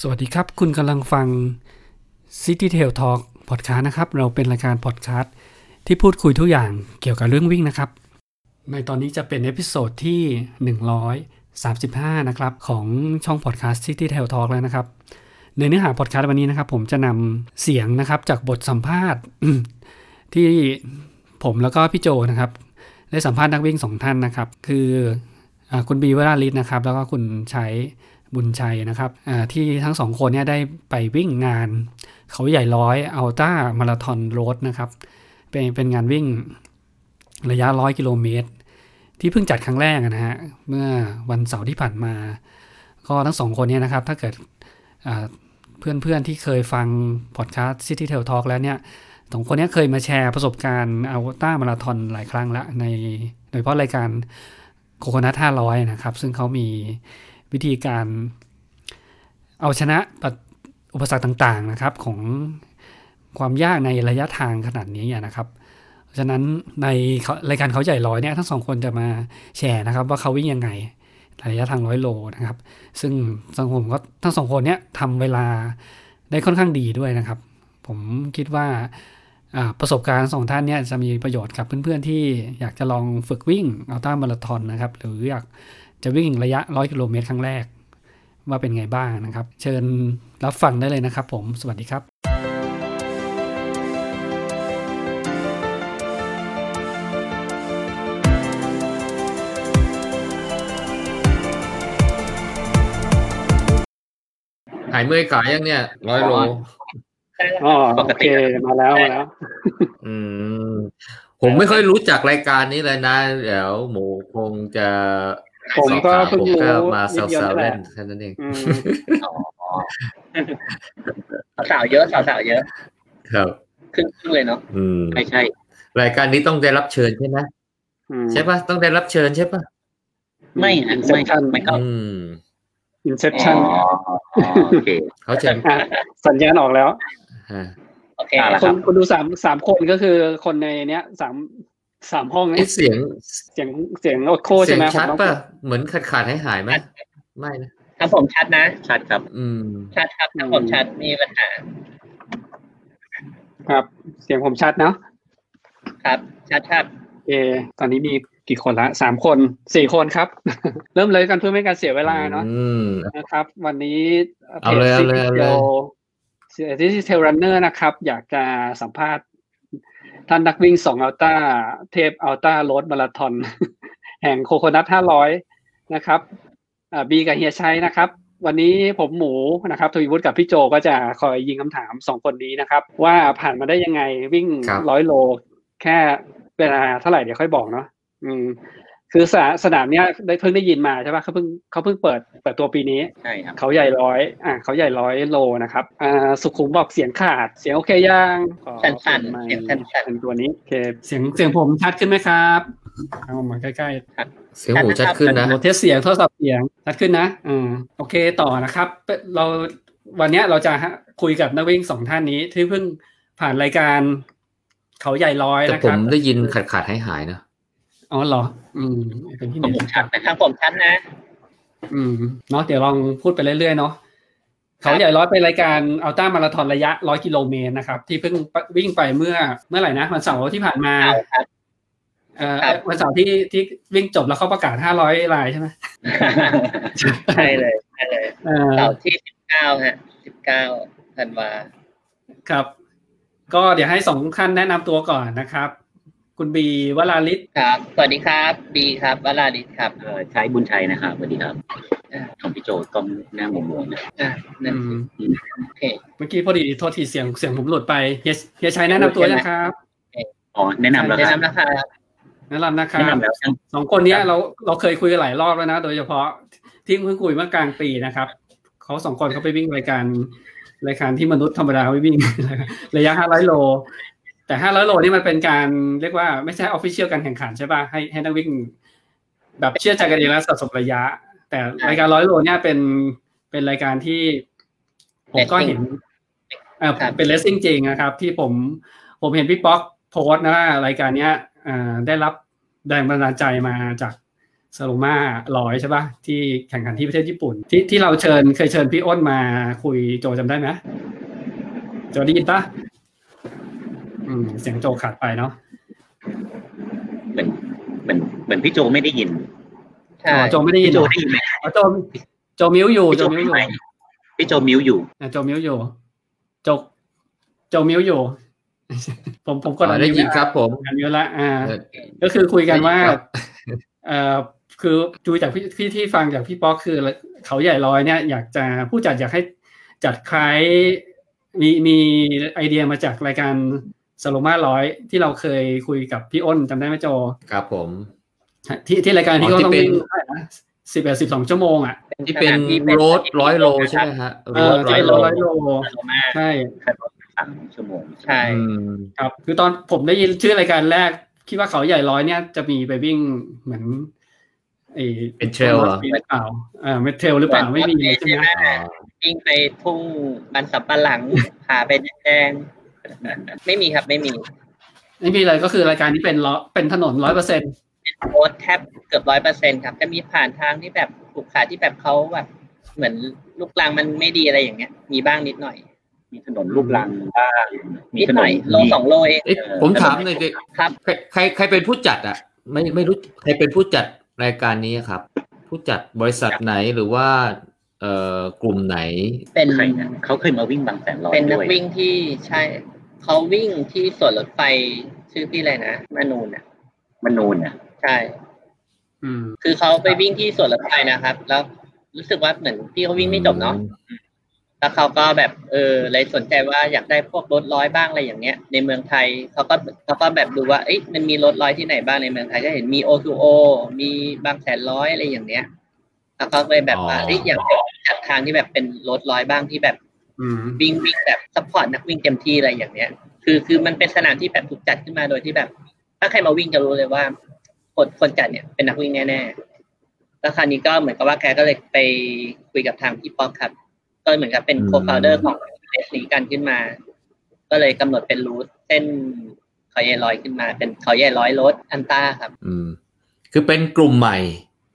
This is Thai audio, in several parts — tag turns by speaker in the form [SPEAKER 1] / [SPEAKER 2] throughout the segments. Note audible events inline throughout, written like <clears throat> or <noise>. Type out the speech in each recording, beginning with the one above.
[SPEAKER 1] สวัสดีครับ คุณกำลังฟัง City Tail Talk Podcast นะครับ เราเป็นรายการ podcast ที่พูดคุยทุกอย่างเกี่ยวกับเรื่องวิ่งนะครับ ในตอนนี้จะเป็นเอพิโซดที่ 135 นะครับ ของช่อง podcast City Tail Talk แล้วนะครับ ในเนื้อหา podcast วันนี้นะครับ ผมจะนำเสียงนะครับจากบทสัมภาษณ์ <coughs> ที่ผมแล้วก็พี่โจนะครับ ได้สัมภาษณ์นักวิ่งสองท่านนะครับ คืออาคุณบีวราลิศนะครับ แล้วก็คุณใช้บุญชัยนะครับอ่าที่ทั้งสองคนเนี่ยได้ไปวิ่งงาน เขาใหญ่ร้อยอัลต้ามาราทอนโรดนะครับ เป็นเป็นงานวิ่งระยะร้อยกิโลเมตร ที่เพิ่งจัดครั้งแรกนะฮะเมื่อวันเสาร์ที่ผ่านมา ก็ทั้งสองคนเนี่ยนะครับ ถ้าเกิดอ่าเพื่อนๆที่เคยฟังพอดแคสต์ City Tail Talk แล้วเนี่ย สองคนเนี้เคยมาแชร์ประสบการณ์อัลต้ามาราทอนหลายครั้งละในโดยเฉพาะรายการโคโคนัทห้าร้อยนะครับ ซึ่งเขามีวิธีการเอาชนะปัดอุปสรรคต่างๆนะครับ ของความยากในระยะทางขนาดนี้เนี่ยนะครับ เพราะฉะนั้นในเขารายการเขาใหญ่ร้อยเนี่ยทั้งสองคนจะมาแชร์นะครับ ว่าเขาวิ่งยังไงระยะทางร้อยโลนะครับ ซึ่งสังคมก็ทั้งสองคนเนี่ยทำเวลาได้ค่อนข้างดีด้วยนะครับ ผมคิดว่า อ่าประสบการณ์สองท่านเนี่ยจะมีประโยชน์กับเพื่อนๆที่อยากจะลองฝึกวิ่งอัลต้ามาราธอนนะครับ หรืออยากจะวิ่งระยะ 100 กิโลเมตรครั้งแรก ว่าเป็นไงบ้างนะครับ เชิญรับฟังได้เลยนะครับผมสวัสดีครับ
[SPEAKER 2] หายเมื่อยขายังเนี่ยร้อยโล
[SPEAKER 1] อ๋อ
[SPEAKER 3] ปกติ
[SPEAKER 1] โอเคมาแล้วมาแล้ว
[SPEAKER 2] อืม ผมไม่ค่อยรู้จักรายการนี้เลยนะ เดี๋ยวหมูคงจะ
[SPEAKER 1] ผมก็
[SPEAKER 2] สอบถา
[SPEAKER 1] เพิ่ง
[SPEAKER 2] ผม
[SPEAKER 1] รู้
[SPEAKER 2] ก็มา
[SPEAKER 1] นิดเดียว
[SPEAKER 2] สาว
[SPEAKER 1] นี่แห
[SPEAKER 2] ๆเล่
[SPEAKER 1] ละ
[SPEAKER 2] นแค่นั้นเอง
[SPEAKER 1] อืม
[SPEAKER 3] สาวๆเยอะสาวๆเยอะ
[SPEAKER 2] ครับ
[SPEAKER 3] ขึ้นขึ้นเลยเนาะ
[SPEAKER 2] อืม
[SPEAKER 3] ไม่ใช่
[SPEAKER 2] รายการนี้ต้องได้รับเชิญใช่ไหม
[SPEAKER 1] อืม
[SPEAKER 2] ใช่ปะต้องได้รับเชิญใช่ปะ
[SPEAKER 3] ไม่ฮะไม่
[SPEAKER 1] Inception
[SPEAKER 3] ไม่เข้า
[SPEAKER 2] อืม
[SPEAKER 1] Inception
[SPEAKER 3] อ๋ออ๋อโอเค
[SPEAKER 2] เขาเชิญ
[SPEAKER 1] อ่ะสัญญาณออกแล้ว
[SPEAKER 2] ฮะ
[SPEAKER 3] โอเค
[SPEAKER 1] ค
[SPEAKER 3] ละ
[SPEAKER 1] นคนดูสามสามคนก็คือคนในเนี้ยสามสามห้องเนี่
[SPEAKER 2] นี่
[SPEAKER 1] ย
[SPEAKER 2] เสียง
[SPEAKER 1] เสียงเสียงโอโค
[SPEAKER 2] เสี
[SPEAKER 1] ใช่
[SPEAKER 2] ยง
[SPEAKER 1] ไหม
[SPEAKER 2] ชัด
[SPEAKER 1] ผมต้อง
[SPEAKER 2] ปะเหมือนขาดขาดๆหายหายๆไหมไม่นะ
[SPEAKER 3] ถ้าผมชัดนะชัดครับ
[SPEAKER 2] อืม
[SPEAKER 3] ชัดครับถ้าผมชัดมีปัญหา
[SPEAKER 1] ครับ เสียงผมชัดเนาะ
[SPEAKER 3] ครับ ชัดชัด
[SPEAKER 1] โอเคตอนนี้มีกี่คนละสามคนสี่คนครับ <laughs> เริ่มเลยกันเพื่อไม่ให้การเสียเวลาเนาะ
[SPEAKER 2] อืม
[SPEAKER 1] นะครับวันนี้
[SPEAKER 2] เอาเลยเอาเลยเอาเลย
[SPEAKER 1] ที่เทลรันเนอร์นะครับ อยากจะสัมภาษณ์ ท่านนักวิ่งสองอัลต้าเทพอัลต้าโรดมาราทอน แห่งโคโคนัทห้าร้อยนะครับอ่าบีกับเฮียชัยนะครับ วันนี้ผมหมูนะครับทวีวุฒิกับพี่โจก็จะคอยยิงคำถามสองคนนี้นะครับ ว่าผ่านมาได้ยังไงวิ่ง
[SPEAKER 2] ครับ
[SPEAKER 1] ร้อยโล แค่เวลาเท่าไหร่เดี๋ยวค่อยบอกเนาะอืม คือสนามสนามเนี้ยได้เพิ่งได้ยินมาใช่ปะเขาเพิ่งเขาเพิ่งเปิดเปิดตัวปีนี้
[SPEAKER 3] ใช่ครับ
[SPEAKER 1] เขาใหญ่ร้อยอ่ะเขาใหญ่ร้อยโลนะครับอ่าสุขุมบอกเสียงขาด เสียงโอเคยังขอ
[SPEAKER 3] สั้น
[SPEAKER 1] เปลี่ยไมค์
[SPEAKER 3] ๆเสียงสั้น
[SPEAKER 1] เป็นตัวนี้โอเคเสียงเสียงผมชัดขึ้นไหมครับเอามาใกล้
[SPEAKER 2] เสียงหมูชัดขึ้น
[SPEAKER 1] ๆ
[SPEAKER 2] นะ
[SPEAKER 1] โหลดเทสเสียงโทรศัพท์เสียงชัดขึ้นนะอืมโอเคต่อนะครับเป็นเราวันเนี้ยเราจะฮะคุยกับนักวิ่งสองท่านนี้ที่เพิ่งผ่านรายการเขาใหญ่ร้อย
[SPEAKER 2] แต่
[SPEAKER 1] นะ
[SPEAKER 2] ผ
[SPEAKER 1] ครั
[SPEAKER 2] ม
[SPEAKER 1] บ
[SPEAKER 2] ได้ยินขาดขาดหายหายๆนะ
[SPEAKER 1] อ๋อเหรอ อืมเป็นที่
[SPEAKER 3] ๆ
[SPEAKER 1] ห
[SPEAKER 3] ผม
[SPEAKER 1] นึ่ง
[SPEAKER 3] ผมชัดนะถ้าผมชัดนะ
[SPEAKER 1] อืมเนาะเดี๋ยวลองพูดไปเรื่อยๆเนาะ
[SPEAKER 3] ครับ
[SPEAKER 1] เขาใหญ่ร้อยเป็นรายการอัลต้ามาราธอนระยะร้อยกิโลเมตรนะครับ ที่เพิ่งวิ่งไปเมื่อเมื่อไหร่นะวันเสาร์ที่ผ่านมา
[SPEAKER 3] เอาครับ
[SPEAKER 1] เอ่อ
[SPEAKER 3] ครับ
[SPEAKER 1] วันเสาร์ที่ที่วิ่งจบแล้วเขาประกาศห้าร้อยลายใช่ไหม
[SPEAKER 3] ใช่เลยใช่เลย
[SPEAKER 1] เออ
[SPEAKER 3] เสาร์ที่สิบเก้าฮะสิบเก้าธันวา
[SPEAKER 1] ครับ ก็เดี๋ยวให้สองท่านแนะนำตัวก่อนนะครับ คุณบีวราลิศ
[SPEAKER 3] ครับสวัสดีครับบีครับวราดิศครับ
[SPEAKER 4] เอ่อใช้บุญชัยนะครับสวัสดีครับของพี่โจกล้องหน้าหมวงๆนะ
[SPEAKER 3] อ่ะนั่น
[SPEAKER 1] อืม
[SPEAKER 3] โอเค
[SPEAKER 1] เมื่อกี้พอดีโทษทีเสียงเสียงผมหลุดไปเฮียเฮียชัยแนะนำตัวนะครับ
[SPEAKER 4] อ๋อแนะนำแล้วค
[SPEAKER 3] แนะ
[SPEAKER 4] รับ
[SPEAKER 3] นำราคา
[SPEAKER 1] แนะนำนะครั
[SPEAKER 4] แนะ
[SPEAKER 1] บ
[SPEAKER 4] นำแล้วยัง
[SPEAKER 1] สองคนเนี้ยเราเราเคยคุยกันหลายรอบแล้วนะ โดยเฉพาะที่เพิ่งคุยเมื่อกลางปีนะครับเขาสองคนเขาไปวิ่งรายการรายการที่มนุษย์ธรรมดาไม่วิ่ง <laughs> ระยะห้าร้อยโล แต่ห้าร้อยโลนี่มันเป็นการเรียกว่าไม่ใช่ออฟฟิเชียลการแข่งขันใช่ป่ะให้ให้นักวิ่ง แบบเชื่อใจกันเองแล้วสะสมระยะ แต่รายการร้อยโลเนี่ยเป็นเป็นรายการที่ ผมก็เห็นเอ่อเป็นเลสซิ่งจริงนะครับ ที่ผมผมเห็นพี่ป๊อกโพสต์นะว่ารายการเนี้ยอ่าได้รับแรงบันดาลใจมาจาก สโลมาร้อยใช่ปะที่แข่งขันที่ประเทศญี่ปุ่น ที่ที่เราเชิญเคยเชิญพี่อ้นมาคุยโจจำได้ไหมโจได้ยินปะอืมเสียงโจขาดไปเนาะ
[SPEAKER 4] เหมือนเหมือนเหมือนพี่โจไม่ได้ยิน
[SPEAKER 3] ใช่
[SPEAKER 1] อ๋อโจไม่ได้ยินเห
[SPEAKER 4] พี่โจ
[SPEAKER 1] รอ
[SPEAKER 4] ได้ยินไหม
[SPEAKER 1] อ๋อโจโจมิวอยู่
[SPEAKER 4] พี่
[SPEAKER 1] โจ
[SPEAKER 4] โจ
[SPEAKER 1] มิว
[SPEAKER 4] ไม่
[SPEAKER 1] อยู่
[SPEAKER 4] ไปพี่โจมิวอยู่
[SPEAKER 1] อ่ะโจมิวอยู่โจโจมิวอยู่ <laughs> ผมผมก็
[SPEAKER 2] อ่าได้ยินครับผม
[SPEAKER 1] กันเยอะละอ่า ก็คือคุยกันว่า
[SPEAKER 2] ได้ยินครับ
[SPEAKER 1] เอ่อ คือดูจากพี่ที่ที่ฟังจากพี่ป๊อกคือเขาใหญ่ลอยเนี่ยอยากจะผู้จัดอยากให้จัดคล้ายมีมีไอเดียมาจากรายการสโลมาร้อยที่เราเคยคุยกับพี่อ้นจำได้ไหมโจ
[SPEAKER 2] ครับผม
[SPEAKER 1] ที่ที่รายการที่
[SPEAKER 2] อ๋อ
[SPEAKER 1] เขา
[SPEAKER 2] ที่
[SPEAKER 1] ต้อง
[SPEAKER 2] เป็น
[SPEAKER 1] วิ่งสิบเอ็ดสิบสองชั่วโมงอ่ะ
[SPEAKER 2] ที่เป็น
[SPEAKER 3] สถาที่
[SPEAKER 2] โรดร้อยโลใช่ไหมฮะ
[SPEAKER 1] เอ
[SPEAKER 2] โร
[SPEAKER 1] อ
[SPEAKER 2] ด
[SPEAKER 1] ที่
[SPEAKER 2] ร้อ
[SPEAKER 1] เป็นร้
[SPEAKER 2] ยโล
[SPEAKER 1] อยโล
[SPEAKER 3] โลมา
[SPEAKER 1] ใช่
[SPEAKER 4] สามชั่วโมง
[SPEAKER 3] ใช่
[SPEAKER 2] อืม
[SPEAKER 1] ครับ คือตอนผมได้ยินชื่อรายการแรก คิดว่าเขาใหญ่ร้อยเนี่ยจะมีไปวิ่งเหมือนไอ
[SPEAKER 2] เป็นเทรลเหรอ
[SPEAKER 1] หรือเปล่าอ่าเมทเทลหรือเปล่าไม่มีใช่ไหม
[SPEAKER 2] อ๋อ
[SPEAKER 3] วิ่งไปทุ่งมันสับปะ
[SPEAKER 2] <laughs>
[SPEAKER 3] หลัง ผ่าไปแดง <laughs> ๆไม่มีครับไม่มี
[SPEAKER 1] ไม่มีเลยก็คือรายการนี้เป็นล้อเป็นถนนร้อยเปอร์เซ็นต์
[SPEAKER 3] โรดแทบเกือบร้อยเปอร์เซ็นครับจะมีผ่านทางที่แบบขรุขระที่แบบเขาแบบเหมือนลูกรังมันไม่ดีอะไรอย่างเงี้ย มีบ้างนิดหน่อย
[SPEAKER 4] มีถนนลูกรังบ้างมี
[SPEAKER 3] นิด
[SPEAKER 4] ถน
[SPEAKER 3] หน่
[SPEAKER 4] น
[SPEAKER 3] อยโลสองโลเอง
[SPEAKER 2] เอ๊ะผมถามหน่อยสิ
[SPEAKER 3] ครับ
[SPEAKER 2] ใครใครใครเป็นผู้จัดอ่ะ ไม่ไม่รู้ใครเป็นผู้จัดรายการนี้ครับ ผู้จัดบริษัทไหนหรือว่า เอ่อกลุ่มไหน
[SPEAKER 3] เป็น
[SPEAKER 4] ใครนะเขาเคยมาวิ่งบางแสนร้อย
[SPEAKER 3] เป็นนั
[SPEAKER 4] ด้
[SPEAKER 3] ก
[SPEAKER 4] วย
[SPEAKER 3] วิ่งที่ใช่เขาวิ่งที่สวนรถไฟชื่อพี่อะไรนะมานูนอ่ะ
[SPEAKER 4] มนูนอ่ะ
[SPEAKER 3] ใช่
[SPEAKER 1] อืม
[SPEAKER 3] คือเขาไปวิ่งที่สวนรถไฟนะครับ แล้วรู้สึกว่าเหมือนพี่เขาวิ่งไม่จบเนาะแล้วเขาก็แบบเออเลยสนใจว่าอยากได้พวกรถร้อยบ้างอะไรอย่างเงี้ย ในเมืองไทยเขาก็เขาก็แบบดูว่าเอ๊ะมันมีรถร้อยที่ไหนบ้างในเมืองไทยก็เห็นมี O2O มีบางแสนร้อยอะไรอย่างเงี้ยแล้วเขาก็เลยแบบว่า
[SPEAKER 2] อ๋อ
[SPEAKER 3] เอ๊ะอยากจัดทางที่แบบเป็นรถร้อยบ้างที่แบบ
[SPEAKER 1] อืม
[SPEAKER 3] วิ่งวิ่งแบบซัพพอร์ตนักวิ่งเต็มที่อะไรอย่างเนี้ย คือคือมันเป็นสนามที่แบบถูกจัดขึ้นมาโดยที่แบบ ถ้าใครมาวิ่งจะรู้เลยว่าคนคนจัดเนี่ยเป็นนักวิ่งแน่ๆแล้วคราวนี้ก็เหมือนกับว่าแกก็เลยไปคุยกับทางพี่ป๊อกครับ ก็เหมือนกับเป็น
[SPEAKER 2] อืม
[SPEAKER 3] โคฟาวเดอร์ของเอสนี้กันขึ้นมา ก็เลยกำหนดเป็นรูทเส้นเขาใหญ่ร้อยขึ้นมา เป็นเขาใหญ่ร้อยรถอันต้าครับ
[SPEAKER 2] อืม คือเป็นกลุ่มใหม่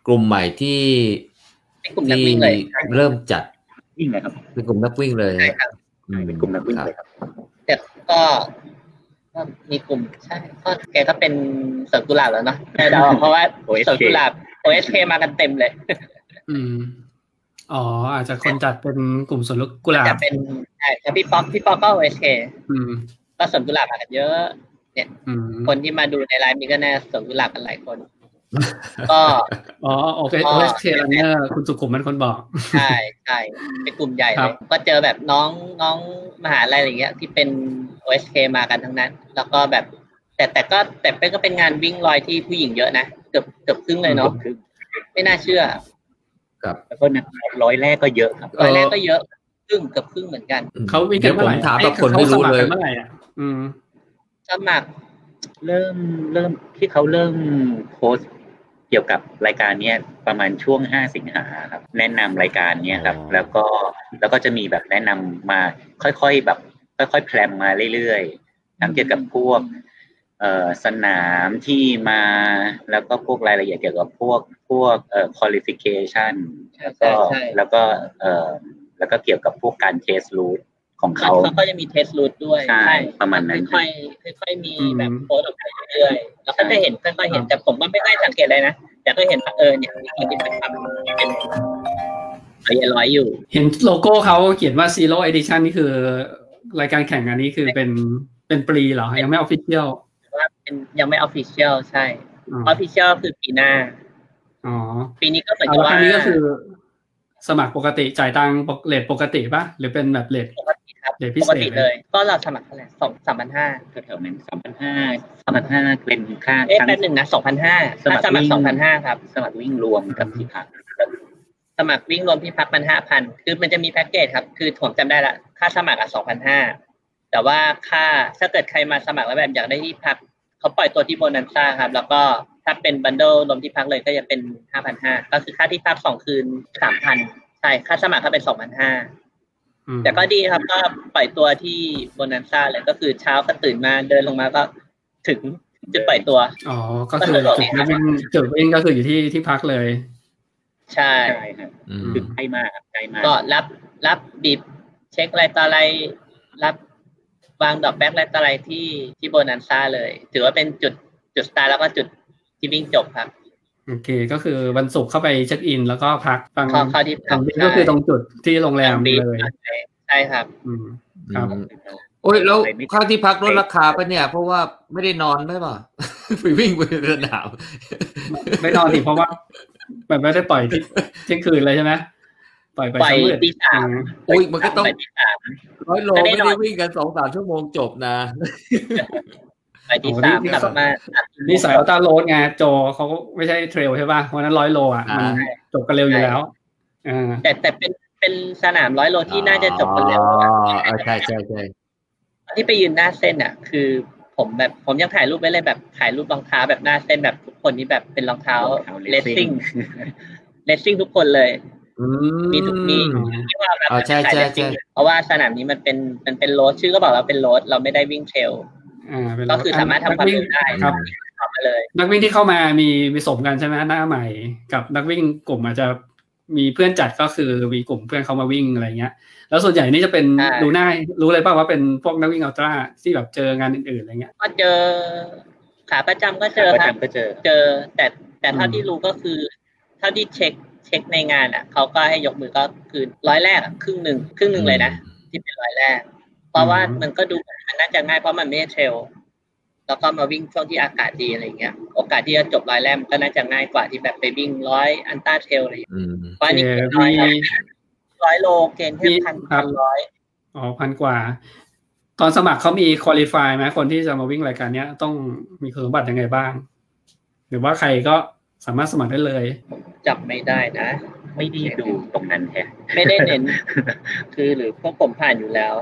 [SPEAKER 2] กลุ่มใหม่ที่
[SPEAKER 3] เป็นกลุ่มนัก
[SPEAKER 2] ที่
[SPEAKER 3] วิ่งเลย
[SPEAKER 2] เริ่มจัด
[SPEAKER 4] วิ่งนะครับ
[SPEAKER 2] เป็นกลุ่มนักวิ่งเลย
[SPEAKER 3] ใช่ครับ
[SPEAKER 2] อืม
[SPEAKER 4] เป็นกลุ่มนักวิ่ง
[SPEAKER 2] ครับ
[SPEAKER 4] เลยครับ
[SPEAKER 3] แต่ก็ก็มีกลุ่มใช่ก็แกก็เป็นสวนกุหลาบแล้วเนาะแน่เดาเพราะว่า
[SPEAKER 4] โอ้ย
[SPEAKER 3] สวนกุหลาบ OSK มากันเต็มเลย
[SPEAKER 1] อืมอ๋ออาจจะคนจัดเป็นกลุ่มสวนลูกกุหลา
[SPEAKER 3] จะ
[SPEAKER 1] บ
[SPEAKER 3] เป็นใช่ครับพี่ป๊อกพี่ป๊อกก็ OSK
[SPEAKER 1] อืม
[SPEAKER 3] ก็สวนกุหลาบมากันเยอะ
[SPEAKER 1] อืม
[SPEAKER 3] คนที่มาดูในไลน์มีก็แน่สวนกุหลาบกันหลายคน ก็
[SPEAKER 1] อ๋อโอเคโอเคเนอร์คุณสุขุมเป็นคนบอก
[SPEAKER 3] ใช่ใช่เป็นกลุ่มใหญ่
[SPEAKER 1] ค
[SPEAKER 3] เล
[SPEAKER 1] รับ
[SPEAKER 3] ยก็เจอแบบน้องน้องมหาลัยอะไรอย่างเงี้ย ที่เป็น OSK มากันทั้งนั้น แล้วก็แบบ แต่แต่ก็แต่เป็นก็เป็นงานวิ่งลอยที่ผู้หญิงเยอะนะเกือบเกือบครึ่งเลยเนาะ
[SPEAKER 4] คือ
[SPEAKER 3] ไม่น่าเชื่อ
[SPEAKER 4] แล้วก็นักร้อยแรกก็เยอะครับ
[SPEAKER 2] เอ่
[SPEAKER 3] ร้
[SPEAKER 2] อ
[SPEAKER 3] อยแรกก็เยอะครึ่งเกือบครึ่งเหมือนกัน
[SPEAKER 1] เขาวิ่งกั
[SPEAKER 2] เดี๋ย
[SPEAKER 1] น
[SPEAKER 2] ว
[SPEAKER 1] เมื่
[SPEAKER 2] ผ
[SPEAKER 1] อไห
[SPEAKER 2] ม
[SPEAKER 1] ร่
[SPEAKER 2] ถามแบบคนไม่รู้เลย
[SPEAKER 1] เมื่อไหร่อ่ะอืม
[SPEAKER 3] สมัคร
[SPEAKER 4] เริ่มเริ่มที่เขาเริ่มโพสต์เกี่ยวกับรายการเนี้ยประมาณช่วง 5 สิงหาครับ แนะนำรายการเนี้ยครับ
[SPEAKER 2] อ๋อ
[SPEAKER 4] แล้วก็แล้วก็จะมีแบบแนะนำมาค่อยๆแบบ ค่อยๆแพลนมาเรื่อยๆทั้งเกี่ยวกับพวก เอ่อสนามที่มาแล้วก็พวกรายละเอียดเกี่ยวกับพวกพวกเอ่อ qualification แล้วก็แล้วก็เอ่อแล้วก็เกี่ยวกับพวกการเทสรูทของเขา
[SPEAKER 3] เขาก็จะมีเทสรูทด้วย
[SPEAKER 4] ใช่ประมาณนั้น
[SPEAKER 3] ค่อยๆค่อยๆมีแบบโพสต์ออกไปเรื่อยๆแล้วก็จะเห็นค่อยๆเห็นแต่ผมก็ไม่ค่อยสังเกตเลยนะ แต่ก็เห็นว่าเออเนี่ยมีคนที่ไปทำเป็นเขาเยร้อยอยู่
[SPEAKER 1] เห็นโลโก้เขาเขียนว่า Zero Edition นี่คือ รายการแข่งอันนี้คือเป็นเป็นปรีเหรอยังไม่ออฟฟิเชียล
[SPEAKER 3] ว่าเป็นยังไม่ออฟฟิเชียลใช่ออฟฟิเชียลคือปีหน้า
[SPEAKER 1] อ๋อ
[SPEAKER 3] ปีนี้ก็เหมือน
[SPEAKER 1] เอา
[SPEAKER 3] กับ
[SPEAKER 1] ละค
[SPEAKER 3] ว่า
[SPEAKER 1] รั้งนี้ก็คือ สมัครปกติจ่ายตังค์ปกเลทปกติปะหรือเป็นแบบเลท
[SPEAKER 3] ปกติครับ
[SPEAKER 1] เดี๋ยวพิ
[SPEAKER 3] ป
[SPEAKER 1] เศษ
[SPEAKER 3] กติเลย ก็เราสมัครเท่าไหร่สองสามพันห้า
[SPEAKER 4] แถวๆนั้นสามพันห้าสามพันห้าเป็นค่า
[SPEAKER 3] เอ๊ะ
[SPEAKER 4] ทั้ง
[SPEAKER 3] แป๊บหนึ่งนะสองพันห้า
[SPEAKER 4] สมัคร
[SPEAKER 3] สมัคร
[SPEAKER 4] วิ่ง
[SPEAKER 3] สองพันห้าครับ
[SPEAKER 4] สมัครวิ่งรวมกับที่พัก
[SPEAKER 3] สมัครวิ่งรวมที่พักมันห้าพันคือมันจะมีแพ็กเกจครับ คือผมจำได้ละ ค่าสมัครอ่ะสองพันห้าแต่ว่าค่าถ้าเกิดใครมาสมัครแล้วแบบอยากได้ที่พัก เขาปล่อยตัวที่โบนันซ่าครับ แล้วก็ถ้าเป็นบันเดิลรวมที่พักเลยก็จะเป็นห้าพันห้าก็คือค่าที่พักสองคืนสามพันใช่ ค่าสมัครก็เป็นสองพันห้า
[SPEAKER 1] อืม
[SPEAKER 3] แต่ก็ดีครับ ก็ปล่อยตัวที่โบนันซ่าเลยก็คือเช้าก็ตื่นมาเดินลงมาก็ถึง จุดปล่อยตัว
[SPEAKER 1] อ๋อ ก็คือจุดวิ่งจุดวิ่งก็คืออยู่ที่ที่พักเลย
[SPEAKER 3] ใช่
[SPEAKER 4] ใช่ฮะ
[SPEAKER 2] อืม
[SPEAKER 4] คือใกล้มากครับใกล้มาก
[SPEAKER 3] ก็รับรับดิบ เช็คอะไรต่ออะไรรับวางดอกแบ็กอะไรต่ออะไรที่ที่โบนันซ่าเลย ถือว่าเป็นจุดจุดสตาร์ทแล้วก็จุดที่วิ่งจบครับ
[SPEAKER 1] โอเค ก็คือวันศุกร์เข้าไปเช็คอิน แล้วก็พักฟัง
[SPEAKER 3] เข้าเข้าที่พัก
[SPEAKER 1] ฟังวิ่งก็คือตรงจุดที่โรงแรมเลย
[SPEAKER 3] ใช่ครับ
[SPEAKER 1] อืม ครับ
[SPEAKER 2] อืมโอ้ยแล้วค่าที่พักลดราคาปะเนี่ย เพราะว่าไม่ได้นอนได้ป่ะ <laughs> ไปวิ่งบนสนาม
[SPEAKER 1] ไม่นอนสิเพราะว่า มันไม่ได้ปล่อยที่ <laughs> เที่ยงคืนเลยใช่ไหมปล่อยไป
[SPEAKER 3] ปล่อย
[SPEAKER 1] เช้ามืด
[SPEAKER 3] ตีสาม
[SPEAKER 1] อืม
[SPEAKER 2] โอ้ยมันก็ต้อง
[SPEAKER 3] ไปที่สาม
[SPEAKER 2] ร้อยโล
[SPEAKER 3] จะได้
[SPEAKER 2] ไม่
[SPEAKER 3] นอน
[SPEAKER 2] ได้วิ่งกันสองสามชั่วโมงจบนะ
[SPEAKER 3] ไปที่สามกลับมาอัด
[SPEAKER 1] นี่สายอัลต้าโรดไงโจเขาไม่ใช่เทรลใช่ป่ะเพราะฉะนั้นร้อยโลอ่ะมัน
[SPEAKER 2] อ่า
[SPEAKER 1] จบกันเร็วอยู่แล้วอ่า
[SPEAKER 3] แต่แต่เป็นเป็นสนามร้อยโลที่น่าจะจบกันเร็ว
[SPEAKER 2] อ๋
[SPEAKER 3] ก
[SPEAKER 2] อ
[SPEAKER 3] ว่า
[SPEAKER 2] เออใช่ใช่ใช่
[SPEAKER 3] ที่ไปยืนหน้าเส้นอ่ะ คือผมแบบผมยังถ่ายรูปไว้เลยแบบถ่ายรูปรองเท้าแบบหน้าเส้นแบบทุกคนนี่แบบเป็นรองเท้าเลสซิ่งเลสซิ่งทุกคนเลย
[SPEAKER 2] อืม
[SPEAKER 3] มีทุกมีที่ว่าแบบ
[SPEAKER 2] อ่าใช่ใช่
[SPEAKER 3] สาย racing
[SPEAKER 2] ใช่
[SPEAKER 3] เพราะว่าสนามนี้มันเป็นมันเป็นโรดชื่อก็บอกแล้วเป็นโรดเราไม่ได้วิ่งเทรล
[SPEAKER 1] อ่าเป็น
[SPEAKER 3] ก็คือสามารถทำความเร็วได้
[SPEAKER 1] นักงครับ
[SPEAKER 3] เข้ามาเลย
[SPEAKER 1] นักวิ่งที่เข้ามามีมีสมกันใช่ไหมหน้าใหม่ กับนักวิ่งกลุ่มอาจจะมีเพื่อนจัดก็คือมีกลุ่มเพื่อนเขามาวิ่งอะไรเงี้ย แล้วส่วนใหญ่นี่จะเป็น
[SPEAKER 3] ใช่
[SPEAKER 1] ดูหน้ารู้เลยป่าว่าเป็นพวกนักวิ่งอัลตร้าที่แบบเจองานอื่นๆอะไรเงี้ย
[SPEAKER 3] ก็เจอขาประจำก็เจอ
[SPEAKER 4] ประ
[SPEAKER 3] ครับ
[SPEAKER 4] จำก็เจอ
[SPEAKER 3] เจอ แต่แต่เท่า
[SPEAKER 1] อืม
[SPEAKER 3] ที่รู้ก็คือ เท่าที่เช็คเช็คในงานอ่ะเขาก็ให้ยกมือก็คือร้อยแรกอะครึ่งหนึ่งครึ่งหนึ่งเลยนะ ที่เป็นรอยแรก เพราะว่ามันก็ดูเหมือนมันน่าจะง่ายเพราะมันไม่ได้เทรล แล้วก็มาวิ่งช่วงที่อากาศดีอะไรเงี้ย โอกาสที่จะจบรอยแรกมันก็น่าจะง่ายกว่าที่แบบไปวิ่งร้อยอันต้าเทรลอะไรอย่างเงี้ย
[SPEAKER 2] อืม
[SPEAKER 3] เพราะอันนี้
[SPEAKER 1] เอ่อ
[SPEAKER 3] ร้อย
[SPEAKER 1] มี
[SPEAKER 3] ร้อยโลเกณฑ์ที่พัน
[SPEAKER 1] ครั
[SPEAKER 3] พั
[SPEAKER 1] บ
[SPEAKER 3] นร้อย
[SPEAKER 1] อ๋อพันกว่า ตอนสมัครเขามีคุริฟายไหมคนที่จะมาวิ่งรายการเนี้ยต้องมีคุณสมบัติยังไงบ้าง หรือว่าใครก็สามารถสมัครได้เลย
[SPEAKER 3] จับไม่ได้นะ
[SPEAKER 4] ไม่ได้ดูตรงนั้นแฮะ
[SPEAKER 3] ไม่ได้เน้น <laughs> คือหรือพวกผมผ่านอยู่แล้ว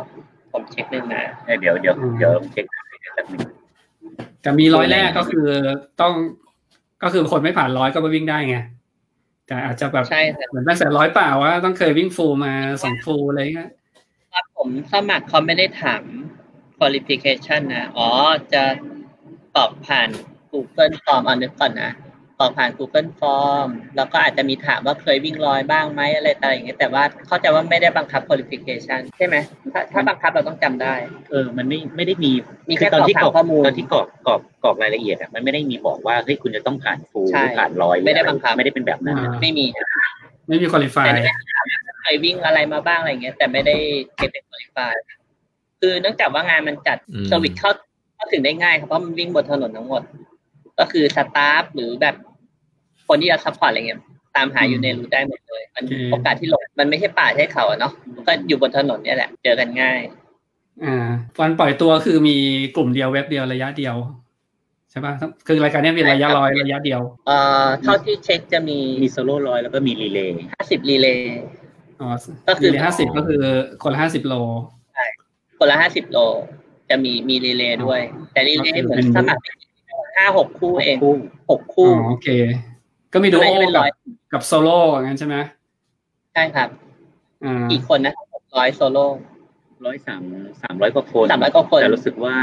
[SPEAKER 3] ผมเช็คหนึ่งนะ
[SPEAKER 4] เออเดี๋ยวเดี๋ยว
[SPEAKER 1] อืม
[SPEAKER 4] เดี๋ยวลองเช็คสักหนึ่ง
[SPEAKER 1] แต่มีร้อยแรกก็คือต้องก็คือคนไม่ผ่านร้อยก็มาวิ่งได้ไงแต่อาจจะแบบ
[SPEAKER 3] ใช่ครับ
[SPEAKER 1] เหมือนตั้งแต่ร้อยเปล่าว่าต้องเคยวิ่งฟูลมาสองฟูลอะไรเงี้ย
[SPEAKER 3] ถ้าผมสมัครเขาไม่ได้ถาม qualification นะ อ๋อ จะตอบผ่าน Google Form เอานึกก่อนนะตอบผ่าน Google Form แล้วก็อาจจะมีถามว่าเคยวิ่งลอยบ้างไหมอะไรต่างอย่างเงี้ยแต่ว่าเข้าใจว่าไม่ได้บังคับ qualification ใช่ไหมถ้าถ้าบังคับเราต้องจำได้
[SPEAKER 4] เออ มันไม่ไม่ได้มี
[SPEAKER 3] มีแค่
[SPEAKER 4] คือตอนที่กรอก
[SPEAKER 3] ข้อมูล
[SPEAKER 4] ตอนที่กรอกกรอกกรอกรายละเอียดอ่ะมันไม่ได้มีบอกว่าเฮ้ยคุณจะต้องผ่านฟูล
[SPEAKER 3] ใช่
[SPEAKER 4] หรือผ่านร้อยหรือ
[SPEAKER 3] ไม่ได้
[SPEAKER 4] อะร
[SPEAKER 3] บังคับ
[SPEAKER 4] ไม่ได้เป็นแบบนั้นนะ
[SPEAKER 3] ไม่มี
[SPEAKER 1] ไม่มีคุริฟาย
[SPEAKER 3] แต่เนี่ยเคยวิ่งอะไรมาบ้างอะไรเงี้ยแต่ไม่ได้เก็บเป็นคุริฟายคือเนื่องจากว่างานมันจัด
[SPEAKER 2] อืม
[SPEAKER 3] สวิตช์เข้าเข้าถึงได้ง่ายครับเพราะมันวิ่งบนถนนทั้งหมด ก็คือสตาฟหรือแบบคนที่จะซัพพอร์ตอะไรเงี้ยตามหาอยู่ในรูได้หมดเลย มันโอกาสที่หลงมันไม่ใช่ป่าใช่เขาอะเนาะมันก็อยู่บนถนนเนี่ยแหละ เจอกันง่าย
[SPEAKER 1] อ่าวันปล่อยตัวคือมีกลุ่มเดียวเว็บเดียวระยะเดียวใช่ป่ะคือรายการเนี้ยมีระยะร้อยระยะเดียว
[SPEAKER 3] เอ่อเท่าที่เช็คจะมี
[SPEAKER 4] มีโซโล่ร้อยแล้วก็มีรีเลย์
[SPEAKER 3] ห้าสิบรีเลย์
[SPEAKER 1] อ๋อ
[SPEAKER 3] ก็คือ
[SPEAKER 1] ห้าสิบก็คือคนละห้าสิบโล
[SPEAKER 3] คนละห้าสิบโล จะมีมีรีเลย์ด้วย แต่รีเลย์เหมือนสมัครห้าหกคู่เอง
[SPEAKER 4] คู่
[SPEAKER 3] หก
[SPEAKER 1] อ๋
[SPEAKER 3] คู่
[SPEAKER 1] อโอเค ก็มีดู
[SPEAKER 3] ไม่
[SPEAKER 1] โอ
[SPEAKER 3] ได้เป็น
[SPEAKER 1] กั
[SPEAKER 3] ร้
[SPEAKER 1] บ
[SPEAKER 3] อย
[SPEAKER 1] กับโซโล่อย่างนั้นใช่ไหม
[SPEAKER 3] ใช่ครับ
[SPEAKER 1] อ่า
[SPEAKER 3] กี่คนนะร้อยโซโล่
[SPEAKER 4] ร้อยสามสามร้อยกว่าคน
[SPEAKER 3] สามร้อยกว่าคน
[SPEAKER 4] แต่รู้สึกว่า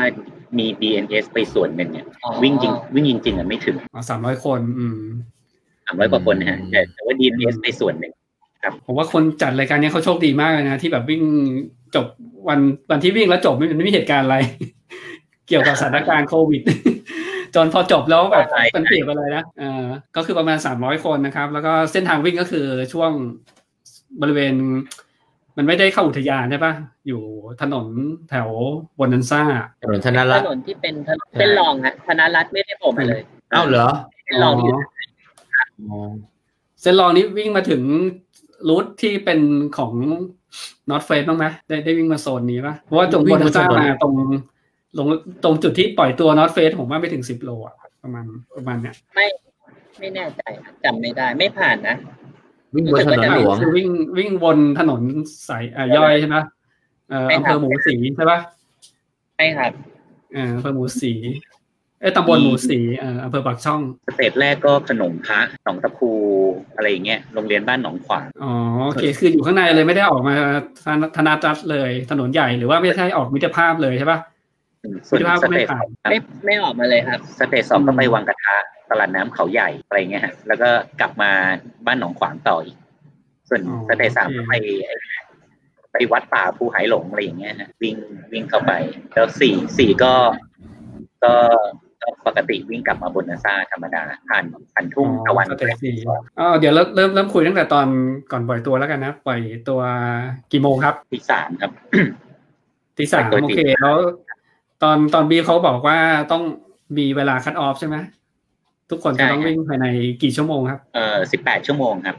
[SPEAKER 4] มี DNS ไปส่วนหนึ่งเนี่ย
[SPEAKER 3] อ๋อ
[SPEAKER 4] วิ่งจริงวิ่งจริงๆอ่ะไม่ถึง
[SPEAKER 1] สามร้อยคน อืม
[SPEAKER 4] สามร้อยกว่าคนนะฮะแต่แต่ว่า DNS ไปส่วนหนึ่ง
[SPEAKER 1] ผมว่าคนจัดรายการเนี้ยเขาโชคดีมากเลยนะ ที่แบบวิ่งจบวันวันที่วิ่งแล้วจบไม่มันไม่มีเหตุการณ์อะไร <laughs> เกี่ยวกับสถานการณ์โควิด <laughs> จนพอจบแล้วแบบ
[SPEAKER 4] ใช่
[SPEAKER 1] มันเปลี่ยนไปเลยนะเออก็คือประมาณสามร้อยคนนะครับ แล้วก็เส้นทางวิ่งก็คือช่วงบริเวณ มันไม่ได้เข้าอุทยานใช่ปะอยู่ถนนแถวบนนันซ่า
[SPEAKER 2] ถนนธน
[SPEAKER 3] ถ
[SPEAKER 2] รัตน์
[SPEAKER 3] นนที่เป็นถนนเส้นรองฮะธนรัฐไม่ได้โผมมาเลย
[SPEAKER 2] เอ้าเหรอ
[SPEAKER 3] เส้นรองที่อยู่
[SPEAKER 2] อ๋อ
[SPEAKER 1] เส้นรองนี้วิ่งมาถึงรูทที่เป็นของนอตเฟสบ้างไหมได้ได้วิ่งมาโซนนี้ปะเพราะว่าตรงบนซ่ามาตรงลงตรงจุดที่ปล่อยตัวนอตเฟสผมว่าไม่ถึงสิบโลอะประมาณประมาณเนี้ย
[SPEAKER 3] ไม่ไม่แน่ใจครับจำไม่ได้ไม่ผ่านนะ
[SPEAKER 2] วิ่งบนถนนหลวง
[SPEAKER 1] คือวิ่งวิ่งวนถนนสายอ่ะย่อยใช่ไหมเอ่อ
[SPEAKER 3] ใช่
[SPEAKER 1] อำ
[SPEAKER 3] ค
[SPEAKER 1] เภ
[SPEAKER 3] รับ
[SPEAKER 1] อหมูสีใช่ปะ
[SPEAKER 3] ใช่ครับ
[SPEAKER 1] เอ่ออำเภอหมูสีเอ้ยตำบลหมูสีเอ่ออำเภอปากช่อง
[SPEAKER 4] สเตจแรกก็ขนมพระหนองตะคูอะไรอย่างเงี้ยโรงเรียนบ้านหนองขวาง
[SPEAKER 1] อ๋อโอเคคืออยู่ข้างในเลยไม่ได้ออกมาธนาจัดเลยถนนใหญ่หรือว่าไม่ใช่ออกมิตรภาพเลยใช่ปะ
[SPEAKER 4] อืม
[SPEAKER 1] คุ
[SPEAKER 4] ส่วน
[SPEAKER 1] ณภาพ
[SPEAKER 4] ส
[SPEAKER 1] ก็
[SPEAKER 4] เต
[SPEAKER 1] ไม่
[SPEAKER 4] จ
[SPEAKER 1] ต่าง
[SPEAKER 3] ไม่ไม่ออกมาเลยครับ
[SPEAKER 4] สเตจสอง
[SPEAKER 1] อืม
[SPEAKER 4] ก็ไปวังกระทะตลาดน้ำเขาใหญ่อะไรเงี้ยฮะแล้วก็กลับมาบ้านหนองขวางต่ออีก ส่วน
[SPEAKER 1] อ๋อ
[SPEAKER 4] สเตจสาม
[SPEAKER 1] โอเค
[SPEAKER 4] ก็ไปไปวัดป่าภูหายหลงอะไรอย่างเงี้ยฮะวิ่งวิ่งเข้าไปแล้วสี่สี่ก็ก็ก็ปกติวิ่งกลับมาบนนาซาธรรมดาผ่านผ่านทุ่งตะวัน
[SPEAKER 1] สเตจสี่อ๋อเดี๋ยวเริ่มเริ่มเริ่มคุยตั้งแต่ตอนก่อนปล่อยตัวแล้วกันนะ ปล่อยตัวกี่โมงครับ
[SPEAKER 4] ที่สามครับ
[SPEAKER 1] ตีสาม
[SPEAKER 4] ปล่อยตัว
[SPEAKER 1] โอ
[SPEAKER 4] ตี
[SPEAKER 1] เคแล้วตอนตอนบีเขาบอกว่าต้องมีเวลาคัดออฟใช่ไหมทุกคนจะต้องวิ่งภายในกี่ชั่วโมงครับ
[SPEAKER 4] เอ่อสิบแปดชั่วโมงครับ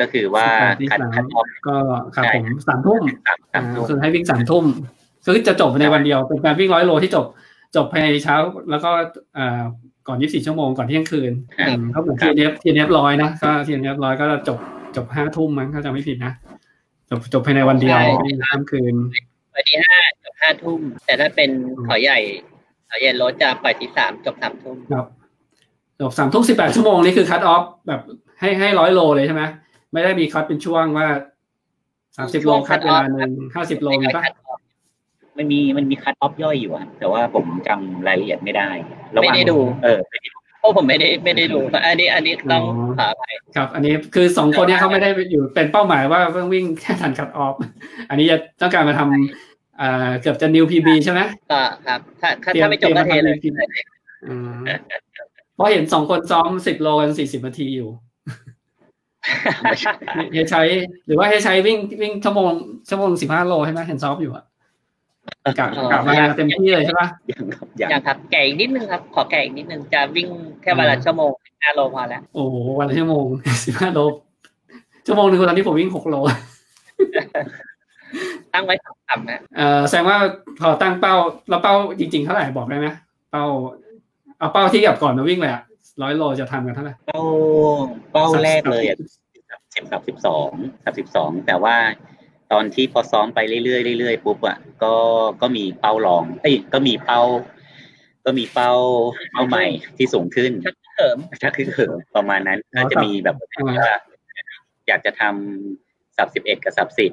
[SPEAKER 4] ก็คือว่า
[SPEAKER 1] 18ที่
[SPEAKER 4] คัด
[SPEAKER 1] สาม
[SPEAKER 4] คัดออก
[SPEAKER 1] ก็ครับผมสามทุ่ม
[SPEAKER 4] สามสามทุ่ม
[SPEAKER 1] คือให้วิ่งสามทุ่มคือจะจบในวันเดียว เป็นการวิ่งร้อยโลที่จบ จบภายในเช้า แล้วก็เอ่อก่อนยี่สิบสี่ชั่วโมงก่อนเที่ยงคืน
[SPEAKER 4] ครับ
[SPEAKER 1] เขาเหมือนทีเนฟทีเนฟร้อยนะก็ทีเนฟร้อยก็จบจบห้าทุ่มมั้งถ้าจำไม่ผิดนะ จบจบภายในวันเดียว
[SPEAKER 3] ใช่
[SPEAKER 1] ไม่ข้ามคืน
[SPEAKER 3] วันที่ห้าจบห้าทุ่ม แต่ถ้าเป็น
[SPEAKER 1] อืม
[SPEAKER 3] เขาใหญ่เขาใหญ่รถจะปล่อยที่สามจบสามทุ่ม
[SPEAKER 1] ครับจบสามทุ่มสิบแปดชั่วโมงนี่คือคั t ออฟแบบให้ให้ร้อยโลเลยใช่ไหมไม่ได้มีคัดเป็นช่วงว่าสามสิบโลคัดเวลาหนึ่งห้าสิบโลมี
[SPEAKER 3] ไม่ค่
[SPEAKER 1] ปะ
[SPEAKER 3] อยคัดออก
[SPEAKER 4] มันมีมันมีคัดออฟย่อยอยู่อะแต่ว่าผมจำรายละเอียดไม่ได้ระห
[SPEAKER 3] ไม่
[SPEAKER 4] ว่าง
[SPEAKER 3] ได้ดู
[SPEAKER 4] เออ
[SPEAKER 3] เพราะผมไม่ได้ไม่ได้รู้อันนี้อันนี้ต้อง
[SPEAKER 1] อ๋อ
[SPEAKER 3] ขออภัย
[SPEAKER 1] ครับ อันนี้คือสองคนเนี้เขาไม่ได้อยู่เป็นเป้าหมายว่าต้องวิ่งแค่ทันคัดออฟ <laughs> อันนี้จะต้องการมาทำเอ่อเกือบจะนิวพีบีใช่ไหม
[SPEAKER 3] ก็ครับ ถ้าถ้า
[SPEAKER 1] เตรียม
[SPEAKER 3] ถ้าไม่จบก็เทเลย
[SPEAKER 1] เตรียมมาทำ อืมเพราะเห็นสองคนซ้อมสิบโลกันสี่สิบนาทีอยู่ ให้ใช้ หรือว่าให้ใช้วิ่งวิ่งชั่วโมงชั่วโมงสิบห้าโลใช่ไหมเห็นซ้อมอยู่อะกลับ
[SPEAKER 3] อ๋อ
[SPEAKER 1] กลับมาเต็มที่เลยใช่ปะ
[SPEAKER 4] ยังครับยัง
[SPEAKER 3] <laughs> อย่างครับ แก่อีกนิดนึงครับ ขอแก่อีกนิดนึงจะวิ่งแค่วันละชั่วโมงห้าโลพอแล้ว
[SPEAKER 1] โอ้โหวันละชั่วโมง <laughs> สิบห้าโลชั่วโมงหนึ่งตอนนี้ผมวิ่งหกโล
[SPEAKER 3] ตั้งไว้สามสามนะ
[SPEAKER 1] เออแสดงว่าพอตั้งเป้าแล้วเป้าจริงๆเท่าไหร่บอกได้ไหมเป้า เอาเป้าที่กับก่อนมาวิ่งเลยอะร้อยโลจะทำกันเท่าไหร่
[SPEAKER 4] เป้าเป้าแรกเลยอะสิบกับสิบสองกับสิบสองแต่ว่าตอนที่พอซ้อมไปเรื่อยๆเรื่อยๆปุ๊บอ่ะก็ก็มีเป้ารองเอ้ยก็มีเป้า ก็มีเป้าเป้าใหม่ที่สูงขึ้น
[SPEAKER 3] เสริม
[SPEAKER 4] ถ้าคือเขิมประมาณนั้นก็จะมีแบบว่าอยากจะทำสับสิบเอ็ดกับสับสิบ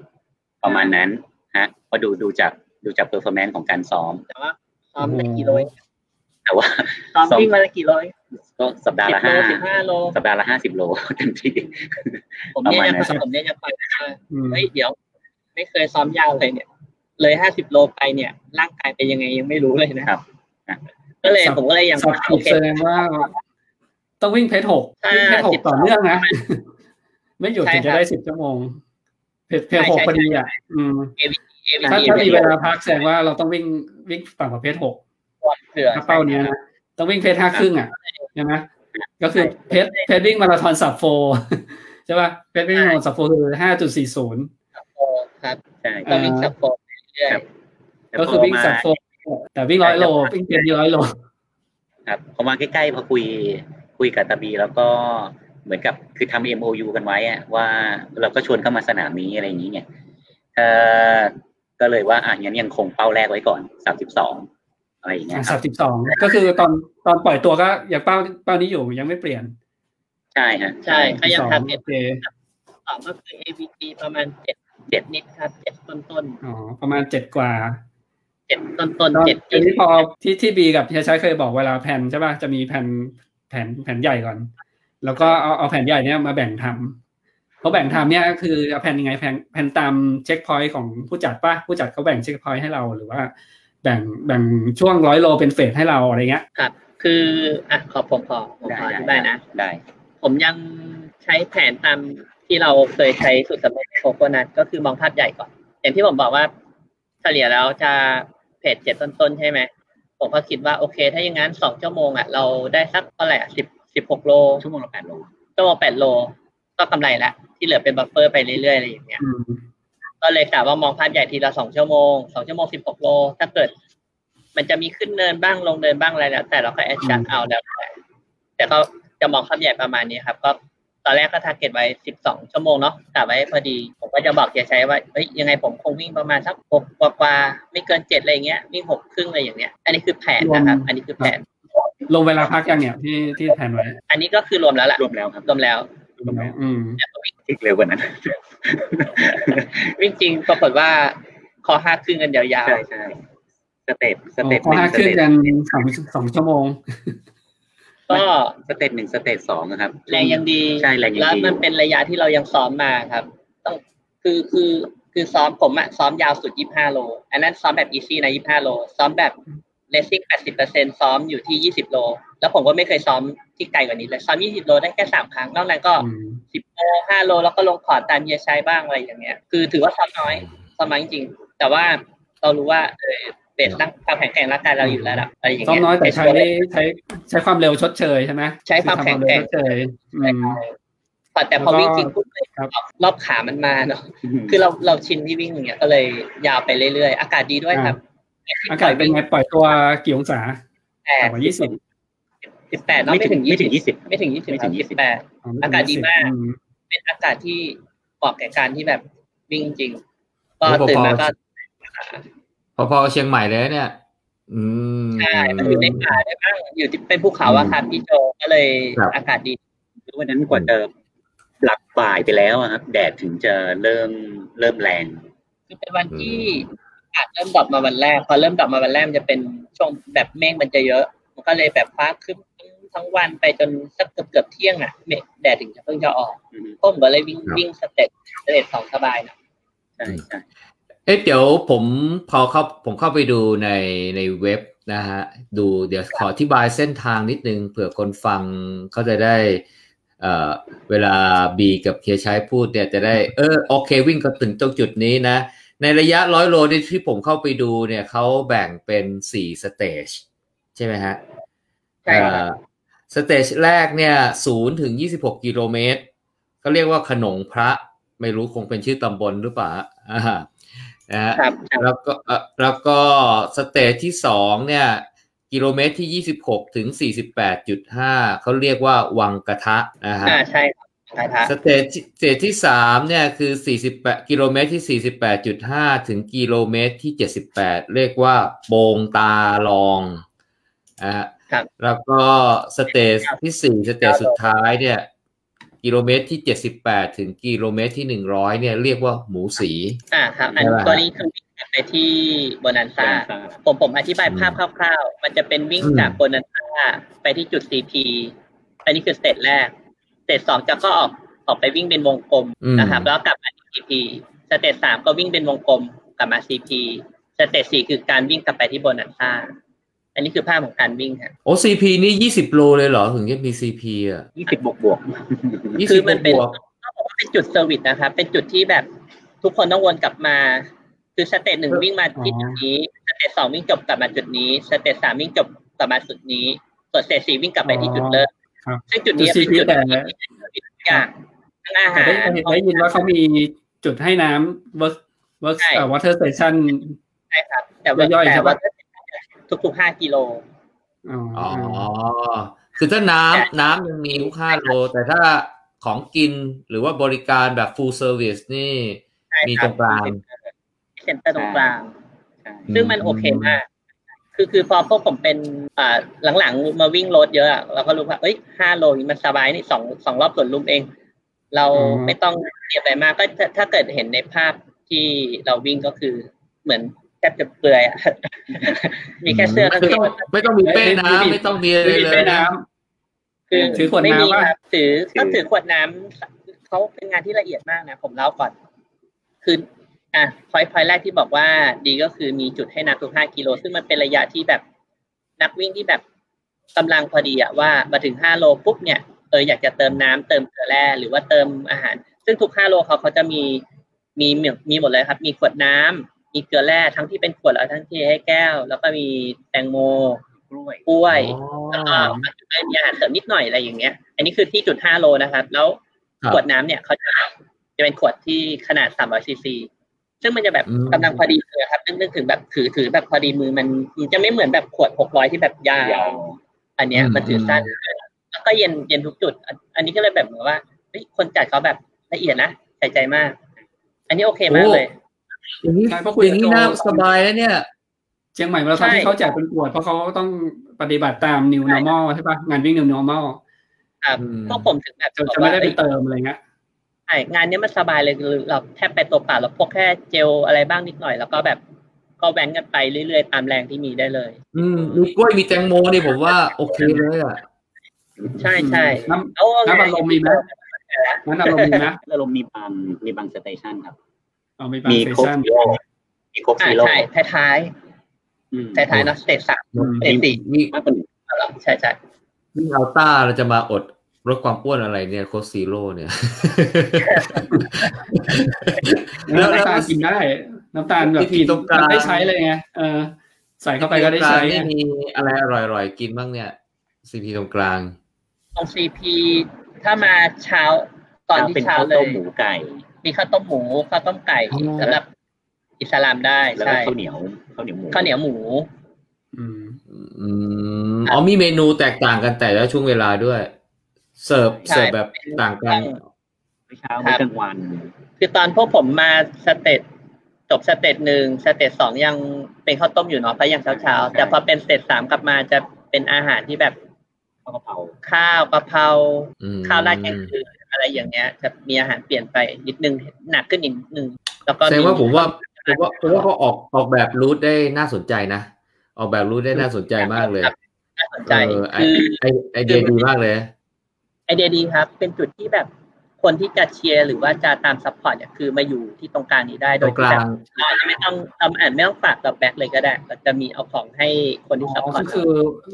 [SPEAKER 4] ประมาณนั้นฮะก็ดูดูจากดูจากเปอร์ฟอร์แมนซ์ของการซ้อม
[SPEAKER 3] แต่ว่าซ้อมได้กี่โล
[SPEAKER 4] แต่ว่า
[SPEAKER 3] ซ้อม
[SPEAKER 4] ซ้อม
[SPEAKER 3] วิ่งวันละกี่โล
[SPEAKER 4] ก็สัปดาห์
[SPEAKER 3] สิบโล
[SPEAKER 4] ละห้า
[SPEAKER 3] สิบห้าโล
[SPEAKER 4] สัปดาห์ละห้าสิบโลเต็มที่
[SPEAKER 3] ผมเนี่ยยัง
[SPEAKER 4] ประมาณนั้น
[SPEAKER 3] ผมเนี่ยยังไปว่า
[SPEAKER 1] อืม
[SPEAKER 3] เฮ้ยเดี๋ยว ไม่เคยซ้อมยาวเลยเนี่ย เลยห้าสิบโลไปเนี่ย ร่างกายเป็นยังไงยังไม่รู้เลยนะครับ ก็เลยผมก็เลยยัง
[SPEAKER 1] สับ
[SPEAKER 3] โอ
[SPEAKER 1] ผิด
[SPEAKER 3] เค
[SPEAKER 1] แสดงว่า ต้องวิ่งเพจหก
[SPEAKER 3] อ่า
[SPEAKER 1] วิ่งเพจหกต่อเนื่องนะ ไม่หยุด
[SPEAKER 3] ใช่
[SPEAKER 1] ถึงจะ
[SPEAKER 3] ครับ
[SPEAKER 1] ได้สิบชั่วโมง เพจเพจ
[SPEAKER 3] ใช่
[SPEAKER 1] หก
[SPEAKER 3] ใช่
[SPEAKER 1] พอดีอ่ะ อืม
[SPEAKER 3] เอวี
[SPEAKER 1] ถ้า
[SPEAKER 3] ดี
[SPEAKER 1] ถ้ามีเวลาพักแสดงว่าเราต้องวิ่งวิ่งต่ำกว่าเพจหก
[SPEAKER 3] เผื่อ
[SPEAKER 1] ถ้าเป้าเนี้ยนะต้องวิ่งเพจห้าครึ่งอ่ะใช่ไหมก็คือเพจเพจวิ่งมาราธอนสับโฟร์ <laughs> ใช่ป่ะเพจวิ่งมาราธอนสับโฟร์คือห้าจุดสี่ศูนย์
[SPEAKER 3] โฟครับ
[SPEAKER 4] ใช่
[SPEAKER 3] ก็วิ่งสับโฟเรื่อย
[SPEAKER 4] ครับ
[SPEAKER 1] ก็คือวิ่งสับโฟร์แต่วิ่งร้อยโลวิ่งเป็นร้อยโล
[SPEAKER 4] ครับพอมาใกล้ๆพอคุยคุยกับตาบี แล้วก็เหมือนกับคือทำ MOU กันไว้อะว่าเราก็ชวนเข้ามาสนามนี้อะไรอย่างนี้ไงเออก็เลยว่าอ่ะงั้นยังคงเป้าแรกไว้ก่อนสามสิบสองอะไรอย่างเงี้ยค
[SPEAKER 1] สา
[SPEAKER 4] รั
[SPEAKER 1] ม
[SPEAKER 4] บ
[SPEAKER 1] สิบสองก็คือตอนตอนปล่อยตัวก็ยังเป้าเป้านี้อยู่ยังไม่เปลี่ยน
[SPEAKER 4] ใช่ฮะ
[SPEAKER 3] ๆใช่ก็ยังทำเอ
[SPEAKER 1] โอ
[SPEAKER 3] ฟ
[SPEAKER 1] เค
[SPEAKER 3] ต่อก็คือเอวีดีประมาณเจ็ด
[SPEAKER 4] เจ็
[SPEAKER 3] เจ็
[SPEAKER 4] ด
[SPEAKER 3] ดนิดครับเจ็ดต้นต้น
[SPEAKER 1] อ๋อประมาณเจ็ดกว่า
[SPEAKER 3] ๆเจ็ดต้นต้น
[SPEAKER 1] ตอน
[SPEAKER 3] ๆเจ็ด
[SPEAKER 1] ทีนี้พอที่ที่บีกับเฮียชัยเคยบอกเวลาแผนใช่ป่ะจะมีแผนแผนแผนใหญ่ก่อน แล้วก็เอาเอาแผนใหญ่เนี้ยมาแบ่งทำเพราะแบ่งทำเนี้ยคือเอาแผนยังไงแผนแผนตามเช็คพอยต์ของผู้จัดป่ะผู้จัดเขาแบ่งเช็คพอยต์ให้เราหรือว่า แบ่งแบ่งช่วงร้อยโลเป็นเฟสให้เราอะไรเงี้ย
[SPEAKER 3] ครับ คืออ่ะขอผมขอผมขออธิบายนะ
[SPEAKER 4] ได้
[SPEAKER 3] ผมยังใช้แผนตามที่เราเคยใช้สุดสำเร็จโคโคนัทก็คือมองภาพใหญ่ก่อน อย่างที่ผมบอกว่าเฉลี่ยแล้วจะเพจเจ็ดต้นๆใช่ไหม ผมก็คิดว่าโอเค ถ้าอย่างนั้นสองชั่วโมงอ่ะเราได้สักเท่าไหร่สิบสิบหกโล
[SPEAKER 4] ชั่วโมงละแปดโล
[SPEAKER 3] ชั่วโมงแปดโล ก็กำไรละที่เหลือเป็นบัฟเฟอร์ไปเรื่อยๆอะไรอย่างเงี้ย
[SPEAKER 1] อืม
[SPEAKER 3] ก็เลยกะว่ามองภาพใหญ่ทีละสองชั่วโมงสองชั่วโมงสิบหกโล ถ้าเกิด มันจะมีขึ้นเนินบ้างลงเนินบ้างอะไรแล้วแต่เราก็แอดจัดเอาแล้วแต่แต่ก็จะมองภาพใหญ่ประมาณนี้ครับ ก็ตอนแรกก็ทาร์เก็ตไว้สิบสองชั่วโมงเนาะกะไว้พอดี ผมก็จะบอกเฮียชัยว่าเฮ้ยยังไงผมคงวิ่งประมาณสักหกกว่ากว่าๆไม่เกินเจ็ดอะไรอย่างเงี้ยวิ่งหกครึ่งอะไรอย่างเงี้ย อันนี้คือแผนนะครับ อันนี้คือแผน
[SPEAKER 1] ลงเวลาพักยังเนี่ยที่ที่แผนไว้
[SPEAKER 3] อันนี้ก็คือรวมแล้วล่ะ
[SPEAKER 4] รวมแล้วครับ
[SPEAKER 3] รวมแล้ว
[SPEAKER 1] อืม
[SPEAKER 4] อีกเร็วกว่านั้น
[SPEAKER 3] วิ่งจริงปรากฏว่าคอห้าครึ่งกันยาว
[SPEAKER 4] ใช่ใช่ส เต็ปสเต็ป
[SPEAKER 1] ก็
[SPEAKER 4] หนึ่
[SPEAKER 1] ห้าง
[SPEAKER 4] ส
[SPEAKER 1] ขึ้น
[SPEAKER 4] เต็ป
[SPEAKER 1] กันสองสองชั่วโมง
[SPEAKER 3] ก็
[SPEAKER 4] สเต็ปหนึ่งสเต็ปสองอะครับ
[SPEAKER 3] แรงยังดี
[SPEAKER 4] ใช่แรงยัง
[SPEAKER 3] แล้ว
[SPEAKER 4] ดี
[SPEAKER 3] มันเป็นระยะที่เรายังซ้อมมาครับต้องคือคือคือซ้อมผมอะซ้อมยาวสุด 25 โล อันนั้นซ้อมแบบอีซี่นะ 25 โล ซ้อมแบบเลสซิ่ง 80%ซ้อมอยู่ที่ 20 โล แล้วผมก็ไม่เคยซ้อมที่ไกลกว่านี้เลยซ้อม 20 โลได้แค่ 3 ครั้งนอกนั้นก็ สิบโลห้าโลแล้วก็ลงขอดตามเฮียชัยบ้างอะไรอย่างเงี้ย คือถือว่าซ้อมน้อยซ้อมน้อยจริงๆแต่ว่าเรารู้ว่าเออเบสตั้งความแข็งแกร่งร่างกายเราอยู่ระดับอะไรอย่าง
[SPEAKER 1] ซ้อม
[SPEAKER 3] เงี้ย
[SPEAKER 1] น้อยแต่ใช้
[SPEAKER 3] เบส
[SPEAKER 1] ได้
[SPEAKER 3] เว
[SPEAKER 1] ใช้ใช้ความเร็วชดเชยใช่ไหม
[SPEAKER 3] ใช้ความแข็งแกร่
[SPEAKER 1] ใช้ความเว
[SPEAKER 3] ง
[SPEAKER 1] ชดเชยอืม
[SPEAKER 3] ่าแต่พอวิ่งจริงปุ๊บเลย
[SPEAKER 1] ครับ
[SPEAKER 3] รอบขามันมาเนาะคือเราเราชินที่วิ่งอย่างเงี้ยก็เลยยาวไปเรื่อยๆ อากาศดีด้วยครับ
[SPEAKER 1] อากาศเป็นไงปล่อยตัวกี่องศา
[SPEAKER 3] แปด
[SPEAKER 1] ต่ำกว่ายี่สิบ
[SPEAKER 3] สิบแปดเนอะ
[SPEAKER 4] ไม่
[SPEAKER 3] ไม่
[SPEAKER 4] ถึ
[SPEAKER 3] ถึง
[SPEAKER 4] งไม่
[SPEAKER 3] ยี่
[SPEAKER 4] ถึ
[SPEAKER 3] สิ
[SPEAKER 4] ง
[SPEAKER 3] บ
[SPEAKER 4] ยี่สิบ
[SPEAKER 3] ไม่ถึงยี่สิบ
[SPEAKER 4] ไม่ถึง
[SPEAKER 3] ยี่สิบ
[SPEAKER 4] 20
[SPEAKER 3] แปด อากาศดีมาก
[SPEAKER 1] อื
[SPEAKER 3] เป็นอากาศที่เหมาะแก่การที่แบบวิ่งจริง ก็
[SPEAKER 2] แล้วพอ
[SPEAKER 3] ตื่นมาก็
[SPEAKER 2] พอๆเชียงใหม่เลยเนี่ย อืม
[SPEAKER 3] ใช่มันอยู่ในป่าได้บ้างอยู่ที่เป็นภูเขาอะครับพี่โจก็เลย
[SPEAKER 2] ครับ
[SPEAKER 3] อากาศดี
[SPEAKER 4] คือวันนั้นกว่าจะหลักบ่ายไปแล้วอะครับแดดถึงจะเริ่มเริ่มแรง
[SPEAKER 3] คือเป็นวันที่อากาศเริ่มดรอปมาวันแรก พอเริ่มดรอปมาวันแรกมันจะเป็นช่วงแบบเมฆมันจะเยอะ มันก็เลยแบบฟ้าครึ้มทั้งวันไปจนสักเกือบเกือบเที่ยงอะเมฆแดดถึงจะเพิ่งจะออก
[SPEAKER 4] อืม
[SPEAKER 3] ผมก็เลยวิ่ง
[SPEAKER 2] ครับ
[SPEAKER 3] วิ่งสเต็ปสเต็ปสองสบายนะ
[SPEAKER 4] ใช่ใช่
[SPEAKER 2] เอ๊ะเดี๋ยวผมพอเข้าผมเข้าไปดูในในเว็บนะฮะดูเดี๋ยวขออธิบายเส้นทางนิดนึงเผื่อคนฟังเขาจะได้เอ่อเวลาบีกับเคียใช้พูดเนี่ยจะได้เออโอเควิ่งก็ถึงตรงจุดนี้นะ ในระยะร้อยโลนี่ที่ผมเข้าไปดูเนี่ยเขาแบ่งเป็นสี่สเตจใช่ไหมฮะ
[SPEAKER 3] ใช่ครับ
[SPEAKER 2] เอ่อสเตจแรกเนี่ยศูนย์ถึงยี่สิบหกกิโลเมตรเขาเรียกว่าขนงพระไม่รู้คงเป็นชื่อตำบลหรือเปล่าอ่านะฮะ
[SPEAKER 3] ครับครับ
[SPEAKER 2] แล้วก็เอ่อแล้วก็สเตจที่สองเนี่ยกิโลเมตรที่ยี่สิบหกถึงสี่สิบแปดจุดห้าเขาเรียกว่าวังกระทะนะฮะ
[SPEAKER 3] อ่าใช่ครับใช่ครับ
[SPEAKER 2] สเตจที่สเตจที่สามเนี่ยคือ48กิโลเมตรที่ 48.5 ถึงกิโลเมตรที่ 78 เรียกว่าโปงตาลองนะฮะ
[SPEAKER 3] ครับ
[SPEAKER 2] แล้วก็สเตจที่สี่สเตจสุดท้ายเนี่ยกิโลเมตรที่ 78 ถึงกิโลเมตรที่ 100 เนี่ยเรียกว่าหมูสี
[SPEAKER 3] อ่าครับ อัน
[SPEAKER 2] ใช่ป่ะ
[SPEAKER 3] ตัวนี้คือวิ่งไปที่โบนันซ่า ผมผมอธิบายภาพคร่าวๆ มันจะเป็นวิ่ง
[SPEAKER 2] อืม
[SPEAKER 3] จากโบนันซ่าไปที่จุด CP อันนี้คือสเตจแรก สเตจสองจะก็ออกออกไปวิ่งเป็นวงกลม
[SPEAKER 2] อืม
[SPEAKER 3] นะครับ แล้วกลับมาที่ CP สเตจสามก็วิ่งเป็นวงกลมกลับมา CP สเตจสี่คือการวิ่งกลับไปที่โบนันซ่า อันนี้คือภาพของการวิ่งครับ
[SPEAKER 2] โอ้ CP นี่ 20 โลเลยเหรอ ถึงจะมี CP อ่ะ
[SPEAKER 4] ยี่สิบบวกบวก
[SPEAKER 2] 20
[SPEAKER 3] คือมันเป็น
[SPEAKER 2] บวก
[SPEAKER 3] ต้องบอกว่าเป็นจุดเซอร์วิสนะครับ เป็นจุดที่แบบทุกคนต้องวนกลับมา คือสเตจหนึ่งวิ่งมาที่จุดนี้ สเตจสองวิ่งจบกลับมาจุดนี้ สเตจสามวิ่งจบกลับมาจุดนี้ ส่วนสเตจสี่วิ่งกลับไปที่จุดเริ่ม
[SPEAKER 1] ครับ
[SPEAKER 3] ซึ่งจุดนี้
[SPEAKER 1] จุด CP
[SPEAKER 3] เป็นจุด
[SPEAKER 1] แต่
[SPEAKER 3] ที่
[SPEAKER 1] ละ
[SPEAKER 3] เป็นจุดทุกอย่างทั้งอาหาร
[SPEAKER 1] ได้ได้ได้ยินว่าเขามีจุดให้น้ำ work work
[SPEAKER 3] ใช่
[SPEAKER 1] เอ่อ water station
[SPEAKER 3] ใช่ครับ แต่ว่า
[SPEAKER 1] ย่อยๆใช่
[SPEAKER 3] แต่
[SPEAKER 1] ปะ
[SPEAKER 3] ว่าทุกๆห้ากิโล
[SPEAKER 1] อ๋อ
[SPEAKER 2] อ๋
[SPEAKER 1] อ๋
[SPEAKER 2] อ
[SPEAKER 1] อ
[SPEAKER 2] คือถ้าน้ำน้ำยังมีทุก5โล แต่ถ้าของกินหรือว่าบริการแบบ full service นี่
[SPEAKER 3] ใช่
[SPEAKER 2] มี
[SPEAKER 3] ค
[SPEAKER 2] ต
[SPEAKER 3] รั
[SPEAKER 2] ร
[SPEAKER 3] บ
[SPEAKER 2] งกลาง
[SPEAKER 3] เซ็นเตอร์ตรงกลาง
[SPEAKER 4] ใช่
[SPEAKER 3] ซึ่งมันโอเคมาก คือคือพอพวกผมเป็นอ่าหลังๆมาวิ่งรถเยอะอะเราก็รู้ว่า เอ้ยห้าโลนี่มันสบายนี่สองสองรอบสวนลุมเอง เราไม่ต้องเตรียมอะไรมากก็ถ้าถ้าเกิดเห็นในภาพที่เราวิ่งก็คือเหมือนแทบจะเปลือยอะ มีแค่เสื้อ
[SPEAKER 2] ไม่
[SPEAKER 3] กาง
[SPEAKER 2] ต้อง
[SPEAKER 3] เกง
[SPEAKER 2] ไม่ต้องมีเป้น้ำไม่ต้องมีอะไร
[SPEAKER 1] ได้ยิน
[SPEAKER 2] เล
[SPEAKER 1] ได้
[SPEAKER 2] ย
[SPEAKER 1] น้
[SPEAKER 2] นะ
[SPEAKER 3] คือ
[SPEAKER 1] ถือขวด
[SPEAKER 3] ไม่มี
[SPEAKER 1] น้ำปะ
[SPEAKER 3] ครับถือก็ถือขวดน้ำเขาเป็นงานที่ละเอียดมากนะผมเล่าก่อน คืออ่ะพอยพอยแรกที่บอกว่าดีก็คือมีจุดให้นับทุกห้ากิโล ซึ่งมันเป็นระยะที่แบบนักวิ่งที่แบบกำลังพอดีอะว่ามาถึงห้าโลปุ๊บเนี่ยเอออยากจะเติมน้ำเติมเกลือแร่หรือว่าเติมอาหาร ซึ่งทุกห้าโลเขาเขาจะมีมีมีมีหมดเลยครับ มีขวดน้ำมีเกลือแร่ทั้งที่เป็นขวดแล้วทั้งที่ให้แก้ว แล้วก็มีแตงโม
[SPEAKER 4] กล้วย
[SPEAKER 3] กล้วย
[SPEAKER 2] อ๋
[SPEAKER 3] แล้ว
[SPEAKER 2] อ
[SPEAKER 3] ก็มันจะมีอาหารเสริมนิดหน่อยอะไรอย่างเงี้ย อันนี้คือที่จุดห้าโลนะครับ แล้ว
[SPEAKER 2] ครับ
[SPEAKER 3] ขวดน้ำเนี่ยเขาจะจะเป็นขวดที่ขนาดสามร้อยซีซี ซึ่งมันจะแบบ
[SPEAKER 2] อืม
[SPEAKER 3] กำลังพอดีเลยครับนึกนึกถึงแบบถือถือแบบพอดีมือมันมันจะไม่เหมือนแบบขวดหกร้อยที่แบบยา
[SPEAKER 4] ยว าว
[SPEAKER 3] อันเนี้ย
[SPEAKER 2] อืม
[SPEAKER 3] มันถือสั้นแล้วก็เย็นเย็นทุกจุด อันอันนี้ก็เลยแบบเหมือนว่าเฮ้ยคนจัดเขาแบบละเอียดนะใส่ใจมาก อันนี้โอเคมากเลย
[SPEAKER 2] อย่างนี้
[SPEAKER 1] ใช่เพราะคุย
[SPEAKER 2] อ
[SPEAKER 1] กับ
[SPEAKER 2] ย่างนี้
[SPEAKER 1] โจ
[SPEAKER 2] น่าสบายแล้วเนี่ย
[SPEAKER 1] เชียงใหม่มาราธอน
[SPEAKER 3] ใช่
[SPEAKER 1] ที่เขาแจกเป็นขวดเพราะเขาต้องปฏิบัติตาม new normal ใช่ปะงานวิ่ง new normal
[SPEAKER 3] ครับ
[SPEAKER 2] อืม
[SPEAKER 3] พวกผมถึงแบบ
[SPEAKER 1] จะ
[SPEAKER 3] บอก
[SPEAKER 1] จะไม่
[SPEAKER 3] ว่า
[SPEAKER 1] ได้ไป
[SPEAKER 3] เอ้ย
[SPEAKER 1] เติมอะไรเงี้ย
[SPEAKER 3] ใช่งานเนี้ยมันสบายเลยคือเราแทบไปตัวเปล่าเราพกแค่เจลอะไรบ้างนิดหน่อย แล้วก็แบบ ก็แว้นกันไปเรื่อยๆ ตามแรงที่มีได้เลย
[SPEAKER 2] อืมมีกล้วยมีแตงโมนี่ผมว่าโอเคเลยอ่ะ
[SPEAKER 3] ใช่ใช่
[SPEAKER 1] น้
[SPEAKER 3] เอาไง
[SPEAKER 1] น้ำอารมณ์มีไหม ำน้ำอารมณ์ดีนะ
[SPEAKER 4] แล้วลมมีบางมีบางสเตชันครับ
[SPEAKER 1] เอาไปบาง
[SPEAKER 4] มี
[SPEAKER 1] เซส
[SPEAKER 4] โคก
[SPEAKER 1] ชั่น
[SPEAKER 4] ซีโร่มีโคก
[SPEAKER 3] อ่า
[SPEAKER 4] ซีโร่
[SPEAKER 3] ใช่ท้าย
[SPEAKER 4] อืม
[SPEAKER 3] ๆท้ายๆเนาะสเตจสาม
[SPEAKER 1] อืม
[SPEAKER 3] สเตจสี่
[SPEAKER 2] นี่
[SPEAKER 4] มากกว่าหนึ่ง
[SPEAKER 3] ใช่ใช่
[SPEAKER 2] นี่อัลต้าเราจะมาอดลดความอ้วนอะไรเนี่ยโคซีโร่เนี่ย แล้วแล้
[SPEAKER 1] น้ำ
[SPEAKER 2] ว
[SPEAKER 1] ตาลกินได้ น้ำตาลแบบกิน
[SPEAKER 2] ตรงกลาง
[SPEAKER 1] มันได้ใช้เลยไงเออ ใส่เข้าไปก็ได้ใช้
[SPEAKER 2] ไม่มีอะไรอร่อยๆ กินบ้างเนี่ยซีพีตรงกลาง
[SPEAKER 3] ตรงซีพีถ้ามาเช้าตอนที่
[SPEAKER 4] เป็น
[SPEAKER 3] เช้า
[SPEAKER 4] ข้าว
[SPEAKER 3] เล
[SPEAKER 4] ต้
[SPEAKER 3] ย
[SPEAKER 4] มหมูไก่
[SPEAKER 3] มีข้าวต้มหมูข้าวต้มไก่
[SPEAKER 2] อ๋อ
[SPEAKER 3] สำหรับอิสลามได้
[SPEAKER 4] แล้วก็
[SPEAKER 3] ใช่
[SPEAKER 4] ข้าวเหนียวข้าวเหนียวหมู
[SPEAKER 3] ข้าวเหนียวหมู
[SPEAKER 1] อืม
[SPEAKER 2] อืมอ๋อมีเมนูแตกต่างกันแต่ละช่วงเวลาด้วย เสิร์ฟ
[SPEAKER 3] ใช่
[SPEAKER 2] เสิร์ฟแบบต่างกัน
[SPEAKER 4] มื้อเช้ามื้อกลางวัน
[SPEAKER 3] คือตอนพวกผมมาสเตจจบสเตจหนึ่งสเตจสองยังเป็นข้าวต้มอยู่เนาะเพราะยังเช้า
[SPEAKER 4] ใช่
[SPEAKER 3] ๆ แต่พอเป็นสเตจสามกลับมาจะเป็นอาหารที่แบบ
[SPEAKER 4] ข้าวกะเพรา
[SPEAKER 3] ข้าวกะเพรา
[SPEAKER 2] อืม
[SPEAKER 3] ข้าวราดแกงคืออะไรอย่างเงี้ย จะมีอาหารเปลี่ยนไปนิดนึงหนักขึ้นอีกนิดนึงแล้วก็
[SPEAKER 2] แสดงว่าผมว่าผมว่าผมว่าเขาออกออกแบบรูทได้น่าสนใจนะ ออกแบบรูทได้น่าสนใจมากเลย
[SPEAKER 3] น่าสนใจ
[SPEAKER 2] เออไอ
[SPEAKER 3] คือ
[SPEAKER 2] ไอไอเดียดีมากเลย
[SPEAKER 3] ไอเดียดีครับ เป็นจุดที่แบบคนที่จะเชียร์หรือว่าจะตามซัพพอร์ตเนี่ยคือมาอยู่ที่ตรงกลางนี้ได้โด
[SPEAKER 2] ตร
[SPEAKER 3] ย
[SPEAKER 2] งก
[SPEAKER 3] ที่
[SPEAKER 2] ลา
[SPEAKER 3] แบ
[SPEAKER 2] ง
[SPEAKER 3] บเราอาจจะไม่ต้องทำอ่านไม่ต้องฝากกับแบ็คเลยก็ได้เราจะมีเอาของให้คนที่ซัพพอร์
[SPEAKER 1] ก็
[SPEAKER 3] ต
[SPEAKER 1] คือ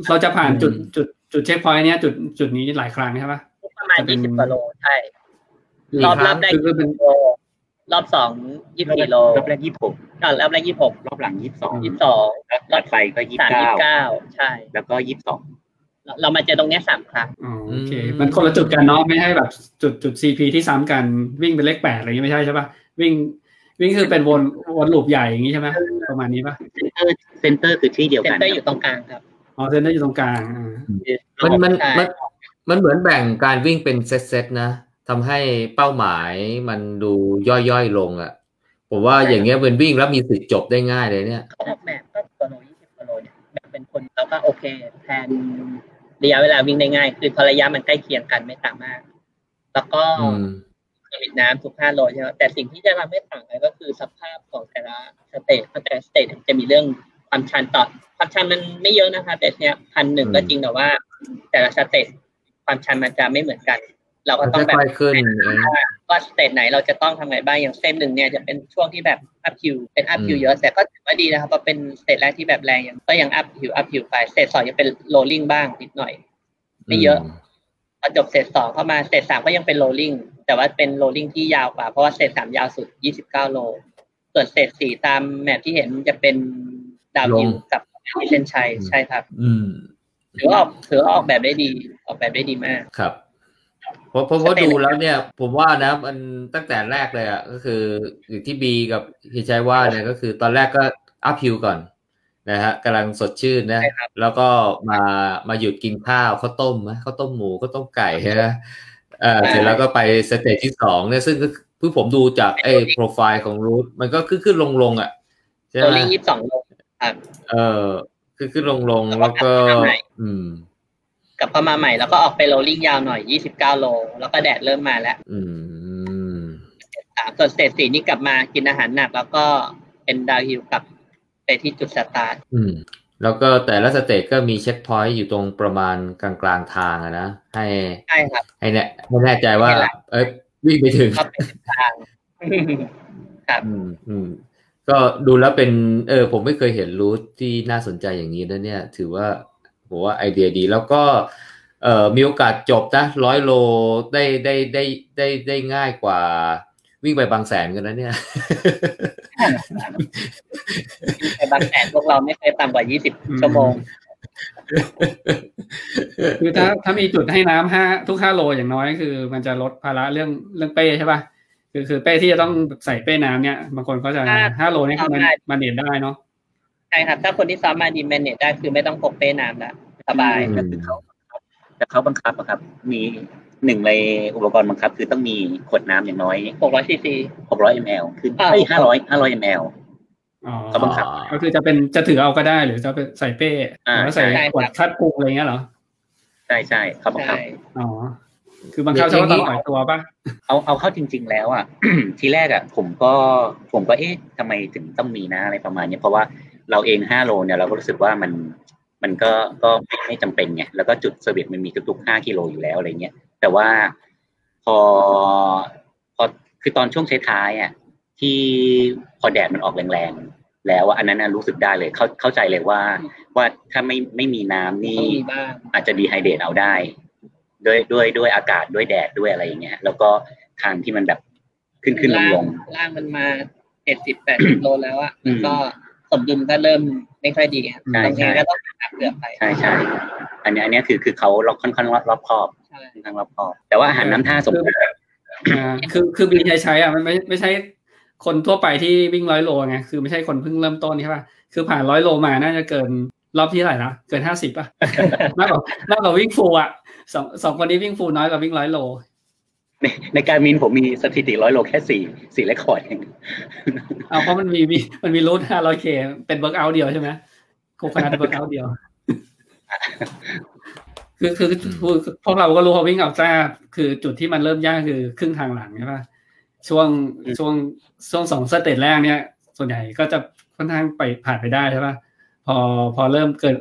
[SPEAKER 1] เราจะผ่านจุด
[SPEAKER 2] อืม
[SPEAKER 1] จุดจุดเช็คพอยต์เนี้ยจุดจุดนี้หลายครั้งใช่ปะ
[SPEAKER 3] ประมาณ
[SPEAKER 1] จะเป็น
[SPEAKER 3] ยี่สิบกว่าโลใช่
[SPEAKER 2] กี่
[SPEAKER 3] รอบ
[SPEAKER 2] ค
[SPEAKER 3] ร
[SPEAKER 2] รั้
[SPEAKER 3] อง บแรก
[SPEAKER 1] คือคือเป็น
[SPEAKER 3] โลรอบสองยี่สิบสี่โล
[SPEAKER 4] รอบแรกยี่สิบหก
[SPEAKER 3] อ่ะรอบแรกยี่สิบหก
[SPEAKER 4] รอบหลังยี่สิบสอง
[SPEAKER 1] อืม
[SPEAKER 3] ยี่สิบสองร
[SPEAKER 4] ตั
[SPEAKER 3] อบ
[SPEAKER 4] ดไปก็ยี่
[SPEAKER 3] สา
[SPEAKER 4] สิ
[SPEAKER 3] ม
[SPEAKER 4] บ
[SPEAKER 3] ยี่สิบ
[SPEAKER 4] เก้า
[SPEAKER 3] เก้าใช่
[SPEAKER 4] แล้วก็ยี่สิบสอง
[SPEAKER 3] เราเรามาเจอตรงเนี้ยสามครั้ง
[SPEAKER 1] อ๋อโอเค
[SPEAKER 2] อืม
[SPEAKER 1] มันคนละจุดกันเนาะไม่ให้แบบจุดจุดซีพีที่ซ้ำกันวิ่งเป็นเลขแปดอะไรอย่างงี้ไม่ใช่ใช่ปะวิ่งวิ่งคือเป็นวนวนลูปใหญ่อย่างงี้ใช่ไหมประมาณนี้ปะ
[SPEAKER 4] เซนเตอร์เซนเตอร์คือที่เดียว
[SPEAKER 3] เซ็น
[SPEAKER 4] กัน
[SPEAKER 3] เตอร์อยู่ตรงกลางครับ
[SPEAKER 1] อ๋อเซนเตอร์อยู่ตรงกลางอ่า
[SPEAKER 2] มันมัน
[SPEAKER 3] ใช่
[SPEAKER 2] มันมันเหมือนแบ่งการวิ่งเป็นเซตเซตๆนะทำให้เป้าหมายมันดูย่อยๆลงอะผมว่าอย่างเงี้ยเป็นวิ่งแล้วมีสิทธิ์จบได้ง่ายเลยเนี่ย
[SPEAKER 3] เขาออกแบบก็กิโลยี่สิบกิโลเนี่ยแบบเป็นคนแล้วก็โอเคแทนระยะเวลาวิ่งได้ง่าย คือพอระยะมันใกล้เคียงกันไม่ต่างมาก แล้วก็
[SPEAKER 2] อืม
[SPEAKER 3] ผลิตน้ำทุกห้าโลใช่ไหมแต่สิ่งที่จะทำให้ต่างกันก็คือสภาพของแต่ละสเตจเพราะแต่ละสเตจเนี่ยจะมีเรื่องความชันต่อความชันมันไม่เยอะนะคะแต่เนี้ยพันหนึ่ง
[SPEAKER 2] อืม
[SPEAKER 3] ก็จริงแต่ว่า แต่ละสเตจความชันมันจะไม่เหมือนกัน เราก็ต้องแบบ
[SPEAKER 2] ค่อยๆขึ้นเออ
[SPEAKER 3] ว่าสเตจไหนเราจะต้องทำไงบ้างอย่างเส้นหนึ่งเนี่ยจะเป็นช่วงที่แบบอัพคิวเป็นอัพคิว
[SPEAKER 2] อืม
[SPEAKER 3] เยอะแต่ก็ถือว่าดีนะครับเพราะเป็นสเตจแรกที่แบบแรงยังก็ยังอัพคิวอัพคิวไปสเตจสองยังเป็นโรลลิ่งบ้างนิดหน่อย ไม่เยอะพอจบสเตจสองเข้ามาสเตจสามก็ยังเป็นโรลลิ่งแต่ว่าเป็นโรลลิ่งที่ยาวกว่าเพราะว่าสเตจสามยาวสุด 29 โล ส่วนสเตจสี่ตามแมปที่เห็นจะเป็นดาวฮิลกับเส้นชัยใช่ครับ
[SPEAKER 2] อืม
[SPEAKER 3] ถือว่าออกถือว่าออกแบบได้ดีออกแบบได้ดีมาก
[SPEAKER 2] ครับเพราะเพราะ
[SPEAKER 3] จะ
[SPEAKER 2] ว่า
[SPEAKER 3] เป็น
[SPEAKER 2] ดูแล้วเนี่ย ผมว่านะมันตั้งแต่แรกเลยอ่ะก็คืออยู่างที่บีกับฮิชัยว่าเนี่ยก็คือตอนแรกก็อัพฮิวก่อนนะฮะกำลังสดชื่นนะ แล้วก็มามาหยุดกินข้าวข้าวต้มนะข้าวต้มหมูข้าวต้มไก่นะเออเสร็จแล้วก็ไปสเตจที่สองเนี่ยซึ่งก็คือผมดูจากไอ้โปรไฟล์ของรูทมันก็ขึ้นขึ้นลงลงๆอ่ะใช่
[SPEAKER 3] โรล
[SPEAKER 2] ไหม
[SPEAKER 3] ลิ่งยี่สิบสองโล
[SPEAKER 2] เออขึ้นขึ้นลงลงๆแล้วก็ อืม
[SPEAKER 3] กลับเข้ามาใหม่แล้วก็ออกไปโรลลิ่งยาวหน่อย 29 โล แล้วก็แดดเริ่มมาแล้ว
[SPEAKER 2] อืม
[SPEAKER 3] สามส่วนสเตจสี่นี่กลับมากินอาหารหนัก แล้วก็เป็นดาวฮิลกลับไปที่จุดสตาร์ท
[SPEAKER 2] อืมแล้วก็แต่ละสเตจก็มีเช็คพอยต์อยู่ตรงประมาณกลางกลางๆทางอะนะให้
[SPEAKER 3] ใช่ครับ
[SPEAKER 2] ให้แน่ให้แน่ใจว่า
[SPEAKER 3] ให้หลัก
[SPEAKER 2] เอ้ยวิ่งไปถึง
[SPEAKER 3] ก็เป็นทาง <laughs>
[SPEAKER 2] อืมอืมก็ดูแล้วเป็นเออผมไม่เคยเห็นรูทที่น่าสนใจอย่างนี้นะเนี่ย ถือว่าผมว่าไอเดียดี แล้วก็เอ่อมีโอกาสจบนะร้อยโลได้ได้ได้ได้ได้ง่ายกว่า วิ่งไปบางแสนกันนะเนี่ย
[SPEAKER 3] แต่บางแสนพวกเราไม่เคยต่ำกว่า 20 ชั่วโมง
[SPEAKER 1] คือถ้าถ้ามีจุดให้น้ำห้าทุกห้าโลอย่างน้อยคือ มันจะลดภาระเรื่องเรื่องเป้ใช่ปะคือคือเป้ที่จะต้องใส่เป้น้ำเนี่ยบางคนเขาจะ
[SPEAKER 3] อ่า
[SPEAKER 1] ห้าโลเนี่ยมัน
[SPEAKER 3] ได้
[SPEAKER 1] มันเห็นได้เนาะ
[SPEAKER 3] ใช่ครับ ถ้าคนที่ซ้อมมาดีแมเนจได้คือไม่ต้องพกเป้น้ำละสบาย
[SPEAKER 2] อืม
[SPEAKER 4] ก็คือเขาแต่เขาบังคับอะครับ มีหนึ่งในอุปกรณ์บังคับ คือต้องมีขวดน้ำอย่างน้อย
[SPEAKER 3] 600ซีซี
[SPEAKER 4] 600 ml ขึ้น
[SPEAKER 3] อ่า
[SPEAKER 4] เอ้ย500 500 ml
[SPEAKER 1] อ๋อ
[SPEAKER 4] ก็บังคับ
[SPEAKER 1] ก็คือจะเป็นจะถือเอาก็ได้หรือจะไปใส่เป้ห
[SPEAKER 4] อ่า
[SPEAKER 1] รือว่าใส่
[SPEAKER 3] ใช่
[SPEAKER 1] ขวดคัดปูอะไรเงี้ยเหรอ
[SPEAKER 4] ใช่ใช่เขาบัง
[SPEAKER 3] ใช่
[SPEAKER 4] คับ
[SPEAKER 1] อ๋อ คือบังคับใช้ว่าต้องปล่อยตัวป่ะ
[SPEAKER 4] เอาเอาเข้าจริง ๆ แล้วอ่ะ <clears throat> ทีแรกอ่ะ ผมก็ผมก็เอ๊ะทำไมถึงต้องมีนะอะไรประมาณเนี้ยเพราะว่าเราเองห้าโลเนี่ยเราก็รู้สึกว่ามันมันก็ก็ไม่ไม่จำเป็นไงแล้วก็จุดเซอร์วิสมันมีทุกๆห้ากิโลอยู่แล้วอะไรเงี้ยแต่ว่าพอพอคือตอนช่วงท้ายๆอ่ะที่พอแดดมันออกแรงๆแล้วอะอันนั้นน่ะรู้สึกได้เลยเข้าเข้าใจเลยว่า ว่าถ้าไม่ไม่มีน้ำ
[SPEAKER 3] ต้อ
[SPEAKER 4] นี่
[SPEAKER 3] งมีบ้าง
[SPEAKER 4] อาจจะดีไฮเดรตเอาได้ด้วยด้วยด้วยอากาศด้วยแดดด้วยอะไรอย่างเงี้ยแล้วก็ทางที่มันแบบขึ้นขึ้นลงลง
[SPEAKER 3] ร่าล่างมันมาเจ็ดสิบแปดสิบโลแล้วอ่ะ
[SPEAKER 4] อืม
[SPEAKER 3] ก็สมดุลก็เริ่มไม่ค่อยดีครับ
[SPEAKER 4] ใช่
[SPEAKER 3] ตรง
[SPEAKER 4] ใช่
[SPEAKER 3] นี้ก็ต้องหาเปลือกไป
[SPEAKER 4] ใช่ใช่อันนี้อันนี้คือคือเขาล็อกค่อนข้างรอบครอบ
[SPEAKER 3] ใช่
[SPEAKER 4] ค่อนข้างรอบครอบ แต่ว่าอาหารน้ำท่าสมบูรณ์
[SPEAKER 1] อ่าคือคือบินใช้ใช้อ่ะมันไม่ไม่ใช่คนทั่วไปที่วิ่งร้อยโลไงคือไม่ใช่คนเพิ่งเริ่มต้นใช่ป่ะคือผ่านร้อยโลมาน่าจะเกินรอบที่เท่าไหร่นะเกินห้าสิบป่ะ <laughs> มากกว่ามากกว่าวิ่งฟูลอ่ะสองสองคนนี้วิ่งฟูลน้อยกว่าวิ่งร้อยโล
[SPEAKER 4] ในในการมินผมมีสถิติร้อยโลแค่สี่สี่เรคคอร์ดเอง
[SPEAKER 1] เอาเพราะมันมีมีมันมีรูทห้าร้อยเคเป็นเบิร์กเอาท์เดียวใช่ไหมโคคนัทเบิร์กเอาท์เดียว คือคือคือพวกเราก็รู้ว่าวิ่งเอาจ้า คือจุดที่มันเริ่มยากคือครึ่งทางหลังใช่ปะช่วงช่วงช่วงสองสเตจแรกเนี่ย ส่วนใหญ่ก็จะค่อนข้างไปผ่านไปได้ใช่ปะพอพอเริ่มเกิน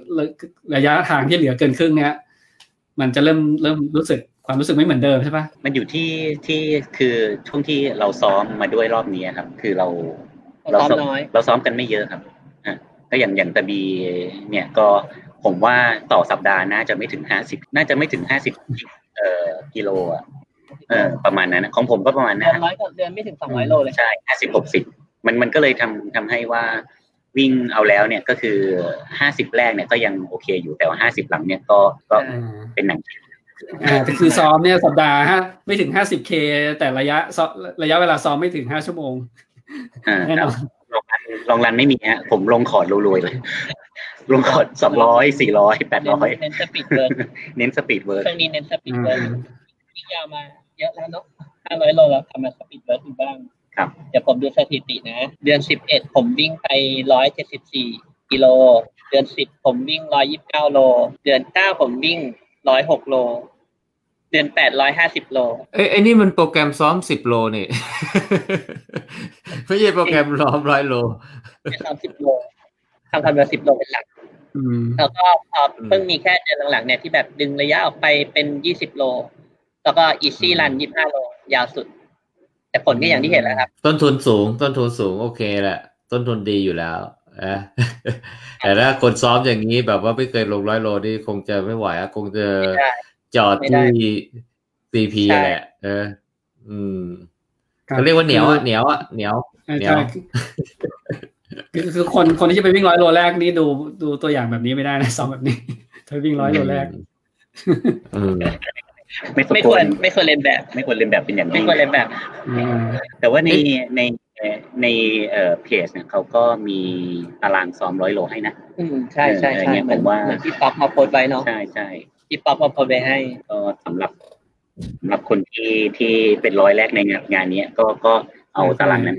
[SPEAKER 1] ระยะทางที่เหลือเกินครึ่งเนี้ยมันจะเริ่มเริ่มรู้สึกความรู้สึกไม่เหมือนเดิมใช่ปะ
[SPEAKER 4] มันอยู่ที่ที่คือช่วงที่เราซ้อมมาด้วยรอบนี้ครับ คือเรา
[SPEAKER 3] เราซ้อมน้อย
[SPEAKER 4] เราซ้อมกันไม่เยอะครับอ่ะก็อย่างอย่างตะบีเนี่ยก็ผมว่าต่อสัปดาห์น่าจะไม่ถึงห้าสิบน่าจะไม่ถึงห้าสิบเอ่อกิโลอ่ะเออประมาณนั้นนะของผมก็ประมาณ
[SPEAKER 3] เดื
[SPEAKER 4] นั้
[SPEAKER 3] อน นร้อยกว่าเดือนไม่ถึงสองร้อยโลเลย
[SPEAKER 4] ใช่ห้าสิบหกสิบมันมันก็เลยทำทำให้ว่าวิ่งเอาแล้วเนี่ยก็คือห้าสิบแรกเนี่ยก็ยังโอเคอยู่แต่ว่าห้าสิบหลังเนี่ยก็ก็เป็นหนัง
[SPEAKER 1] อ่าแต่คือซ้อมเนี่ยสัปดาห์ฮะไม่ถึงห้าสิบเคแต่ระยะซ้อระยะเวลาซ้อมไม่ถึงห้าชั่วโมง
[SPEAKER 4] อ่า
[SPEAKER 1] แน่นอน
[SPEAKER 4] ลองรันลองรันไม่มีฮะ ผมลงคอร์ดรวยๆเลย <laughs> ลงคอร์ดสองร้อยสี่ร้อยแปด
[SPEAKER 3] เน้
[SPEAKER 4] ร้อย
[SPEAKER 3] นเน้นสปีดเวิร์ก
[SPEAKER 4] เน้นสปีดเวิร์ก
[SPEAKER 3] ช่วงนี้เน้นสปีดเวิร์กวิ่งยาวมาเยอะแล้วเนาะห้าร้อยโลแล้วทำมาสปีดเวิร์กอยู่บ้าง
[SPEAKER 4] ครับ
[SPEAKER 3] เดี๋ยวผมดูสถิตินะ เดือนสิบเอ็ดผมวิ่งไปร้อยเจ็ดสิบสี่กิโล เดือนสิบผมวิ่งร้อยยิบเก้าโล เดือนเก้าผมวิ่งร้อยหกโล เดือนแปดร้อยห้าสิบโล
[SPEAKER 2] เอ้ยไอ้นี่มันโปรแกรมซ้อมสิบโลนี่ <laughs> ไม่ใช่โปรแกรมล้อมร้อยโล
[SPEAKER 3] เป็นสามสิบโลทำทำเดือนสิบโลเป็นหลัก
[SPEAKER 1] อืม
[SPEAKER 3] แล้วก็พอ
[SPEAKER 2] อืม
[SPEAKER 3] เพิ่งมีแค่เดือนหลังๆเนี่ยที่แบบดึงระยะออกไปเป็นยี่สิบโล แล้วก็อีซี่รันยี่ห้าโล ยาวสุด แต่ผลก็อย่างที่เห็นแล้วครับ
[SPEAKER 2] ต้นทุนสูง ต้นทุนสูง โอเคแหละ ต้นทุนดีอยู่แล้วนะ <laughs> แต่ถ้าคนซ้อมอย่างนี้แบบว่าไม่เคยลงร้อยโลนี่คงจะไม่ไหวอะคงจะ
[SPEAKER 3] ใช่
[SPEAKER 2] จอด
[SPEAKER 3] ไม่ได้
[SPEAKER 2] ที่ซีพี
[SPEAKER 3] ใช่
[SPEAKER 2] แหละ เออ อืมเขาเรียกว่าเหนียวอะเหนียวอะเหนียว
[SPEAKER 1] ใช่
[SPEAKER 2] เหนียว
[SPEAKER 1] ใช่คือคือคือคนคนที่จะไปวิ่งร้อยโลแรกนี่ดูดูตัวอย่างแบบนี้ไม่ได้นะซ้อมแบบนี้ <laughs> ถ้าวิ่งร้อยโลแรก
[SPEAKER 2] อืม
[SPEAKER 4] ไม่สม
[SPEAKER 3] ไม่
[SPEAKER 4] ค
[SPEAKER 3] คว ว
[SPEAKER 4] ร
[SPEAKER 3] รไม่ควรเล่นแบบ
[SPEAKER 4] ไม่ควรเรียนแบบเป็นอย่าง
[SPEAKER 3] ไม่
[SPEAKER 4] ยิ่ง
[SPEAKER 3] ควรเล่นแบบ
[SPEAKER 1] อืม
[SPEAKER 4] แต่ว่าใน
[SPEAKER 2] เอ๊ะ
[SPEAKER 4] ในในเอ่อเพจเนี่ยเขาก็มีตารางซ้อมร้อยโลให้นะ
[SPEAKER 3] อืมใช่ใช่ใช่
[SPEAKER 4] เออเนี่ย
[SPEAKER 3] เหมือน
[SPEAKER 4] ผมว่า
[SPEAKER 3] เหมือนที่ป๊อปมาโพสต์ไว้เนาะ
[SPEAKER 4] ใช่ใช่
[SPEAKER 3] ที่ป๊อปมาโพสต์ไว้ให้
[SPEAKER 4] ก็สำหรับสำหรับคนที่ที่เป็นร้อยแรกในงานงานเนี้ยก็ก็เอาตารางนั้น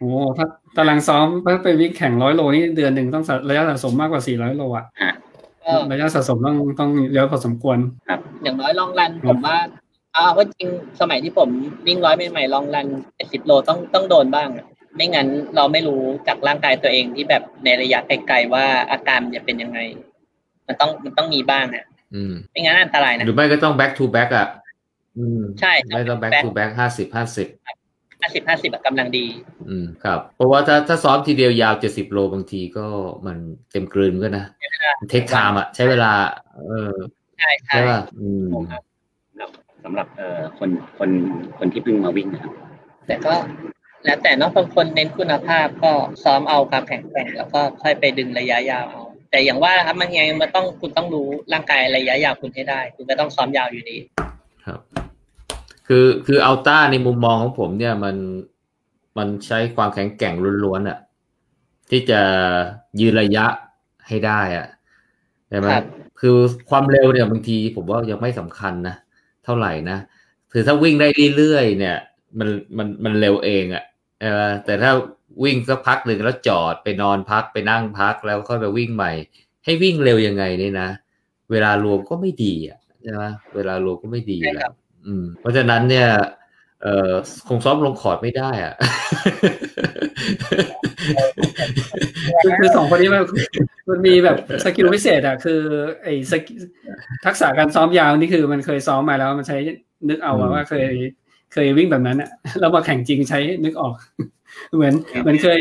[SPEAKER 1] โอ้ถ้าตารางซ้อมถ้าไปวิ่งแข่งร้อยโลนี่เดือนหนึ่งต้องสะระยะสะสมมากกว่าสี่ร้อยโลอ่ะ
[SPEAKER 3] ก็
[SPEAKER 1] ระยะสะสมต้องต้องเยอะพอสมควร
[SPEAKER 3] อย่างน้อยลองรันผมว่าเอาก็จริงสมัยที่ผมวิ่งร้อยใหม่ๆลองรันเจ็ดสิบโลต้องต้องโดนบ้างอะไม่งั้นเราไม่รู้จากร่างกายตัวเองที่แบบในระยะไกลๆว่าอาการมันจะเป็นยังไง มันต้องมันต้องมีบ้างนะ
[SPEAKER 2] อื
[SPEAKER 3] <laughs>
[SPEAKER 2] ม
[SPEAKER 3] ไม่งั้นอันตรายนะ
[SPEAKER 2] หรือไม่ก็ต้อง back to back อ่ะ อืม
[SPEAKER 3] ใช่ใช่
[SPEAKER 2] ไม่ต้อง back
[SPEAKER 3] back
[SPEAKER 2] to back ห้าสิบห้าสิบ
[SPEAKER 3] ห้าสิบห้าสิบกำลังดี
[SPEAKER 2] อืมครับ เพราะว่าถ้าถ้าซ้อมทีเดียวยาวเจ็ดสิบโลบางทีก็มันเต็มกลืนก็นะเทคไทม์อ่ะ ใช้เวลา เออ
[SPEAKER 3] ใช่ใช่
[SPEAKER 2] ใช่ป่ะอืม
[SPEAKER 4] สำหรับเอ่อคนคนคนที่เพิ่งมาวิ่งนะครับ
[SPEAKER 3] แต่ก็ แล้วแต่เนอะบางคนเน้นคุณภาพก็ซ้อมเอาความแข็งแกร่งแล้วก็ค่อยไปดึงระยะยาวเอา แต่อย่างว่าครับมันไงมันต้องคุณต้องรู้ร่างกายระยะยาวคุณให้ได้ คุณก็ต้องซ้อมยาวอยู่ดี
[SPEAKER 2] ครับ คือคืออัลต้าในมุมมองของผมเนี่ยมันมันใช้ความแข็งแกร่งล้วนๆอะที่จะยืนระยะให้ได้อะใช่ไหม
[SPEAKER 3] ครับ
[SPEAKER 2] คือความเร็วเนี่ยบางทีผมว่ายังไม่สำคัญนะเท่าไหร่นะคือถ้าวิ่งได้เรื่อยๆเนี่ย มันมันมันเร็วเองอะเออแต่ถ้าวิ่งสักพักหนึ่งแล้วจอดไปนอนพักไปนั่งพักแล้วค่อยไปวิ่งใหม่ ให้วิ่งเร็วยังไงเนี่ยนะ เวลารวมก็ไม่ดีอ่ะใช่ไหมเวลารวมก็ไม่ดีอยู่แล้ว อืมเพราะฉะนั้นเนี่ย เอ่อคงซ้อมลงคอร์ดไม่ได้อะ
[SPEAKER 1] คือคือสองคนนี้มันมันมีแบบสกิลพิเศษอ่ะคือไอ้สกิลทักษะการซ้อมยาวนี่คือมันเคยซ้อมมาแล้วมันใช้นึกเอาอะ
[SPEAKER 2] อืม
[SPEAKER 1] ว่าเคยเคยวิ่งแบบนั้นอ่ะแล้วมาแข่งจริงใช้นึกออก เหมือนเหมือนเคย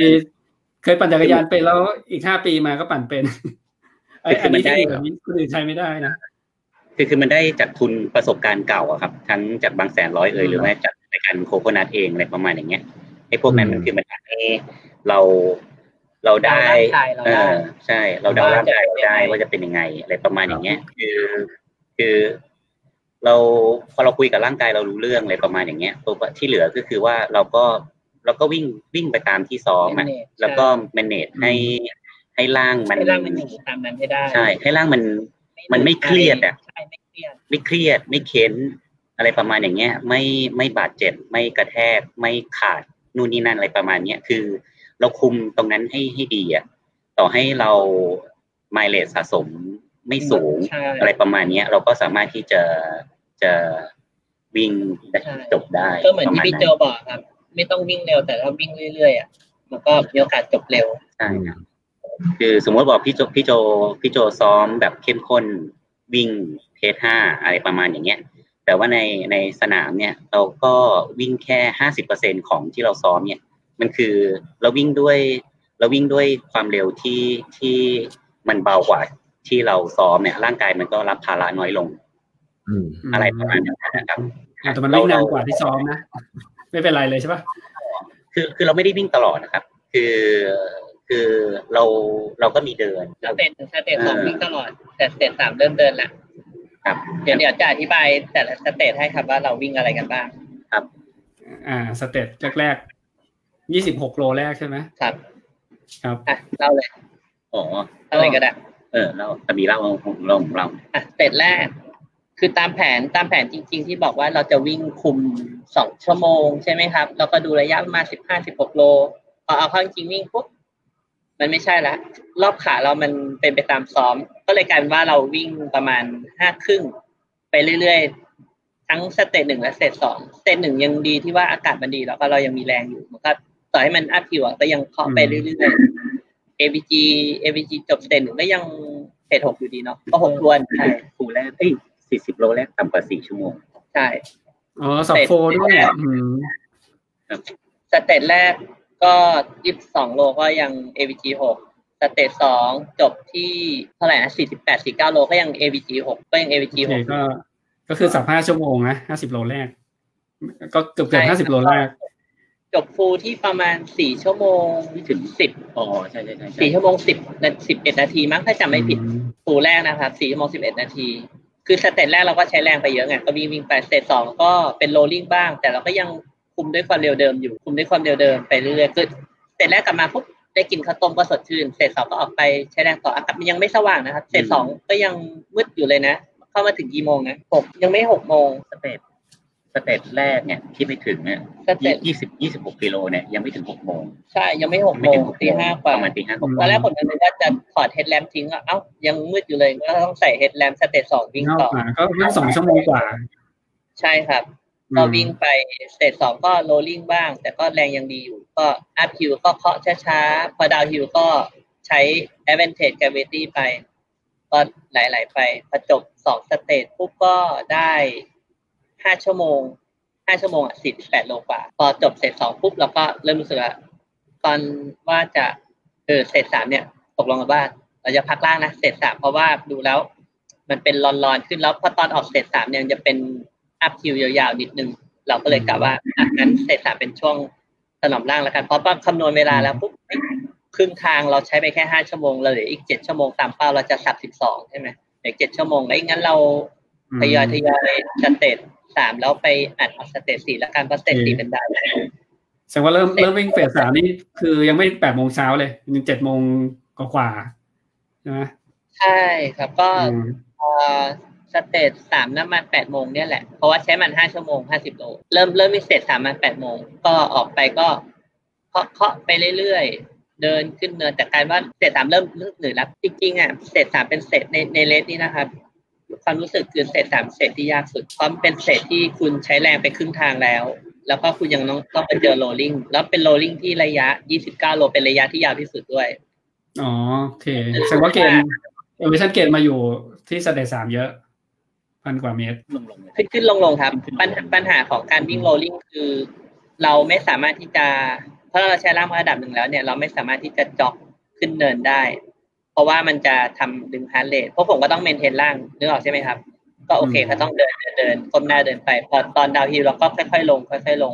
[SPEAKER 1] เคยปั่นจักรยานเป็นแล้วอีกห้าปีมาก็ปั่นเป็นไอ้อันนี้ที่แบบนี้คนอื่นใช้ไม่ได้นะ
[SPEAKER 4] คือคือมันได้จากทุนประสบการณ์เก่าอะครับ ทั้งจากบางแสนร้อยเอ่ยหรือแม้จากรายการโคโคนัทเองอะไรประมาณอย่างเงี้ยไอ้พวกนั้น
[SPEAKER 2] อืม
[SPEAKER 4] มันคือมันทำให้เราเราได้
[SPEAKER 3] ร่างกายเรา
[SPEAKER 4] เอ
[SPEAKER 3] ได้
[SPEAKER 4] อใช่ เราเดา
[SPEAKER 3] ว่า
[SPEAKER 4] ร่างกายเราได้
[SPEAKER 3] จะเป็นยังไง
[SPEAKER 4] ว่าจะเป็นยังไงอะไรประมาณอย่างเงี้ย คือ คือ เราพอเราคุยกับร่างกายเรารู้เรื่องอะไรประมาณอย่างเงี้ยตัวที่เหลือก็คือว่าเราก็เราก็วิ่งวิ่งไปตามที่ซ้อมอะแล้วก็ manage ให้ให้ร่างมัน
[SPEAKER 3] ให้ร่างมันอยู่ตามนั้นให้ได้
[SPEAKER 4] ใช่ ให้ร่างมัน มันไม่เครียดอะ
[SPEAKER 3] ใช่ไม่เครียด
[SPEAKER 4] ไม่เครียดไม่เค้น อะไรประมาณอย่างเงี้ย ไม่ไม่บาดเจ็บไม่กระแทกไม่ขาดนู่นนี่นั่นอะไรประมาณเนี้ยคือ เราคุมตรงนั้นให้ให้ดีอะต่อให้เราไมเลสสะสมไม่สูง
[SPEAKER 3] ใช่
[SPEAKER 4] อะไรประมาณเนี้ย เราก็สามารถที่จะจะวิ่งได้
[SPEAKER 3] ใช่
[SPEAKER 4] จบได้
[SPEAKER 3] ก็เหมือน
[SPEAKER 4] ป
[SPEAKER 3] ที่
[SPEAKER 4] ระมาณ
[SPEAKER 3] พี่
[SPEAKER 4] นั้น
[SPEAKER 3] โจบอกครับ ไม่ต้องวิ่งเร็วแต่ถ้าวิ่งเรื่อยๆอ่ะมันก็มีโอกาสจบเร็ว
[SPEAKER 4] ใช่ครับคือสมมติบอกพี่โจพี่โจพี่โจซ้อมแบบเข้มข้นวิ่งเพจห้าอะไรประมาณอย่างเงี้ย แต่ว่าในในสนามเนี่ยเราก็วิ่งแค่ห้าสิบเปอร์เซ็นของที่เราซ้อมเนี่ย มันคือเราวิ่งด้วย เราวิ่งด้วยความเร็วที่ที่มันเบากว่าที่เราซ้อมเนี่ย ร่างกายมันก็รับภาระน้อยลง
[SPEAKER 2] <laughs> อืม
[SPEAKER 4] อะไรประมาณนั้นนะครับ
[SPEAKER 1] อ่ะแต่มันวิ่งนานกว่าที่ซ้อมนะไม่เป็นไรเลยใช่ปะ
[SPEAKER 4] คือคือเราไม่ได้วิ่งตลอดนะครับ คือคือเราเราก็มีเดิน
[SPEAKER 3] สเตจหนึ่งสเตจสองวิ่งตลอด แต่สเตจสามเริ่มเดินละ
[SPEAKER 4] ครับ
[SPEAKER 3] เดี๋ยวเดี๋ยวจะอธิบายแต่ละสเตจให้ครับว่าเราวิ่งอะไรกันบ้าง
[SPEAKER 1] อ่า สเตจแรกๆยี่สิบหกโลแรกใช่ไหม
[SPEAKER 3] ครับ
[SPEAKER 1] ครับ
[SPEAKER 3] อ่ะเล่าเลย
[SPEAKER 4] อ๋อ
[SPEAKER 3] เล่าเลยก็ได้
[SPEAKER 4] เออเราแต่มีเล่าของเราของเรา
[SPEAKER 3] อ่ะสเตจแรก คือตามแผนตามแผนจริง ๆ ที่บอกว่าเราจะวิ่งคุมสองชั่วโมงใช่ไหมครับ แล้วก็ดูระยะประมาณสิบห้าสิบหกโลพอเอาเข้าจริงๆวิ่งปุ๊บมันไม่ใช่ละรอบขาเรามันเป็นไปตามซ้อม ก็เลยกลายเป็นว่าเราวิ่งประมาณห้าครึ่ง ไปเรื่อยๆ ทั้งสเตจหนึ่งและสเตจสองสเตจหนึ่งยังดีที่ว่าอากาศมันดีแล้วก็เรายังมีแรงอยู่มันก็ต่อให้มันอัพผิวอะก็ยังเคาะไปเรื่อยๆ AVG AVG จบสเตจหนึ่งก็ยังเตจหกอยู่ดีเนาะก็หกทวนใช่
[SPEAKER 4] ถูแรกเอ้ยสี่สิบโลแรกต่ำกว่าสี่ชั่วโมง
[SPEAKER 3] ใช่
[SPEAKER 1] อ๋อสับโฟด้วยอืม
[SPEAKER 3] สเตจแรกก็ยี่สิบสองโลก็ยัง AVG หกสเตจสองจบที่เท่าไหร่นะสี่สิบแปดสี่เก้าโลก็ยัง AVG หกก็ยัง AVG
[SPEAKER 1] โอ
[SPEAKER 3] ห
[SPEAKER 1] เค
[SPEAKER 3] ก
[SPEAKER 1] ก็ ก็คือสับห้าชั่วโมงนะห้าสิบโลแรก ก็เกือบเกือบ
[SPEAKER 3] ใช่
[SPEAKER 1] ห้าสิบโลแรก
[SPEAKER 3] จบฟูลที่ประมาณสี่ชั่วโมงถึงสิบ
[SPEAKER 4] อ๋อ ใช่ใช่ใช่ใช่
[SPEAKER 3] สี่ชั่วโมงสิบสิบเอ็ดนาทีมั้งถ้าจำไม่ผิด ฟูลแรกนะครับสี่ชั่วโมงสิบเอ็ดนาที คือสเตจแรกเราก็ใช้แรงไปเยอะไงก็วิ่งวิ่งไปสเตจสองก็เป็นโรลลิ่งบ้าง แต่เราก็ยังคุมด้วยความเร็วเดิมอยู่คุมด้วยความเร็วเดิมไปเรื่อยๆคือสเตจแรกกลับมาปุ๊บได้กินข้าวต้มก็สดชื่นสเตจสองก็ออกไปใช้แรงต่ออากาศมันยังไม่สว่างนะครับสเตจสองก็ยังมืดอยู่เลยนะ เข้ามาถึงกี่โมงนะหกยังไม่หกโมง
[SPEAKER 4] สเตปสเตปแรกเนี่ยที่ไปถึงเนี่ย
[SPEAKER 3] สเตจ
[SPEAKER 4] ยี่สิบยี่สิบหกกิโลเนี่ยยังไม่ถึงหกโมง
[SPEAKER 3] ใช่ยังไม่หก
[SPEAKER 4] ไม่
[SPEAKER 3] โม
[SPEAKER 4] ถึ
[SPEAKER 3] ง
[SPEAKER 4] งหก
[SPEAKER 3] ตี
[SPEAKER 4] โมง
[SPEAKER 3] ห้ากว่า
[SPEAKER 4] ประมาณตีห้ากว่า
[SPEAKER 1] อื
[SPEAKER 3] ตอนแรกผมนึกว่าจะถอดเฮดแลมทิ้งอะเอ้ายังมืดอยู่เลยก็ต้องใส่เฮดแลมสเตจสองวิ่ง
[SPEAKER 1] เข้า
[SPEAKER 3] ต่อ
[SPEAKER 1] ป่าก็วิ่งสองชั่วโมงกว่า
[SPEAKER 3] ใช่ครับ ก็วิ่งไปสเตจสองก็โรลลิ่งบ้าง แต่ก็แรงยังดีอยู่ ก็อัพฮิวก็เคาะช้าๆ พอดาวฮิวก็ใช้ advantage gravity ไป ก็ไหลๆไปพอจบสองสเตจปุ๊บก็ได้ห้าชั่วโมงห้าชั่วโมงอ่ะสิบแปดโลกว่า พอจบเสร็จสองปุ๊บเราก็เริ่มรู้สึกว่าตอนว่าจะเออเสร็จสามเนี่ย ตกลงกันว่าเราจะพักล่างนะเสร็จสามเพราะว่าดูแล้ว มันเป็นรอนๆขึ้นแล้วพอตอนออกเสร็จสามเนี่ยมันจะเป็นอัพคิวยาวๆนิดนึง เราก็เลยกะว่าอ่ะงั้นเสร็จสามเป็นช่วงถนอมร่างแล้วกันเพราะว่าคำนวณเวลาแล้วปุ๊บเอ้ยครึ่งทางเราใช้ไปแค่ห้าชั่วโมงเราเหลืออีกเจ็ดชั่วโมงตามเป้าเราจะสับสิบสองใช่ไหมเหลือเจ็ดชั่วโมงแล้วงั้นเรา
[SPEAKER 1] อืม
[SPEAKER 3] ทยอยทยอยสเตจสามแล้วไปอัดออกสเตจสี่แล้วกันเพราะสเตจสี่เป็นดาวแล้ว
[SPEAKER 1] แสดงว่าเริ่มเริ่มวิ่งเฟสสามนี่คือยังไม่แปดโมงเช้าเลยยังเจ็ดโมงกว่ากว่าๆใช่ไหม
[SPEAKER 3] ใช่ครับก็
[SPEAKER 1] อืม
[SPEAKER 3] เอ่อสเตจสามน้ำมันแปดโมงเนี่ยแหละ เพราะว่าใช้มันห้าชั่วโมงห้าสิบโล เริ่มเริ่มมีสเตจสามมันแปดโมงก็ออกไปก็เคาะเคาะไปเรื่อยๆ เดินขึ้นเนินแต่กลารว่าสเตจสามเริ่มลึกหนืดแล้วจริงๆอ่ะสเตจสามเป็นสเตจในในเลสนี้นะครับ ความรู้สึกคือเศษสามเศษที่ยากสุดเพราะมันเป็นเศษที่คุณใช้แรงไปครึ่งทางแล้ว แล้วก็คุณยังต้องต้องไปเจอโรลลิงแล้วเป็นโรลลิงที่ระยะ 29 โลเป็นระยะที่ยาวที่สุดด้วย
[SPEAKER 1] อ๋อโอเคแสดงว่าเกณฑ์เอเวอเรชันเกณฑ์มาอยู่ที่สเตจสามเยอะ พันกว่าเมตร
[SPEAKER 4] ลงลงเลย
[SPEAKER 3] ขึ้นขึ้นลงลงครับปัญหาปัญหาของการวิ่งโรลลิ่งคือ เราไม่สามารถที่จะเพราะเราใช้ร่างมาระดับหนึ่งแล้วเนี่ยเราไม่สามารถที่จะจ็อกขึ้นเนินได้ เพราะว่ามันจะทำดึงฮาร์ดเรทเพราะผมก็ต้องเมนเทนร่างนึกออกใช่ไหมครับ ก็โอเค
[SPEAKER 1] อืม
[SPEAKER 3] ก็ต้องเดินเดินเดินก้มหน้าเดินไป พอตอนดาวฮิลเราก็ค่อยๆลง ค่อยๆลง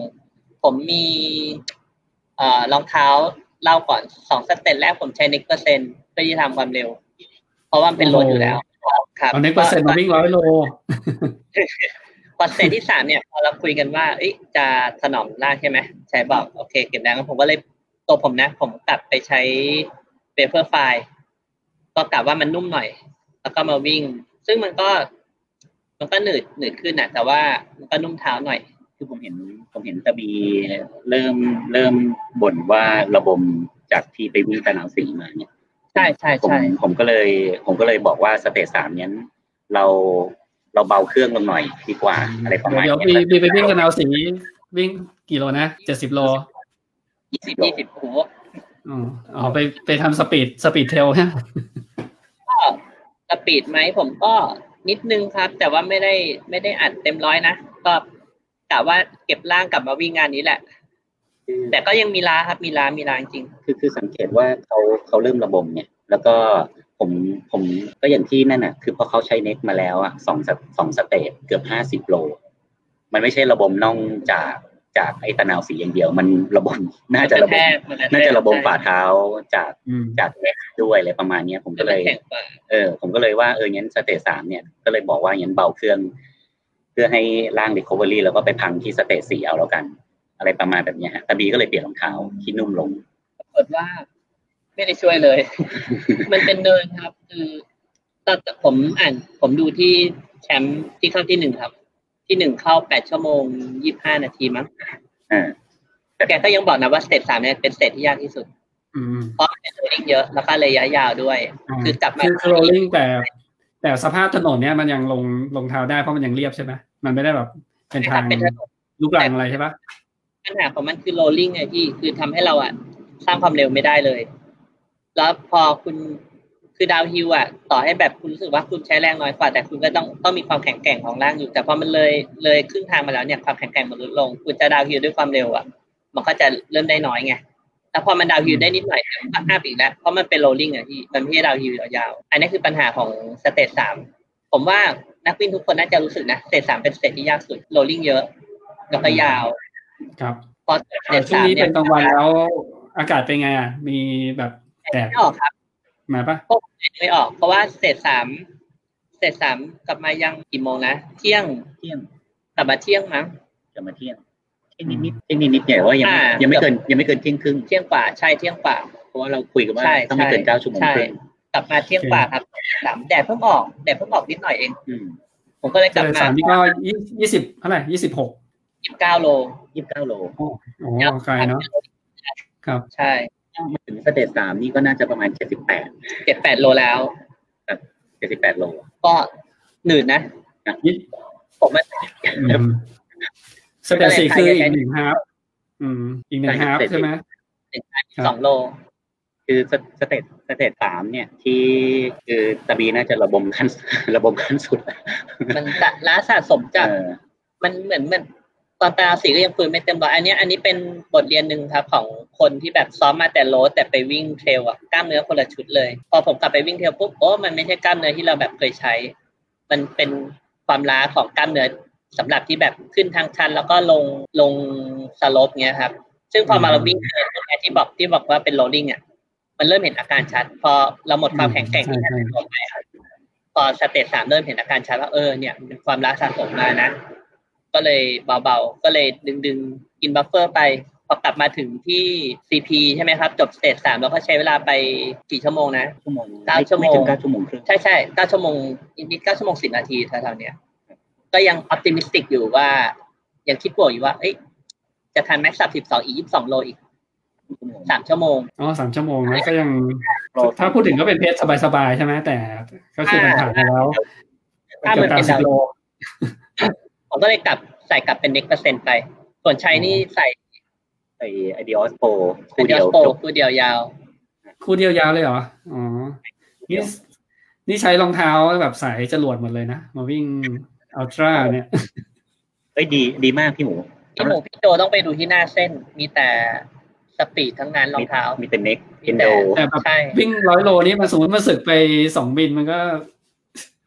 [SPEAKER 3] ผมมีเอ่อรองเท้าเล่าก่อนสองสเต็ปแรกผมใช้นิกเปอร์เซ็นต์เพื่อที่จะทำความเร็ว เพราะว่ามันเป็นโรดอยู่แล้วครับ
[SPEAKER 1] เอาเน็กเปอร์เซ็นต์มาวิ่งร้อยโล
[SPEAKER 3] พอเซตที่สามเนี่ยพอเราคุยกันว่าเอ้ยจะถนอมล่างใช่ไหมใช้บอกโอเคเก็บแรงแล้วผมก็เลยตัวผมนะ ผมกลับไปใช้เ a เ e อร์ไฟล์ก็กลับว่ามันนุ่มหน่อย แล้วก็มาวิ่ง ซึ่งมันก็ มันก็หนืดหนืดขึ้นนะแต่ว่ามันก็นุ่มเท้าหน่อย
[SPEAKER 4] คือผมเห็นผมเห็นตะบีเริ่มเริ่มบ่นว่าระบมจากที่ไปวิ่งตะนาวสีมาเนี่ย
[SPEAKER 3] ใช่ใช่
[SPEAKER 4] ผม
[SPEAKER 3] ใช่
[SPEAKER 4] ผมก็เลย ผมก็เลยบอกว่าสเตจสามเนี้ยเราเราเบาเครื่องลงหน่อยดีกว่า อะไรประมาณ
[SPEAKER 1] เดี๋ยว
[SPEAKER 4] เนี้
[SPEAKER 1] บี
[SPEAKER 4] ย
[SPEAKER 1] บีไปวิ่งกันเอาสีวิ่งกี่โลนะเจ็ดสิบโล
[SPEAKER 3] ยี่สิบยี่สิบโห
[SPEAKER 1] อ๋ออ๋อไปไปทำสปีดสปีดเทลฮะ
[SPEAKER 3] ก็สปีดไหมผมก็นิดนึงครับ แต่ว่าไม่ได้ไม่ได้อัดเต็มร้อยนะก็กะว่าเก็บร่างกลับมาวิ่งงานนี้แหละ แต่ก็ยังมีล้าครับมีล้ามีล้าจริง
[SPEAKER 4] คือคือสังเกตว่าเขาเขาเริ่มระบมเนี่ยแล้วก็ผมผมก็อย่างที่นั่นน่ะ คือพอเขาใช้เน็กมาแล้วอ่ะสองสเตสองสเตจเกือบห้าสิบโล มันไม่ใช่ระบมน่องจากจากไอ้ตะนาวสีอย่างเดียว มันระบม <laughs> น่าจะระบม น่าจะระบบฝ่าเท้าจาก
[SPEAKER 1] อืม
[SPEAKER 4] จากเล็กด้วยอะไรประมาณเนี้ยผมก็เลย
[SPEAKER 3] แข็งกว่า
[SPEAKER 4] เออ ผมก็เลยว่าเอองั้นสเตจสามเนี่ยก็เลยบอกว่างั้นเบาเครื่อง เพื่อให้ร่าง recovery แล้วก็ไปพังที่สเตจสี่เอาแล้วกัน อะไรประมาณแบบเนี้ยฮะตะบีก็เลยเปลี่ยนรองเท้าที่นุ่มลง
[SPEAKER 3] ปรากฏว่า ไม่ได้ช่วยเลย <laughs> มันเป็นเนินครับ คือตอนผมอ่าน ผมดูที่แชมป์ที่เข้าที่หนึ่งครับ ที่หนึ่งเข้าแปดชั่วโมงยี่สิบห้านาทีมั้ง
[SPEAKER 4] อ่า
[SPEAKER 3] แกก็ยังบอกนะว่าสเตจสามเนี่ยเป็นสเตจที่ยากที่สุด
[SPEAKER 1] อืม
[SPEAKER 3] เพราะมันเป็นโรลลิ่งเยอะแล้วก็ระยะยาวด้วย
[SPEAKER 1] า
[SPEAKER 3] คือกลับมา
[SPEAKER 1] คือโรลลิ่งแต่แต่สภาพถนนเนี่ยมันยังลงลงเท้าได้เพราะมันยังเรียบใช่ไหมมันไม่ได้แบบเป็นทาง
[SPEAKER 3] เป็นถนน
[SPEAKER 1] ลูกรังอะไรใช่ปะ
[SPEAKER 3] ปัญหาของมันคือโรลลิ่งไงพี่คือทำให้เราอะสร้างความเร็วไม่ได้เลย แล้วพอคุณคือดาวฮิลอะต่อให้แบบคุณรู้สึกว่าคุณใช้แรงน้อยกว่า แต่คุณก็ต้องต้องมีความแข็งแกร่งของร่างอยู่ แต่พอมันเลยเลยครึ่งทางมาแล้วเนี่ยความแข็งแกร่งมันลดลง คุณจะดาวฮิลด้วยความเร็วอะมันก็จะเริ่มได้น้อยไงแล้วพอมันดาวฮิลได้นิดหน่อยเดี๋ยวมันก็อัพอีกแล้วเพราะมันเป็นโรลลิ่งอะพี่มันไม่ใช่ดาวฮิลยาวๆอันนี้คือปัญหาของสเตจสามผมว่านักวิ่งทุกคนน่าจะรู้สึกนะสเตจสามเป็นสเตจที่ยากสุดโรลลิ่งเยอะ แล้วก็ยาว
[SPEAKER 1] ครับ
[SPEAKER 3] พอสเตจ
[SPEAKER 1] ช่วง
[SPEAKER 3] สาม
[SPEAKER 1] นี้
[SPEAKER 3] เนี่
[SPEAKER 1] เป็
[SPEAKER 3] ย
[SPEAKER 1] นกลางวันแล้วอากาศเป็นไงอ่ะมีแบบแดด
[SPEAKER 3] ไม่ออกครับ
[SPEAKER 1] มาปะ
[SPEAKER 3] ไม่ออก เพราะว่าสเตจสามสเตจสามกลับมายังกี่โมงนะเที่ยง
[SPEAKER 4] เที่ยง
[SPEAKER 3] กลับมาเที่ยงมั้ง
[SPEAKER 4] จะมาเที่ยงเที่ยงนิดๆเที่ยงนิดๆเนี่ยว่ายังไม่
[SPEAKER 3] อ่ายั
[SPEAKER 4] ยังไม่เกินยังไม่เกินเที่ยงครึ่ง
[SPEAKER 3] เที่ยงกว่าใช่เที่ยงกว่า
[SPEAKER 4] เพราะว่าเราคุยกันว่า
[SPEAKER 3] ใช่
[SPEAKER 4] ต้องไม่เกิน
[SPEAKER 3] ใช่
[SPEAKER 4] เก้าชั่วโมง
[SPEAKER 3] ใช่
[SPEAKER 4] ครึ่ง
[SPEAKER 3] กลับมาเที่ยงกว่าครับสามแดดเพิ่งออกแดดเพิ่งออกนิดหน่อยเอง
[SPEAKER 4] อืม
[SPEAKER 3] ผมก็เลยกลับ
[SPEAKER 1] แต่
[SPEAKER 3] มา
[SPEAKER 1] สามนี่ก็ยี่สิบเท่าไหร่ยี่สิบหก
[SPEAKER 3] ยี่สิบเก้าโล
[SPEAKER 4] ยี่สิบเก้าโล
[SPEAKER 1] โอ้ไกลเนาะครับ
[SPEAKER 3] ใช่
[SPEAKER 4] มาถึงสเตจสามนี่ก็น่าจะประมาณเจ็ดสิบแปด
[SPEAKER 3] เจ็ดแปดโลแล้ว
[SPEAKER 4] เจ็ดสิบแปดโล
[SPEAKER 3] ก็หนืดนะ
[SPEAKER 1] ยิด
[SPEAKER 3] ผมมัน
[SPEAKER 1] สเตจสี่คืออีกหนึ่งฮาร์ปอืม อีกหนึ่งฮาร์ป
[SPEAKER 4] ใช่
[SPEAKER 1] ใช่ไหม ครับ
[SPEAKER 3] สองโล
[SPEAKER 4] คือสสเตจสเตจสามเนี่ยที่คือตะบีน่าจะระบมขั้น <laughs> ระบมขั้นสุดอะ
[SPEAKER 3] มันจะล้าสะสมจาก
[SPEAKER 4] เออ
[SPEAKER 3] มันเหมือนเหมันตอนตาสีก็ยังฟื้นไม่เต็มร้อยอันเนี้ยอันนี้เป็นบทเรียนหนึ่งครับของคนที่แบบซ้อมมาแต่โรดแต่ไปวิ่งเทรลอะกล้ามเนื้อคนละชุดเลย พอผมกลับไปวิ่งเทรลปุ๊บโอ้มันไม่ใช่กล้ามเนื้อที่เราแบบเคยใช้ มันเป็นความล้าของกล้ามเนื้อสำหรับที่แบบขึ้นทางชันแล้วก็ลงลงสโลปเงี้ยครับ ซึ่งพอมาเราวิ่งเทรลเนี่ยที่บอกที่บอกว่าเป็นโรลลิ่งอะมันเริ่มเห็นอาการชัด พอเราหมดความแข็งแกร่งที่
[SPEAKER 1] ใช่
[SPEAKER 3] แท้
[SPEAKER 1] ใช่
[SPEAKER 3] จริงลงไปครับพอสเตจสามเริ่มเห็นอาการชัดว่าเออเนี่ยมันเป็นความล้าสะสมมานะ ก็เลยเบาๆ ก็เลยดึงดึงๆกินบัฟเฟอร์ไป พอกลับมาถึงที่ CP ใช่ไหมครับ จบสเตจสามแล้วก็ใช้เวลาไปกี่ชั่วโมงนะ
[SPEAKER 4] ชั่วโมง
[SPEAKER 3] เก้าชั่วโมง
[SPEAKER 4] ไม่ถึงเก้าชั่วโมงครึ่ง
[SPEAKER 3] ใช่ใช่เก้าชั่วโมงนิดๆเก้าชั่วโมงสิบนาทีแถวๆเนี้ยก็ยังออ t ติมิสติกอยู่ว่า ยังคิดบวกอยู่ว่า เอ้ยจะทันแม็กซ์สามสิบสองอีกยี่สิบสองโลอีก
[SPEAKER 4] ชั่วโมง
[SPEAKER 3] สามชั่วโมง
[SPEAKER 1] อ๋อสามชั่วโมงนะก็ยัง
[SPEAKER 4] โล
[SPEAKER 1] ถ้าพูดถึงก็เป็นเพจสบายๆใช่ไหมแต่ ก็คือมันผ่านไปแล้ว
[SPEAKER 3] ถ้ามันเป็นดาวโลผมก็เลยกลับใส่กลับเป็นเน็กเปอร์เซ็นต์ไป ส่วนชัยนี่ใส่
[SPEAKER 4] ไอไอเดียสโป
[SPEAKER 3] คู
[SPEAKER 4] คู่
[SPEAKER 3] เดี
[SPEAKER 4] เดี
[SPEAKER 3] ย
[SPEAKER 4] ยว ว
[SPEAKER 3] โป
[SPEAKER 4] จบ
[SPEAKER 3] คูเดียวยาว
[SPEAKER 1] คู่เดียวยาวเลยเหรอ อ๋อ นี่นี่ใช้รองเท้าแบบสายจรวดหมดเลยนะ มาวิ่งอัลตร้าเนี่ย
[SPEAKER 3] <laughs>
[SPEAKER 4] เอ้ยดีดีมากพี่หมู
[SPEAKER 3] พี่หมูพี่โจต้องไปดูที่หน้าเส้น มีแต่สปีดทั้งนั้นรองเท้า
[SPEAKER 4] มีแต่เน็ก
[SPEAKER 3] มี
[SPEAKER 4] เอน
[SPEAKER 3] แต่
[SPEAKER 4] โด <laughs>
[SPEAKER 1] แต่แบบ
[SPEAKER 3] ใช่
[SPEAKER 1] วิ่งร้อยโลนี่มาสมมติมาสึกไปสองบินมันก็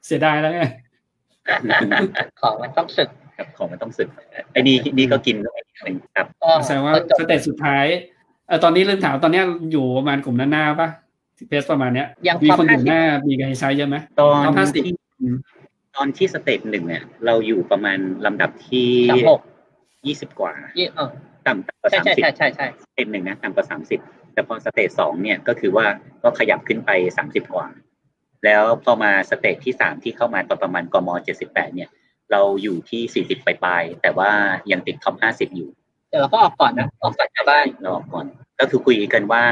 [SPEAKER 1] เสียดายแล้วไง
[SPEAKER 3] ของมันต้องศึก
[SPEAKER 4] ครับของมันต้องสึกไอ้นี่นี่ก็กินด้วยหนึ่งครับ
[SPEAKER 3] ก็
[SPEAKER 1] แสดงว่า
[SPEAKER 3] ก็จบ
[SPEAKER 1] สเตจสุดท้ายเออตอนนี้ลืมถามตอนเนี้ยอยู่ประมาณกลุ่มหน้าๆปะเพสประมาณเนี้ย
[SPEAKER 3] ยัง
[SPEAKER 1] มี
[SPEAKER 3] ท็อป
[SPEAKER 1] คนอ
[SPEAKER 3] ห้า
[SPEAKER 1] ยู่หน้า
[SPEAKER 3] สิบ
[SPEAKER 1] มีใครใช้เยอะไหม
[SPEAKER 4] ตอน
[SPEAKER 1] เอา50
[SPEAKER 4] ที่ตอนที่สเตจหนึ่งเนี่ยเราอยู่ประมาณลำดับที่
[SPEAKER 3] สามหก
[SPEAKER 4] ยี่สิบกว่า
[SPEAKER 3] ยี่เออ
[SPEAKER 4] ต่ำต่ำกว่า
[SPEAKER 3] ใช่
[SPEAKER 4] สาม
[SPEAKER 3] ใช่
[SPEAKER 4] สิบ
[SPEAKER 3] ใช่ใช่ใช่
[SPEAKER 4] สเตจหนึ่งนะต่ำกว่าสามสิบแต่พอสเตจสองเนี่ยก็คือว่าก็ขยับขึ้นไปสามสิบกว่า แล้วพอมาสเตจที่สามที่เข้ามาตอนประมาณกมเจ็ดสิบแปดเนี่ย เราอยู่ที่สี่สิบปลายๆแต่ว่ายังติดท็อปห้าสิบอยู่
[SPEAKER 3] เดี๋ยวเราก็ออกก่อนนะ ออกก่อนกลับบ้าน
[SPEAKER 4] เราออกก่อน ก็คือคุยกันว่า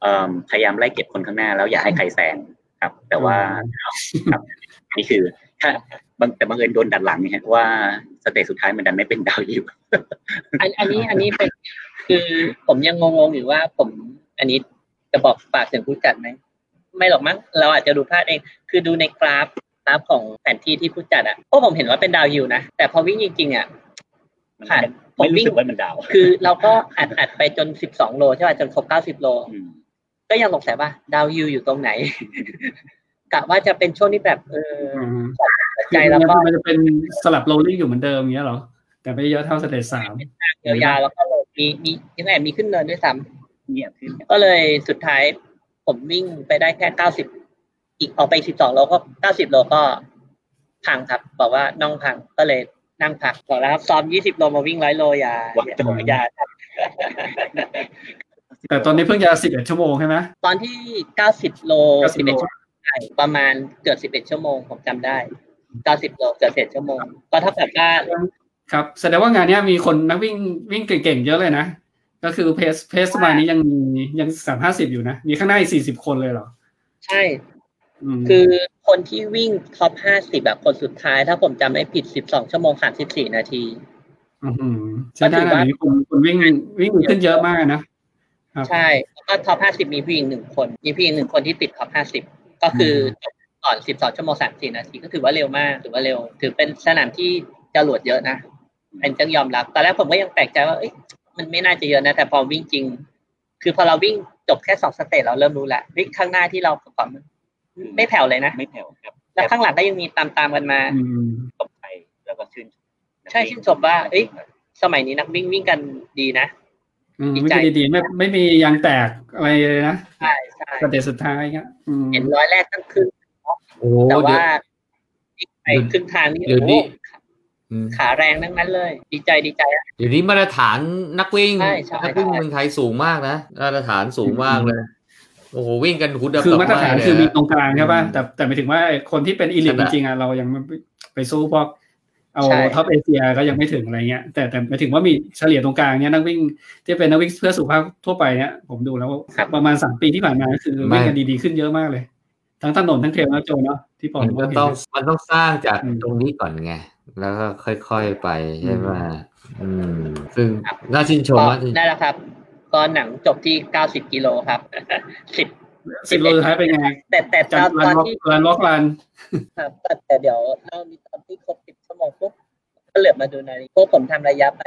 [SPEAKER 4] เอิ่มพยายามไล่เก็บคนข้างหน้า แล้วอย่าให้ใครแซงครับ แต่ว่าครับ นี่คือถ้าบางแต่บังเอิญโดนดัดหลังเนี่ยว่าสเตจสุดท้ายมันดันไม่เป็นดาวอยู่
[SPEAKER 3] อันอันนี้อันนี้เป็นคือผมยังงงๆอยู่ว่าผมอันนี้จะบอกฝากถึงผู้จัดไหมไม่หรอกมั้งเราอาจจะดูพลาดเอง คือดูในกราฟกราฟของแผนที่ที่ผู้จัดอะเพราะผมเห็นว่าเป็นดาวฮิลนะแต่พอวิ่งจริงๆอะ
[SPEAKER 4] มัน
[SPEAKER 3] ค่ะ
[SPEAKER 4] ไม่
[SPEAKER 3] ผมวิ่ง
[SPEAKER 4] รู้สึกว่ามันดาว
[SPEAKER 3] คือเราก็อัดอัดไปจนสิบสองโลใช่ป่ะจนครบเก้าสิบ90 โล
[SPEAKER 4] ม
[SPEAKER 3] ก็ยังสงสัยว่าดาวฮิลอยู่ตรงไหน <laughs> กะว่าจะเป็นช่วงที่แบบเออ
[SPEAKER 1] อืม
[SPEAKER 3] หัวใจแล้วก็
[SPEAKER 1] มันจะเป็นสลับโรลลิ่งอยู่เหมือนเดิมอย่างเงี้ยเหรอ แต่ไม่เยอะเท่าสเตจสาม
[SPEAKER 3] เยียวยาแล้วก็ลงมีมียังไงมีขึ้นเนินด้วยซ้ำ
[SPEAKER 4] เงียบขึ้น
[SPEAKER 3] ก็เลยสุดท้ายผมวิ่งไปได้แค่เก้าสิบอีกออกไปสิบสองโลก็เก้าสิบโลก็พังครับ บอกว่าน้องพังก็เลยนั่งพักบอกแล้วครับซ้อมยี่สิบโลมาวิ่งร้อยโลอย่าอย่าอย่า
[SPEAKER 1] แต่ตอนนี้เพิ่งจะสิบเอ็ดชั่วโมงใช่ไหม
[SPEAKER 3] ตอนที่เก้าสิบโล
[SPEAKER 1] 90
[SPEAKER 3] สิบ
[SPEAKER 1] โล
[SPEAKER 3] เอ็ดประมาณเกือบสิบเอ็ดชั่วโมงผมจำได้เก้าสิบโลเกือบสิบเอ็ดชั่วโมง ก็เท่ากับว่า
[SPEAKER 1] ครับ แสดงว่างานเนี้ยมีคนนักวิ่งวิ่งเก่งๆเยอะเลยนะ ก็คือเพสเพสประมาณนี้ยังมียังสามห้าสิบอยู่นะ มีข้างหน้าอีกสี่สิบคนเลยเหรอ
[SPEAKER 3] ใช่
[SPEAKER 1] ม
[SPEAKER 3] คือคนที่วิ่งท็อปห้าสิบแบบคนสุดท้าย ถ้าผมจำไม่ผิดสิบสองชั่วโมงสามสิบสี่นาที
[SPEAKER 1] อหือใช่ได้นะนี่คนคนวิ่งวิ่งขึ้นเยอะมากนะ
[SPEAKER 3] ใช่แล้วก็ท็อป 50 มีผู้หญิงหนึ่งคน มีผู้หญิงหนึ่งคนที่ติดท็อป 50 ก็คือจบก่อน 12 ชั่วโมง 34 นาที ก็ถือว่าเร็วมาก ถือว่าเร็ว ถือเป็นสนามที่จรวดเยอะนะ อันต้องยอมรับ ตอนแรกผมก็ยังแปลกใจว่า เอ๊ะมันไม่น่าจะเยอะนะ แต่พอวิ่งจริง คือพอเราวิ่งจบแค่สองสเตจเราเริ่มรู้แล้ววิ่งข้างหน้าที่เราประกอบไม่แผ่วเลยนะ
[SPEAKER 4] ไม่แผ่วครับ
[SPEAKER 3] แล้วข้างหลังก็ยังมีตามตามๆกันมา
[SPEAKER 1] อืม
[SPEAKER 4] ตกใจแล้วก็ชื่นชม
[SPEAKER 3] ใช่ชื่นชมว่าเอ้ย สมัยนี้นักวิ่งวิ่งกันดีนะ
[SPEAKER 1] อืม
[SPEAKER 3] ดี
[SPEAKER 1] วิ่ง
[SPEAKER 3] ใจ
[SPEAKER 1] ดีๆไม่ไม่มียางแตกอะไรเลยนะ
[SPEAKER 3] ใช่ใช่
[SPEAKER 1] ประเด็นสุดท้ายครับอืม
[SPEAKER 3] เห็นร้อยแรกตั้งคืน
[SPEAKER 2] โอ้
[SPEAKER 3] แต่
[SPEAKER 2] เดี๋ย
[SPEAKER 3] ว่าว วิ่งไปครึ่งทางนี่
[SPEAKER 2] เดี๋ยว
[SPEAKER 3] โอ้
[SPEAKER 2] นี้
[SPEAKER 3] โห
[SPEAKER 2] อืม
[SPEAKER 3] ขาแรงทั้งนั้นเลย ดีใจดีใจอะ
[SPEAKER 2] เดี๋ยวนี้มาตรฐานนักวิ่ง
[SPEAKER 3] ใช่ใช่
[SPEAKER 2] นักวิ่งเมืองไทยสูงมากนะมาตรฐานสูงมากเลยโอ้โหวิ่งกันหุดดับ
[SPEAKER 1] คือ
[SPEAKER 2] ตก
[SPEAKER 1] มาตรฐาน
[SPEAKER 2] เลย
[SPEAKER 1] คือมี
[SPEAKER 2] นะ
[SPEAKER 1] ตรงกลางใช่ป่ะ
[SPEAKER 2] อืม
[SPEAKER 1] แต่แต่หมายถึงว่าคนที่เป็นอีลิทจ
[SPEAKER 2] ใช่ปะ
[SPEAKER 1] ริงๆอ่ะเรายังไม่ไปสู้พวกเอา
[SPEAKER 3] ใช่
[SPEAKER 1] ท็อปเอเชียก็ยังไม่ถึงอะไรเงี้ย แต่แต่หมายถึงว่ามีเฉลี่ยตรงกลางเนี้ยนักวิ่งที่เป็นนักวิ่งเพื่อสุขภาพทั่วไปเนี้ยผมดูแล้ว
[SPEAKER 4] ครับ
[SPEAKER 1] ประมาณสามปีที่ผ่านมาก็คือวิ่งกันดีๆขึ้นเยอะมากเลย ทั้งถนนทั้งเทรลนะโจเนาะที่ผม
[SPEAKER 2] มันก็
[SPEAKER 1] เห็น
[SPEAKER 2] ต้องมันต้องสร้างจาก
[SPEAKER 1] อืม
[SPEAKER 2] ตรงนี้ก่อนไง แล้วก็ค่อยๆไปใช่ไหม
[SPEAKER 1] อืม
[SPEAKER 2] อืม ซึ่งน่าชื่นชม
[SPEAKER 3] ก็
[SPEAKER 2] น่าชื่นชม
[SPEAKER 3] ได้แล้วครับ ก็หนังจบที่ 90 กิโลครับ <laughs> สิบ
[SPEAKER 1] สิบโลสุดท้ายเป็นไง
[SPEAKER 3] แต่แต่ต
[SPEAKER 1] จั
[SPEAKER 3] อน
[SPEAKER 1] ด
[SPEAKER 3] ต
[SPEAKER 1] รั
[SPEAKER 3] อน
[SPEAKER 1] นล็อก
[SPEAKER 3] ที่
[SPEAKER 1] รันล็อกรัน
[SPEAKER 3] ครับแต่แต่เดี๋ยวเรามีตอนที่ครบ 10 ชั่วโมงปุ๊บก็เหลือบมาดูนาฬิกาพวกผมทำระยะไป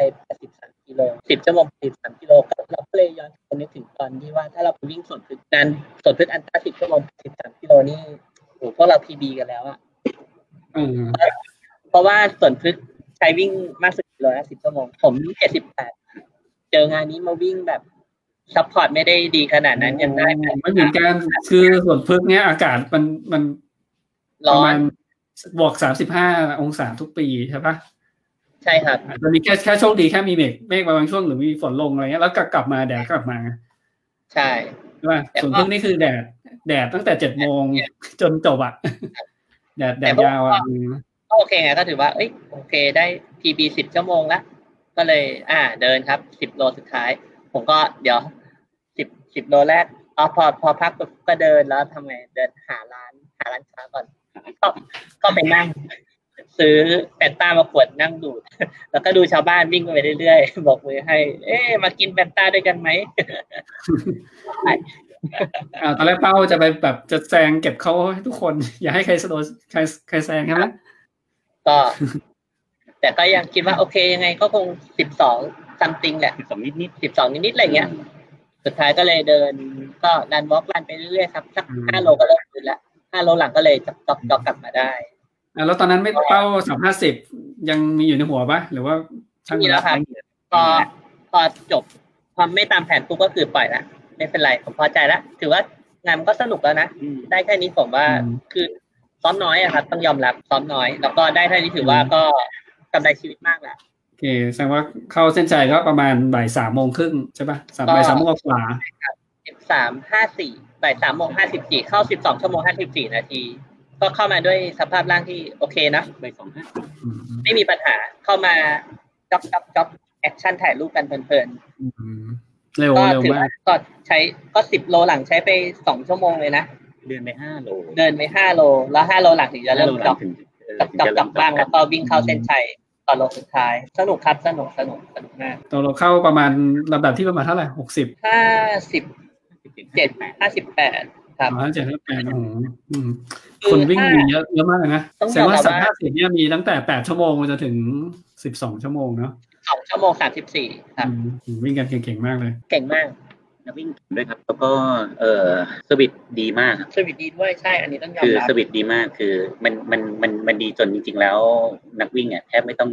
[SPEAKER 3] 83 กิโล 10 ชั่วโมง 83 กิโลก็เราก็เลยย้อนไปนึกถึงตอนที่ว่าถ้าเราไปวิ่งสวนพึ่งนั้นสวนพึ่งอันตรา10 ชั่วโมง 83 กิโลนี่โอ้โหพวกเราพีบีกันแล้วอะ
[SPEAKER 1] เออ
[SPEAKER 3] เพราะว่าส่วนพฤกษ์ใช้วิ่งมากสุดร้อยสิบชั่วโมง ผมเจ็ดสิบแปดเจองานนี้มาวิ่งแบบซัพพอร์ตไม่ได้ดีขนาดนั้นยังได้แปด
[SPEAKER 1] ไม่เหมือนกันคือส่วนพึกเนี้ยอากาศมันมัน ป
[SPEAKER 3] ร้
[SPEAKER 1] ระ
[SPEAKER 3] อ
[SPEAKER 1] มาน ณบวกสามสิบห้าองศาทุกปีใช่ปะ
[SPEAKER 3] ใช่ครับ
[SPEAKER 1] อาจจะมีแค่แค่โชคดีแค่มีเมฆเมฆบางช่วงหรือมีฝนลงอะไรเงี้ยแล้วก็กลับมาแดดก็กลับมา
[SPEAKER 3] ใช่
[SPEAKER 1] ใช่ปะ
[SPEAKER 3] แต่ว่า
[SPEAKER 1] ส่วนพึ่งนี่คือแดด แดดตั้งแต่เจ็ดโมงจนจบอะแดดแดด
[SPEAKER 3] แต่ว่า
[SPEAKER 1] ยาวอะ
[SPEAKER 3] ก็โอเคไงก็ถือว่า เอ้ยโอเคได้ PB สิบชั่วโมงละก็เลย อ่า เดินครับสิบโลสุดท้าย ผมก็เดี๋ยวสิบสิบโลแรกอ๋อพอพอพักปุ๊บก็เดินแล้วทำไงเดินหาร้านหาร้านค้าก่อน ก็ก็ไปนั่ง ซื้อแฟนต้ามาขวดนั่งดู <laughs> ด แล้วก็ดูชาวบ้านวิ่งไปเรื่อยๆ บอกมือให้ เอ๊ะมากินแฟนต้าด้วยกันไหม
[SPEAKER 1] อ่าตอนแรกเป้าจะไปแบบจะแซงเก็บเขาให้ทุกคน <laughs> อย่าให้ใครโดนใครใครแซงใช่ไหม
[SPEAKER 3] ก็ แต่ก็ยังคิดว่าโอเคยังไงก็คงสิบสองซัมติงแหละ
[SPEAKER 4] สองนิดนิด
[SPEAKER 3] สิบสองนิดๆอะไรเงี้ย สุดท้ายก็เลยเดินก็รันวอล์กรันไปเรื่อยๆครับสักห้าโลก็เริ่มขึ้นละห้าโลหลังก็เลยจับจับจับกลับมาได้
[SPEAKER 1] อ่าแล้วตอนนั้นไม่เป้าสามห้าสิบยังมีอยู่ในหัวปะหรือว่าช่าง
[SPEAKER 3] มีแล้วครับ พอพอจบพอไม่ตามแผนปุ๊บก็คือปล่อยละไม่เป็นไรผมพอใจละถือว่างานมันก็สนุกแล้วนะ
[SPEAKER 4] อืม
[SPEAKER 3] ได้แค่นี้ผมว่าคือซ้อมน้อยอะครับ ต้องยอมรับซ้อมน้อย แล้วก็ได้แค่นี้ถือว่าก็กำไรชีวิตมากแหละ
[SPEAKER 1] โอเคแสดงว่าเข้าเส้นใจก็ประมาณบ่ายสามโมงครึ่งใช่ปะสามบ่ายสามโมงกว่า
[SPEAKER 3] สิบสามห้าสี่บ่ายสามโมงห้าสิบสี่เข้าสิบสองชั่วโมงห้าสิบสี่นาที ก็เข้ามาด้วยสภาพร่างที่โอเคนะ
[SPEAKER 4] ใบสองห้า
[SPEAKER 1] อืม
[SPEAKER 3] ไม่มีปัญหาเข้ามาจ็อบจ็อบจ็อบแอคชั่นถ่ายรูปกันเพลิน
[SPEAKER 1] อืมเร็ว
[SPEAKER 3] ๆก็
[SPEAKER 1] เร็ว
[SPEAKER 3] ถื
[SPEAKER 1] มา
[SPEAKER 3] ว่าก ก็ใช้ก็สิบโลหลังใช้ไปสองชั่วโมงเลยนะ
[SPEAKER 4] เดือนไปห้าโล
[SPEAKER 3] เดินไปห้าโล แล้วห้าโลหลังถึงจะเริ่ม
[SPEAKER 4] ห้าโลห
[SPEAKER 3] จ็
[SPEAKER 4] ลั
[SPEAKER 3] อง บ
[SPEAKER 4] ถึงเออ
[SPEAKER 3] จ็อบจ็อบ
[SPEAKER 4] ถึจะ
[SPEAKER 3] จ็
[SPEAKER 4] เริ่
[SPEAKER 3] อบ
[SPEAKER 4] ม
[SPEAKER 3] บ้างแล้วก็วิ่งเข้าเส้นชัยตอนโลสุดท้าย สนุกครับสนุกสนุกสนุกมาก
[SPEAKER 1] ตอนเราเข้าประมาณลำดับที่ประมาณเท่าไหร่หกสิบ
[SPEAKER 3] ห้าสิบเจ็ดห้าสิบแปดครับ
[SPEAKER 1] สามห้าเจ็ดห้าแปดโอ้โหอืมคนวิ่งมีเยอะเยอะมากเลยนะ
[SPEAKER 3] ต้อง
[SPEAKER 1] แส
[SPEAKER 3] ย
[SPEAKER 1] ด
[SPEAKER 3] องมรั
[SPEAKER 1] ว่า
[SPEAKER 3] บ
[SPEAKER 1] สาม
[SPEAKER 3] ว่า
[SPEAKER 1] ห้าสิบเนี่ยมีตั้งแต่แปดชั่วโมงจนถึงสิบสองชั่วโมงเนาะ
[SPEAKER 3] สองชั่วโมงสามสิบสี่ครับ
[SPEAKER 1] อืมอืมวิ่งกันเก่งๆมากเลย
[SPEAKER 3] เก่งมาก
[SPEAKER 4] แล้ววิ่งด้วยครับ แล้วก็เออสวิตช์ดีมากครับ
[SPEAKER 3] สวิตช์ดีด้วยใช่อันนี้ต้องยอม
[SPEAKER 4] คือ
[SPEAKER 3] รับ
[SPEAKER 4] สวิตช์ดีมากคือมันมันมันมันดีจนจริง ๆ แล้ว นักวิ่งอ่ะแทบไม่ต้อง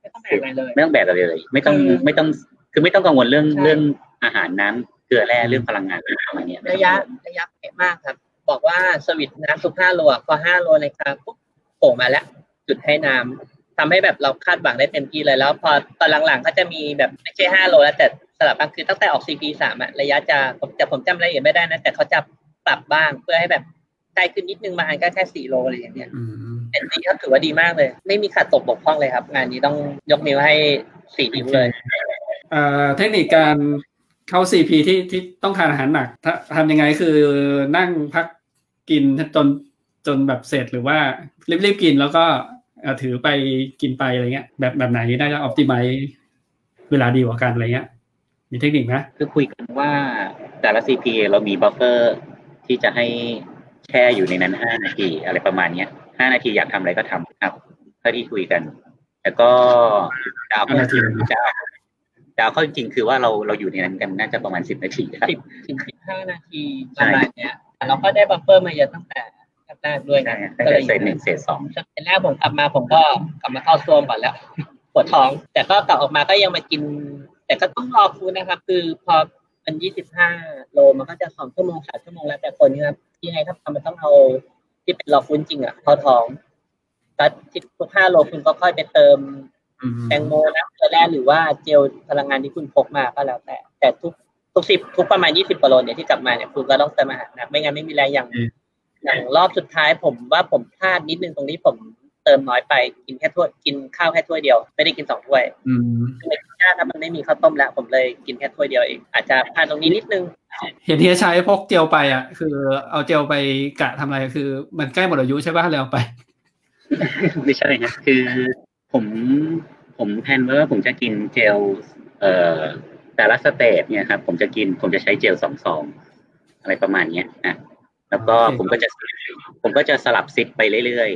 [SPEAKER 3] ไม่ต้องแบกอะไรเลย
[SPEAKER 4] ไม่ต้องแบกอะไรเลย ไม่ต้อง
[SPEAKER 3] อืม
[SPEAKER 4] ไม่ต้องคือไม่ต้องกังวลเรื่อง
[SPEAKER 3] ใช่
[SPEAKER 4] เรื่องอาหารน้ำเกลือแร่เรื่องพลังงานอะไรประมาณเนี้ย
[SPEAKER 3] ระยะระยะเป๊ะมากครับ บอกว่าสวิตช์น้ำทุกห้าโลอะพอห้าโลเลยครับปุ๊บโผล่มาแล้ว จุดให้น้ำทำให้แบบเราคาดหวังได้เต็มที่เลยแล้ว พอตอนหลังๆก็จะมีแบบไม่ใช่ห้าโลแล้วแต่สลับบ้างคือตั้งแต่ออกซีพีสามอะระยะจะผมแต่ผมจำรายละเอียดไม่ได้นะแต่เขาจะปรับบ้างเพื่อให้แบบใกล้ขึ้นนิดนึงบางอันก็แค่สี่โลอะไรอย่างเงี้ย
[SPEAKER 1] อืม
[SPEAKER 3] เป็นนี้ก็ถือว่าดีมากเลย ไม่มีขาดตกบกพร่องเลยครับ งานนี้ต้องยกนิ้วให้สี่นิ้วเลย
[SPEAKER 1] เอ่อเทคนิคการเข้า CP ที่ที่ต้องทานอาหารหนักทะทำยังไงคือนั่งพักกินจนจนแบบเสร็จหรือว่ารีบๆกินแล้วก็เอ่อถือไปกินไปอะไรเงี้ย แบบแบบไหนได้จะออ t ติ i z e เวลาดีกว่ากันอะไรเงี้ย มีเทคนิคไหม
[SPEAKER 4] คือคุยกันว่าแต่ละ CP เรามีบัฟเฟอร์ที่จะให้แช่อยู่ในนั้นห้านาทีอะไรประมาณเนี้ยห้านาทีอยากทำอะไรก็ทำครับเท่าที่คุยกัน แล้วก็จะเอา
[SPEAKER 1] ห้านาที
[SPEAKER 4] จะเอาจะเอาเข้าจริงๆคือว่าเราเราอยู่ในนั้นกันน่าจะประมาณสิบนาทีครับ
[SPEAKER 3] สิบถึงสิบห้านาทีประมาณเนี้ยแต่เราก็ได้บัฟเฟอร์มาเยอะตั้งแต่แรกๆด้วย
[SPEAKER 4] ใช่
[SPEAKER 3] นะ
[SPEAKER 4] ฮะตั้งแต่เศษหนึ่งเศษสอง
[SPEAKER 3] เซตแรกผมกลับมาผมก็กลับมาเข้าซ่วมก่อนแล้ว ปวดท้อง แต่ก็กลับออกมาก็ยังมากิน แต่ก็ต้องรอฟูดนะครับ คือพอมันยี่สิบห้าโลมันก็จะสองชั่วโมงสามชั่วโมงแล้วแต่คนนะครับยังไงครับทำมันต้องเอาที่เป็นรอฟูดจริงอ่ะเข้าท้องแต่ที่ทุกห้าโลคุณก็ค่อยไปเติม
[SPEAKER 1] อืม
[SPEAKER 3] แตงโมน้ำเกลือแร่หรือว่าเจลพลังงานที่คุณพกมาก็แล้วแต่ แต่ทุกทุกสิบทุกประมาณยี่สิบกว่าโลเนี่ยที่กลับมาเนี่ยคุณก็ต้องเติมอาหารหนะไม่งั้นไม่มีแรงอย่างอย่างรอบสุดท้ายผมว่าผมพลาดนิดนึงตรงนี้ผมเติมน้อยไปกินแค่ถ้วยกินข้าวแค่ถ้วยเดียว ไม่ได้กินสองถ้วย
[SPEAKER 1] อืม
[SPEAKER 3] หน้าถ้ามันไม่มีข้าวต้มแล้วผมเลยกินแค่ถ้วยเดียวเองอาจจะพลาดตรงนี้นิดนึง
[SPEAKER 1] เห็นเฮียชัยพกเจลไปอ่ะ คือเอาเจลไปกะทำอะไรคือมันใกล้หมดอายุใช่ป่ะเลยเอาไป
[SPEAKER 4] ไม่ใช่ฮะคือผมผมแพลนไว้ว่าผมจะกินเจลเอ่อแต่ละสเตจเนี่ยครับผมจะกินผมจะใช้เจลสองซองอะไรประมาณเนี้ยนะแล้วก็
[SPEAKER 1] โอเค
[SPEAKER 4] ผมก็จะผมก็จะสลับซิปไปเรื่อย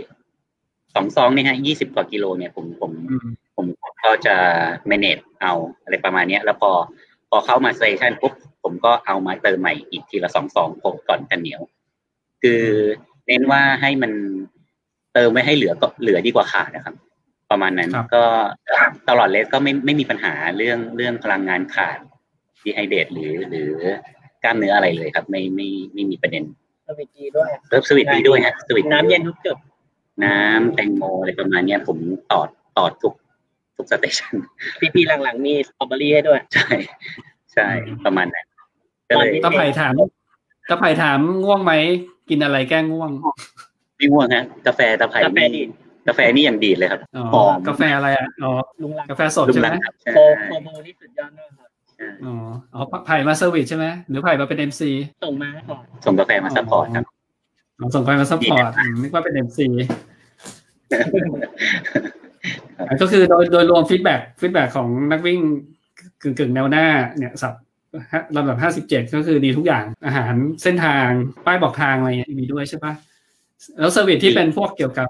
[SPEAKER 4] ๆสองซองเนี่ยฮะยี่สิบกว่ากิโลเนี่ยผมผม
[SPEAKER 1] อืม
[SPEAKER 4] ผมก็จะ manage เอาอะไรประมาณเนี้ย แล้วพอพอเข้ามา station ปุ๊บผมก็เอามาเติมใหม่อีกทีละสองสองพกก่อนกันเหนียว คือเน้นว่าให้มันเติมไม่ให้เหลือก็เหลือดีกว่าขาดนะครับ ประมาณนั้น
[SPEAKER 1] ครับ
[SPEAKER 4] ก็ตลอดเลสก็ไม่ไม่มีปัญหาเรื่องเรื่องพลังงานขาดดีไฮเดตหรือหรือกล้ามเนื้ออะไรเลยครับ ไม่ไม่ไม่มีประเด็น
[SPEAKER 3] สวัสดีด้วย
[SPEAKER 4] เริ่มสวิตดีด้วยฮะสวิต
[SPEAKER 3] น้ำเย็นทุกจุด
[SPEAKER 4] น้ำแตงโมอะไรประมาณเนี้ย ผมตอดตอดทุกทุกสเตชัน
[SPEAKER 3] พีพีหลังๆมีสตรอเบอรี่ให้ด้วย
[SPEAKER 4] ใช่ใช่ประมาณนั้นก็เลย
[SPEAKER 3] ต
[SPEAKER 1] ตา
[SPEAKER 3] อ
[SPEAKER 1] น
[SPEAKER 3] นี้
[SPEAKER 1] ไผ่ถามตาไผ่ถามง่วงไหมกินอะไรแก้ง่วง
[SPEAKER 4] ไม่ง่วงฮะกาแฟตะไคร้
[SPEAKER 3] กาแฟดี
[SPEAKER 4] นี่กาแฟนี่อย่างดีดเลยครับ
[SPEAKER 1] อ๋อ
[SPEAKER 4] หอม
[SPEAKER 1] กาแฟอะไรอ่ะอ๋อ
[SPEAKER 3] ลุงหลัง
[SPEAKER 1] กาแฟสดใช่ไหม
[SPEAKER 4] ครับใช่
[SPEAKER 3] โคโคโบนี่สุดยอดมากครับ
[SPEAKER 1] อ๋ออ๋อไผ่มาเซอร์วิสใช่ไหมหรือไผ่มาเป็นเอ็มซี
[SPEAKER 3] ส่งมาให้ก่อน
[SPEAKER 4] ส่งกาแฟมาซัพพอร์ตครับ
[SPEAKER 1] เราส่งใครมาซัพพอร์ตนึกว่าเป็นเอ็มซี <laughs> ก็คือโดยโดยรวมฟีดแบ็กฟีดแบ็กของนักวิ่งกึ่งกึ่งๆแนวหน้าเนี่ยสับลำดับห้าสิบเจ็ดก็คือดีทุกอย่างอาหารเส้นทางป้ายบอกทางอะไรเงี้ยมีด้วยใช่ปะแล้วเซอร์วิสที่เป็นพวกเกี่ยวกับ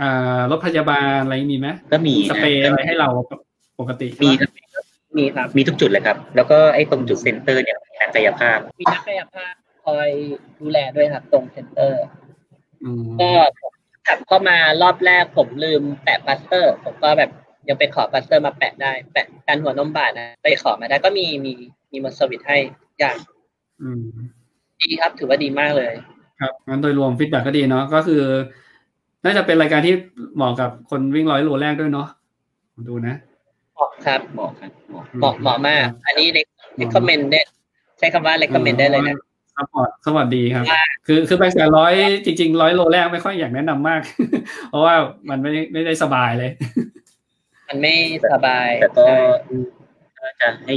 [SPEAKER 1] อ่ารถพยาบาลอะไรมีไหม
[SPEAKER 4] ก็มี
[SPEAKER 1] ส
[SPEAKER 4] นะ
[SPEAKER 1] เปรย์อะไรให้เราปกติใช่
[SPEAKER 4] มี
[SPEAKER 1] ปะ
[SPEAKER 4] ครับ
[SPEAKER 3] มีครับ
[SPEAKER 4] มีทุกจุดเลยครับ แล้วก็ไอ้ตรงจุดเซ็นเตอร์เนี่ยมีนักกายภาพ
[SPEAKER 3] มีนักกายภาพคอยดูแลด้วยครับ ตรงเซ็นเตอร์
[SPEAKER 1] อืม
[SPEAKER 3] ก็ขับเข้ามารอบแรกผมลืมแปะพลาสเตอร์ ผมก็แบบยังไปขอพลาสเตอร์มาแปะได้ แปะกันหัวนมบาดนะไปขอมาได้ก็มีมีมีมาเซอร์วิสให้อย่าง
[SPEAKER 1] อืม
[SPEAKER 3] ดีครับ ถือว่าดีมากเลย
[SPEAKER 1] ครับงั้นโดยรวมฟีดแบ็กก็ดีเนาะก็คือ น่าจะเป็นรายการที่เหมาะกับคนวิ่งร้อยโลแรกด้วยเนาะผมดูนะ
[SPEAKER 3] เหมาะครับ
[SPEAKER 4] เหมาะครับเหมาะ
[SPEAKER 3] เหมาะเหมาะมาก อันนี้ recommended ใช้คำว่า recommended เลยนะ
[SPEAKER 1] ซัพพอร์ตสวัสดีครับ
[SPEAKER 3] ว่า
[SPEAKER 1] คือคือแบงค์แสนร้อยจริงๆร้อยโลแรกไม่ค่อยอยากแนะนำมาก <laughs> เพราะว่ามันไม่ได้ไม่ได้สบายเลย
[SPEAKER 3] มันไม่สบาย
[SPEAKER 4] แต่ก็
[SPEAKER 3] ใช่
[SPEAKER 4] ถ้าจะให้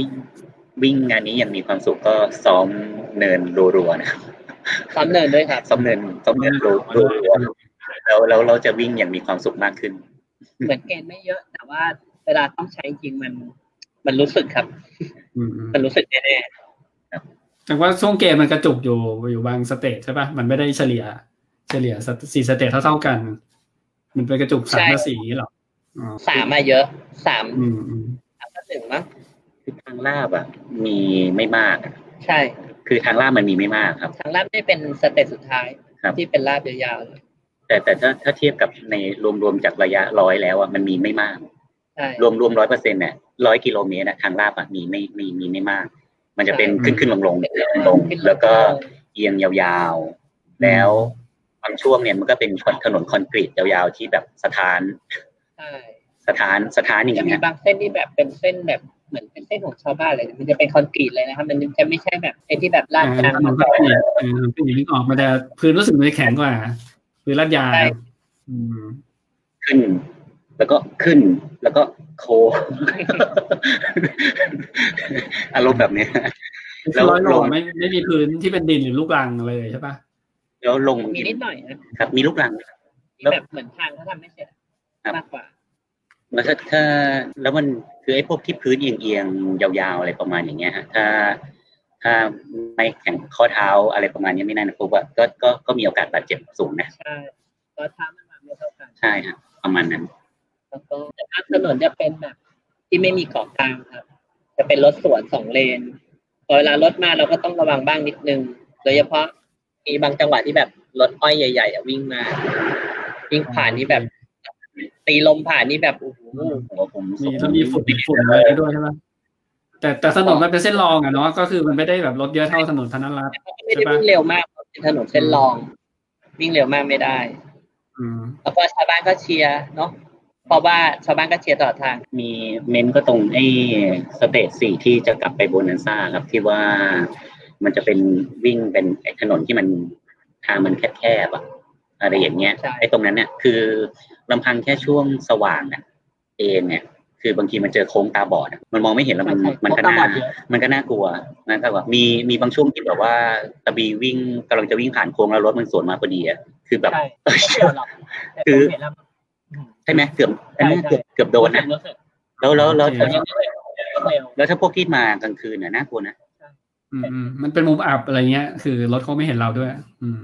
[SPEAKER 4] วิ่งงานนี้อย่างมีความสุขก็ซ้อมเนินรัวๆนะครับ
[SPEAKER 3] ซ้ำเนินด้วยครับ
[SPEAKER 4] ซ้อมเนินซ้อมเนินรัวๆแล้วแล้วเราจะวิ่งอย่างมีความสุขมากขึ้น
[SPEAKER 3] เหมือนเกณฑ์ไม่เยอะ แต่ว่าเวลาต้องใช้จริงมัน มันรู้สึกครับ
[SPEAKER 1] อืมอืม
[SPEAKER 3] มันรู้สึกแน่
[SPEAKER 1] แต่ว่าช่วงเกมมันกระจุกอยู่อยู่บางสเตจใช่ปะมันไม่ได้เฉลี่ย เฉลี่ยสี่สเตจเท่าๆกัน มันเป็นกระจุกสามกับสี่อย่างนี้หรออ๋อ
[SPEAKER 3] ๆสามมาเยอะสาม
[SPEAKER 1] อืมอืม
[SPEAKER 3] สามก็ถึงมั้ง
[SPEAKER 4] คือทางลาบอ่ะมีไม่มากอะ
[SPEAKER 3] ใช่
[SPEAKER 4] คือทางลาบมันมีไม่มากครับ
[SPEAKER 3] ทางลาบได้เป็นสเตจสุดท้าย
[SPEAKER 4] ครับ
[SPEAKER 3] ที่เป็นลาบยาวๆเลย
[SPEAKER 4] แต่แต่ถ้าถ้าเทียบกับในรวมๆจากระยะร้อยแล้วอ่ะมันมีไม่มาก
[SPEAKER 3] ใช่
[SPEAKER 4] รวมรวมร้อยเปอร์เซ็นต์เนี่ยร้อยกิโลเมตรอะทางลาบอะมีไม่มีมีไม่มาก มันจะเป็น
[SPEAKER 1] ใช่
[SPEAKER 4] ขึ้นขึ้นลงลงลง
[SPEAKER 3] ขึ้น
[SPEAKER 4] แล้วก็เอียงยาวๆ แล้วบางช่วงเนี่ยมันก็เป็นถนนคอนกรีตยาวๆที่แบบสถาน
[SPEAKER 3] ใช่
[SPEAKER 4] สถานสถานอย่าง
[SPEAKER 3] จะมี
[SPEAKER 4] เงี้ย
[SPEAKER 3] บางเส้นที่แบบเป็นเส้นแบบเหมือนเป็นเส้นของชาวบ้านเลย มันจะเป็นคอนกรีตเลยนะครับ มันจะไม่ใช่แบบเส้นที่แบบลาด
[SPEAKER 1] เออก
[SPEAKER 3] ลาง
[SPEAKER 1] มันก็เป็นอย่างเออเป็นอย่างนี้ออกมาแต่พื้นรู้สึกมันจะแข็งกว่าพื้นลาดยางอืม
[SPEAKER 4] ขึ้น แล้วก็ขึ้นแล้วก็โคง <laughs> อารมณ์แบบเนี้ย แล้ว
[SPEAKER 1] ร้อยโล
[SPEAKER 4] ลง
[SPEAKER 1] ไม่ไม่มีพื้นที่เป็นดินหรือลูกรังเลยใช่ปะ
[SPEAKER 4] แล้วลง
[SPEAKER 3] มีนิดหน่อยนะครับ
[SPEAKER 4] มีลูกรัง แล้ว
[SPEAKER 3] แบบเหมือนทางเขาทำไม่เสร็จมากกว่า
[SPEAKER 4] แล้วถ้าถ้าแล้วมันคือไอ้พวกที่พื้นเอียงๆยาวๆอะไรประมาณอย่างเงี้ยฮะถ้าถ้าไม่แข็งข้อเท้าอะไรประมาณเนี้ยไม่น่านะปุ๊บอะก็ก็ก็มีโอกาสบาดเจ็บสูงนะ
[SPEAKER 3] ใช่รอยเท้ามันมาไม่เท่ากัน
[SPEAKER 4] ใช่ฮะประมาณนั้น
[SPEAKER 3] แล้วก็แต่ถ้าถนนจะเป็นแบบ ที่ไม่มีเกาะกลางครับ จะเป็นรถสวนสองเลนพอเวลารถมาเราก็ต้องระวังบ้างนิดนึง โดยเฉพาะมีบางจังหวะที่แบบรถอ้อยใหญ่ๆอะวิ่งมา วิ่งผ่านนี่แบบ ตีลมผ่านนี่แบบโอ้โห
[SPEAKER 4] ผมว่าผม
[SPEAKER 1] มีแล้วมีฝุ่นฝุ่นอะไรด้วยใช่ปะแต่แต่ถนนมันเป็นเส้นรองอะเนาะก็คือมันไม่ได้แบบรถเยอะเท่าถนนธนรัตน์
[SPEAKER 3] เขาก็ไม่ได้วิ่งเร็วมากเพราะเป็นถนนเส้นรอง วิ่งเร็วมากไม่ได้
[SPEAKER 1] อืม
[SPEAKER 3] แล้วก็ชาวบ้านก็เชียร์เนาะเพราะว่าชาวบ้านก็เชียร์ตลอดทาง
[SPEAKER 4] มีเมนก็ตรงไอ้สเตจสี่ที่จะกลับไปโบนันซ่าครับที่ว่ามันจะเป็นวิ่งเป็นไอ้ถนนที่มันทางมันแคบๆอะอะไรอย่างเงี้ย
[SPEAKER 3] ใช่
[SPEAKER 4] ไอ้ตรงนั้นเนี่ยคือลำพังแค่ช่วงสว่างอะเองเนี่ย คือบางทีมันเจอโค้งตาบอดอะมันมองไม่เห็นแล้วมันมันก็
[SPEAKER 3] ตลอ
[SPEAKER 4] น่า
[SPEAKER 3] ดเยอะ
[SPEAKER 4] มันก็น่ากลัวนะครับแบบมีมีบางช่วงที่แบบว่าตะบีวิ่งกำลังจะวิ่งผ่านโค้งแล้วรถมันสวนมาพอดีอ่ะคือแบบ
[SPEAKER 3] ใช่ไม่เกี่ยวหรอกแต่ผมเห็นแล้วอืม
[SPEAKER 4] ใช่ไหมเกือบอันนี้
[SPEAKER 3] ใช่ใช่
[SPEAKER 4] เกือบเกือบโดนนะ
[SPEAKER 3] รู้สึก
[SPEAKER 4] แล้วแล้วแล้ว
[SPEAKER 3] รู้สึกเร็ว
[SPEAKER 4] แล้วถ้าพวกที่มากลางคืนน่ะน่ากลัวนะ
[SPEAKER 1] อืมอืมมันเป็นมุมอับอะไรเงี้ย คือรถเขาไม่เห็นเราด้วย อืม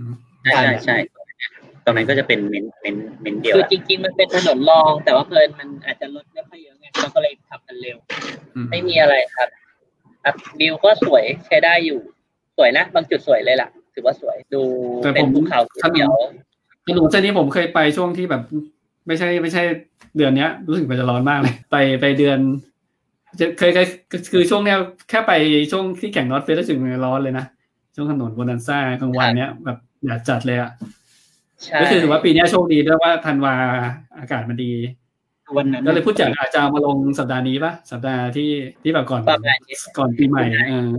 [SPEAKER 4] ใช่
[SPEAKER 3] ใช่
[SPEAKER 4] ใช่ใช่ตรงนั้นก็จะเป็นเมนเมนเมนเดียว
[SPEAKER 3] คือ
[SPEAKER 4] อะ
[SPEAKER 3] จริงๆ มันเป็นถนนรอง แต่ว่าเพลินมันอาจจะรถไม่ค่อยเยอะไงเราก็เลยขับกันเร็ว
[SPEAKER 1] อืม
[SPEAKER 3] ไม่มีอะไรครับอัพวิวก็สวยใช้ได้อยู่ สวยนะ บางจุดสวยเลยล่ะ ถือว่าสวยดูเป็นภูเขาเขียว
[SPEAKER 1] ถนนเส้นนี้ผมเคยไปช่วงที่แบบ ไม่ใช่ไม่ใช่เดือนเนี้ย รู้สึกมันจะร้อนมากเลย ไปไปเดือน จะเคยเคยคือช่วงเนี้ยแค่ไปช่วงที่แข่งนอตเฟสรู้สึกมันร้อนเลยนะ ช่วงถนนโบนันซ่ากลางวันเนี้ยแบบแดดจัดเลยอ่ะ
[SPEAKER 3] ใช่
[SPEAKER 1] ก็คือถือว่าปีเนี้ยโชคดีด้วยว่าธันวาอากาศมันดี
[SPEAKER 4] วันนั้น
[SPEAKER 1] ก็เลยพูดจัดอาจจะเอามาลงสัปดาห์นี้ปะสัปดาห์ที่ที่แบบก่อน
[SPEAKER 3] ประมาณนี้
[SPEAKER 1] ก่อนปีใหม่เออ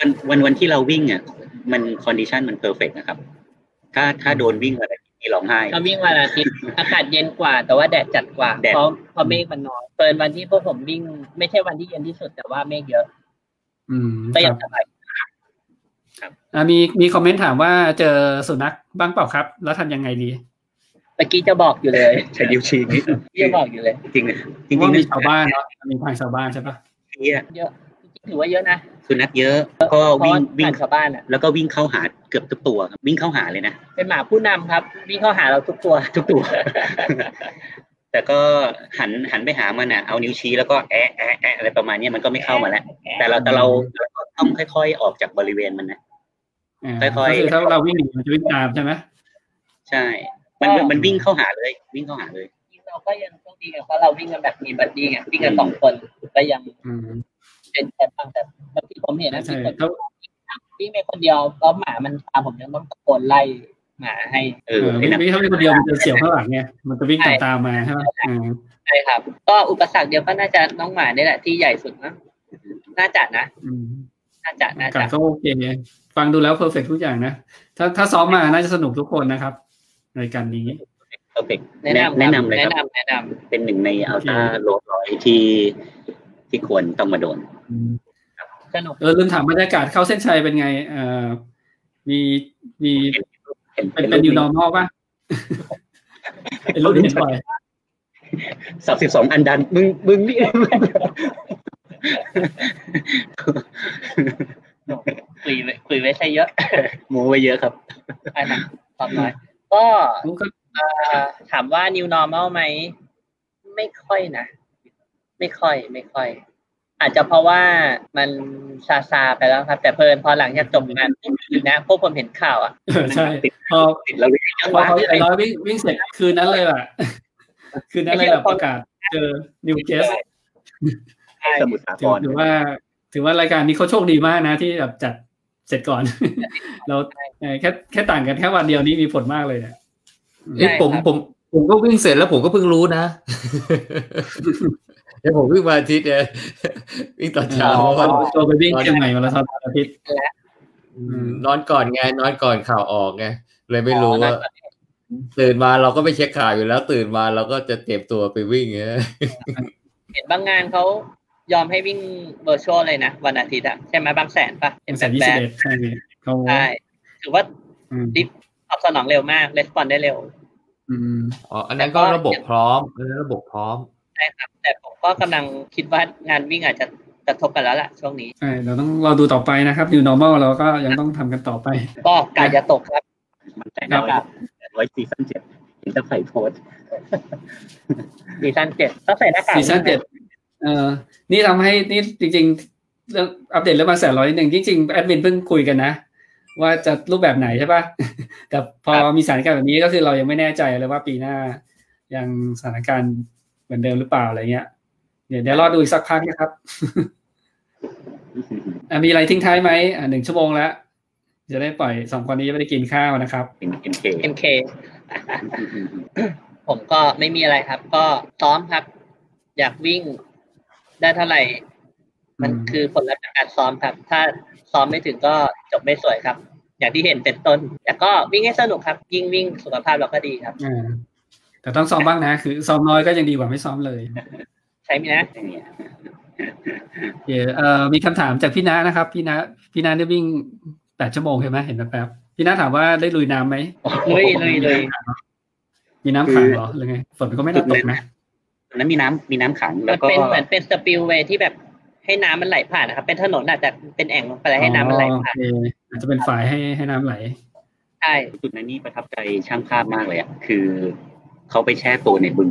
[SPEAKER 4] วันวันวันที่เราวิ่งอ่ะมันคอนดิชันมันเพอร์เฟกนะครับ ถ้าถ้าโดนวิ่งอะไรที่ร้องไห้
[SPEAKER 3] เราวิ่งวันอาทิตย์อากาศเย็นกว่า แต่ว่าแดดจัดกว่า
[SPEAKER 4] แดด
[SPEAKER 3] เพราะเพราะเมฆมันน้อยเปินวันที่พวกผมวิ่ง ไม่ใช่วันที่เย็นที่สุดแต่ว่าเมฆเยอะ
[SPEAKER 1] อืม
[SPEAKER 3] ก็
[SPEAKER 1] ค
[SPEAKER 3] ยั
[SPEAKER 1] รั
[SPEAKER 3] ง
[SPEAKER 1] บ
[SPEAKER 3] สบาย ครับ
[SPEAKER 1] อ่ะมีมีคอมเมนต์ถามว่าเจอสุนัขบ้างเปล่าครับ แล้วทำยังไงดี
[SPEAKER 3] เมื่อกี้จะบอกอยู่
[SPEAKER 4] <laughs>
[SPEAKER 3] เลย
[SPEAKER 4] ใช้นิ้วชี้นิดนึง
[SPEAKER 3] เมื่อกี้จะบอกอยู่เลย
[SPEAKER 4] จริงๆนะจริง
[SPEAKER 1] ว่า
[SPEAKER 4] ๆ
[SPEAKER 1] มี
[SPEAKER 4] มี
[SPEAKER 1] ชาวบ้านเนาะมีทางชาวบ้านใช่ปะ
[SPEAKER 3] เยอะจริงๆถือว่าเยอะนะ
[SPEAKER 4] สุนัขเยอะก็
[SPEAKER 3] เพราะ
[SPEAKER 4] วิ่ง
[SPEAKER 3] ว่า
[SPEAKER 4] วิ่
[SPEAKER 3] ต่าง งชาวบ้านอ่ะ
[SPEAKER 4] แล้วก็วิ่งเข้าหาเกือบทุกตัวครับวิ่งเข้าหาเลยนะ
[SPEAKER 3] เป็นหมาผู้นำครับ วิ่งเข้าหาเราทุกตัว
[SPEAKER 4] ทุกตัว <laughs> แต่ก็หันหันไปหามันน่ะเอานิ้วชี้แล้วก็แอะแอะแอะอะไรประมาณเนี้ยมันก็ไม่เข้ามาแล้ว แต่เราแต่เราเราก็ต้องค่อยๆออกจากบริเวณมันนะ
[SPEAKER 1] อ่า
[SPEAKER 4] ค่อย
[SPEAKER 1] ก็
[SPEAKER 4] ๆ
[SPEAKER 1] คือถ้าเราวิ่งหนีมันจะวิ่งตามใช่ไหม
[SPEAKER 4] ใช่ มัน
[SPEAKER 3] ก็
[SPEAKER 4] มันวิ่งเข้าหาเลย วิ่งเข้าหาเลย
[SPEAKER 3] เราก็ยังโชคดีกันเพราะเราวิ่งกันแบบมีบัดดี้ไงวิ่งกันสองคนก็ยัง
[SPEAKER 1] อืม
[SPEAKER 3] เป็นแต่บางแต่บางทีผมเห็นนะ
[SPEAKER 1] ใช่
[SPEAKER 3] มีคน
[SPEAKER 1] ครับ
[SPEAKER 3] วิ่งไปคนเดียวแล้วหมามันตามผมยังต้องตะโกนไล่หมาให้
[SPEAKER 4] เอ
[SPEAKER 1] เอ
[SPEAKER 4] อ
[SPEAKER 1] อ
[SPEAKER 4] ไอ้นั่น
[SPEAKER 1] วิ่งเข้าไปคนเดียวมันจะเสียวข้างหลังไงมันจะวิ่งตามตามๆมาใช่ปะอืม
[SPEAKER 3] ใช่ครับ ก็อุปสรรคเดียวก็น่าจะน้องหมาเนี่ยแหละที่ใหญ่สุดมั้งน่าจะนะ
[SPEAKER 1] อืม
[SPEAKER 3] น่าจะน่าก
[SPEAKER 1] อาา
[SPEAKER 3] จะ
[SPEAKER 1] ศก็โอเคฟังดูแล้วเพอร์เฟกทุกอย่างนะ ถ้าถ้าซ้อมมาน่าจะสนุกทุกคนนะครับรายการนี้
[SPEAKER 4] เพอร์เฟก
[SPEAKER 3] แนะ
[SPEAKER 4] แนะ
[SPEAKER 3] นำครับ
[SPEAKER 4] แนะ
[SPEAKER 3] แนะ
[SPEAKER 4] นำเลย
[SPEAKER 3] ครับ นำแนะน
[SPEAKER 4] เป็นหนึ่งในอัลต้า
[SPEAKER 1] โอเค
[SPEAKER 4] โรดร้อยที่ที่ควรต้องมาโดน
[SPEAKER 3] ำสนุก
[SPEAKER 1] เออลืมถามบรรยากาศเข้าเส้นชัยเป็นไงเอ่อมีมี
[SPEAKER 4] เป็น
[SPEAKER 1] เป็นเป็น new normal <laughs> ป่ะ เป็นรุ่นนี้ไป
[SPEAKER 4] สามสิบสองอันดันมึงมึงนี่
[SPEAKER 3] คุยไว้คุยไว้ใช่เยอะ
[SPEAKER 4] โมูไปเยอะครับ
[SPEAKER 3] อันนั้นตอบน้อยก็
[SPEAKER 1] ผมก็
[SPEAKER 3] เอ่อถามว่า new normal ไหม ไม่ค่อยนะ ไม่ค่อย ไม่ค่อย อาจจะเพราะว่ามันซาซาๆไปแล้วครับ แต่เพลินพอหลังจากจบงานปุ๊บนะพวกผมเห็นข่าวอ่ะ
[SPEAKER 1] เออใช่พอ
[SPEAKER 4] ติดแล้ววิ่ง
[SPEAKER 3] เยอะ
[SPEAKER 1] พอ
[SPEAKER 3] มาก
[SPEAKER 1] เขาใหญ่ร้อยวิ่งวิ่งเสร็จคืนนั้นเลยล่ะ <laughs> คืนนั้นเลยล่ะประกาศเจอ new c a s
[SPEAKER 3] ใช่
[SPEAKER 4] สมุทรสาค
[SPEAKER 1] ถือ
[SPEAKER 4] ร
[SPEAKER 1] ถือว่าถือว่ารายการนี้เขาโชคดีมากนะ ที่แบบจัดเสร็จก่อน <laughs> เราเอ่อแค่แค่ต่างกันแค่วันเดียวนี้มีผลมากเลยเนี่ย
[SPEAKER 2] เอ้ยผมผมผมก็วิ่งเสร็จแล้วผมก็เพิ่งรู้
[SPEAKER 1] <laughs>
[SPEAKER 2] นะ เดี๋ยวผมวิ่งวันอาทิตย์เนี่ยวิ่งตอนเช้า
[SPEAKER 1] อ๋อ
[SPEAKER 2] เพราะว่า
[SPEAKER 1] ตัวไปวิ่งเชียงใหม่มาราธอนวันอาทิตย์ ม
[SPEAKER 2] นอนก่อนไงนอนก่อนข่าวออกไงเลยไม่รู้ว่าตื่นมาเราก็ไม่เช็คข่าวอยู่แล้ว ตื่นมาเราก็จะเตรียมตัวไปวิ่งเงี้ย
[SPEAKER 3] เห็นบางงานเขายอมให้วิ่ง virtual เลยนะ วันอาทิตย์อะใช่ไหมบางแสนปะ
[SPEAKER 1] เป็
[SPEAKER 3] เห็
[SPEAKER 1] น
[SPEAKER 3] น
[SPEAKER 1] สาย
[SPEAKER 3] แบ
[SPEAKER 1] ยี่สิบบ เอ็ดใช่เขา
[SPEAKER 3] ๆใช่ถือว่า
[SPEAKER 1] อืม
[SPEAKER 3] ตอบสนองเร็วมาก r e s p o n ได้เร็ว
[SPEAKER 1] อืม
[SPEAKER 2] อ๋อ อันนั้นก็
[SPEAKER 3] แต่ก็
[SPEAKER 2] ระบบพร้อมอันนั้นระบบพร้อม
[SPEAKER 3] ใช่ครับ แต่ผมก็กำลังคิดว่างานวิ่งอาจจะกระทบกันแล้วล่ะช่วงนี้
[SPEAKER 1] ใช่เราต้องเราดูต่อไปนะครับ new normal เราก็ยังต้องทำกันต่อไป
[SPEAKER 3] ก็กาจะตกครับ
[SPEAKER 4] มันแต่ง
[SPEAKER 1] ครับ
[SPEAKER 4] ไว้แต่งไว้ซีซั่นเจ็ดเห็นจะใส่โพสต์
[SPEAKER 3] ซีซั่นเจ็ดต้องใส่หน้ากาก
[SPEAKER 1] ซีซั่นเจ็ดเอ่อนี่ทำให้นี่จริงๆเรื่องอัปเดตเรื่องมาแสนร้อยหนึ่งจริงๆแอดมินเพิ่งคุยกันนะ ว่าจะรูปแบบไหนใช่ปะ <laughs> แต่พอมีสถานการณ์แบบนี้ก็คือเรายังไม่แน่ใจเลยว่าปีหน้า ยังสถานการณ์เหมือนเดิมหรือเปล่าอะไรเงี้ยเดี๋ยวเดี๋ยวรอดูอีกสักพักนะครับ อ่ะมีอะไรทิ้งท้ายไหมอ่ะหนึ่งชั่วโมงแล้ว จะได้ปล่อยสองคนนี้ไปได้กินข้าวนะครับ
[SPEAKER 4] เป็นเอ็มเค
[SPEAKER 3] เอ็มเคผมก็ไม่มีอะไรครับ ก็ซ้อมครับ อยากวิ่งได้เท่าไหร่ มัน
[SPEAKER 1] อืม
[SPEAKER 3] คือผลลัพธ์จากการซ้อมครับ ถ้าซ้อมไม่ถึงก็จบไม่สวยครับ อย่างที่เห็นเป็นต้น แต่ก็วิ่งให้สนุกครับ ยิ่งวิ่งสุขภาพเราก็ดีครับ
[SPEAKER 1] อ่าแต่ต้องซ้อมบ้างนะ คือซ้อมน้อยก็ยังดีกว่าไม่ซ้อมเลย
[SPEAKER 3] ใช่ไหมนะ
[SPEAKER 1] เดี๋ยวเอ่อมีคำถามจากพี่นานะครับ พี่นาพี่นาได้วิ่งแปดชั่วโมงใช่ไหมเห็นแป๊บๆพี่นาถามว่าได้ลุยน้ำไหม
[SPEAKER 3] ลุยลุยลุย
[SPEAKER 1] มีน้ำขังเหรอหรือไงฝนก็ไม่น่าตกนะ
[SPEAKER 4] ตอนนั้นมีน้ำมีน้ำขังแล้
[SPEAKER 3] มั
[SPEAKER 4] วน ก็
[SPEAKER 3] เป็นเหมือนเป็นสปิลเวย์ที่แบบให้น้ำมันไหลผ่านนะครับ เป็นถนนอาจจะแต่เป็นแอ่งลงไปแล้วให้น้ำมันไหลผ่าน
[SPEAKER 1] อ๋อโอเคอาจจะเป็นฝ่ายให้ให้น้ำไหล
[SPEAKER 3] ใช่
[SPEAKER 4] จุดนั้นนี่ประทับใจช่างภาพมากเลยอ่ะคือเขาไปแช่ตัวในบึง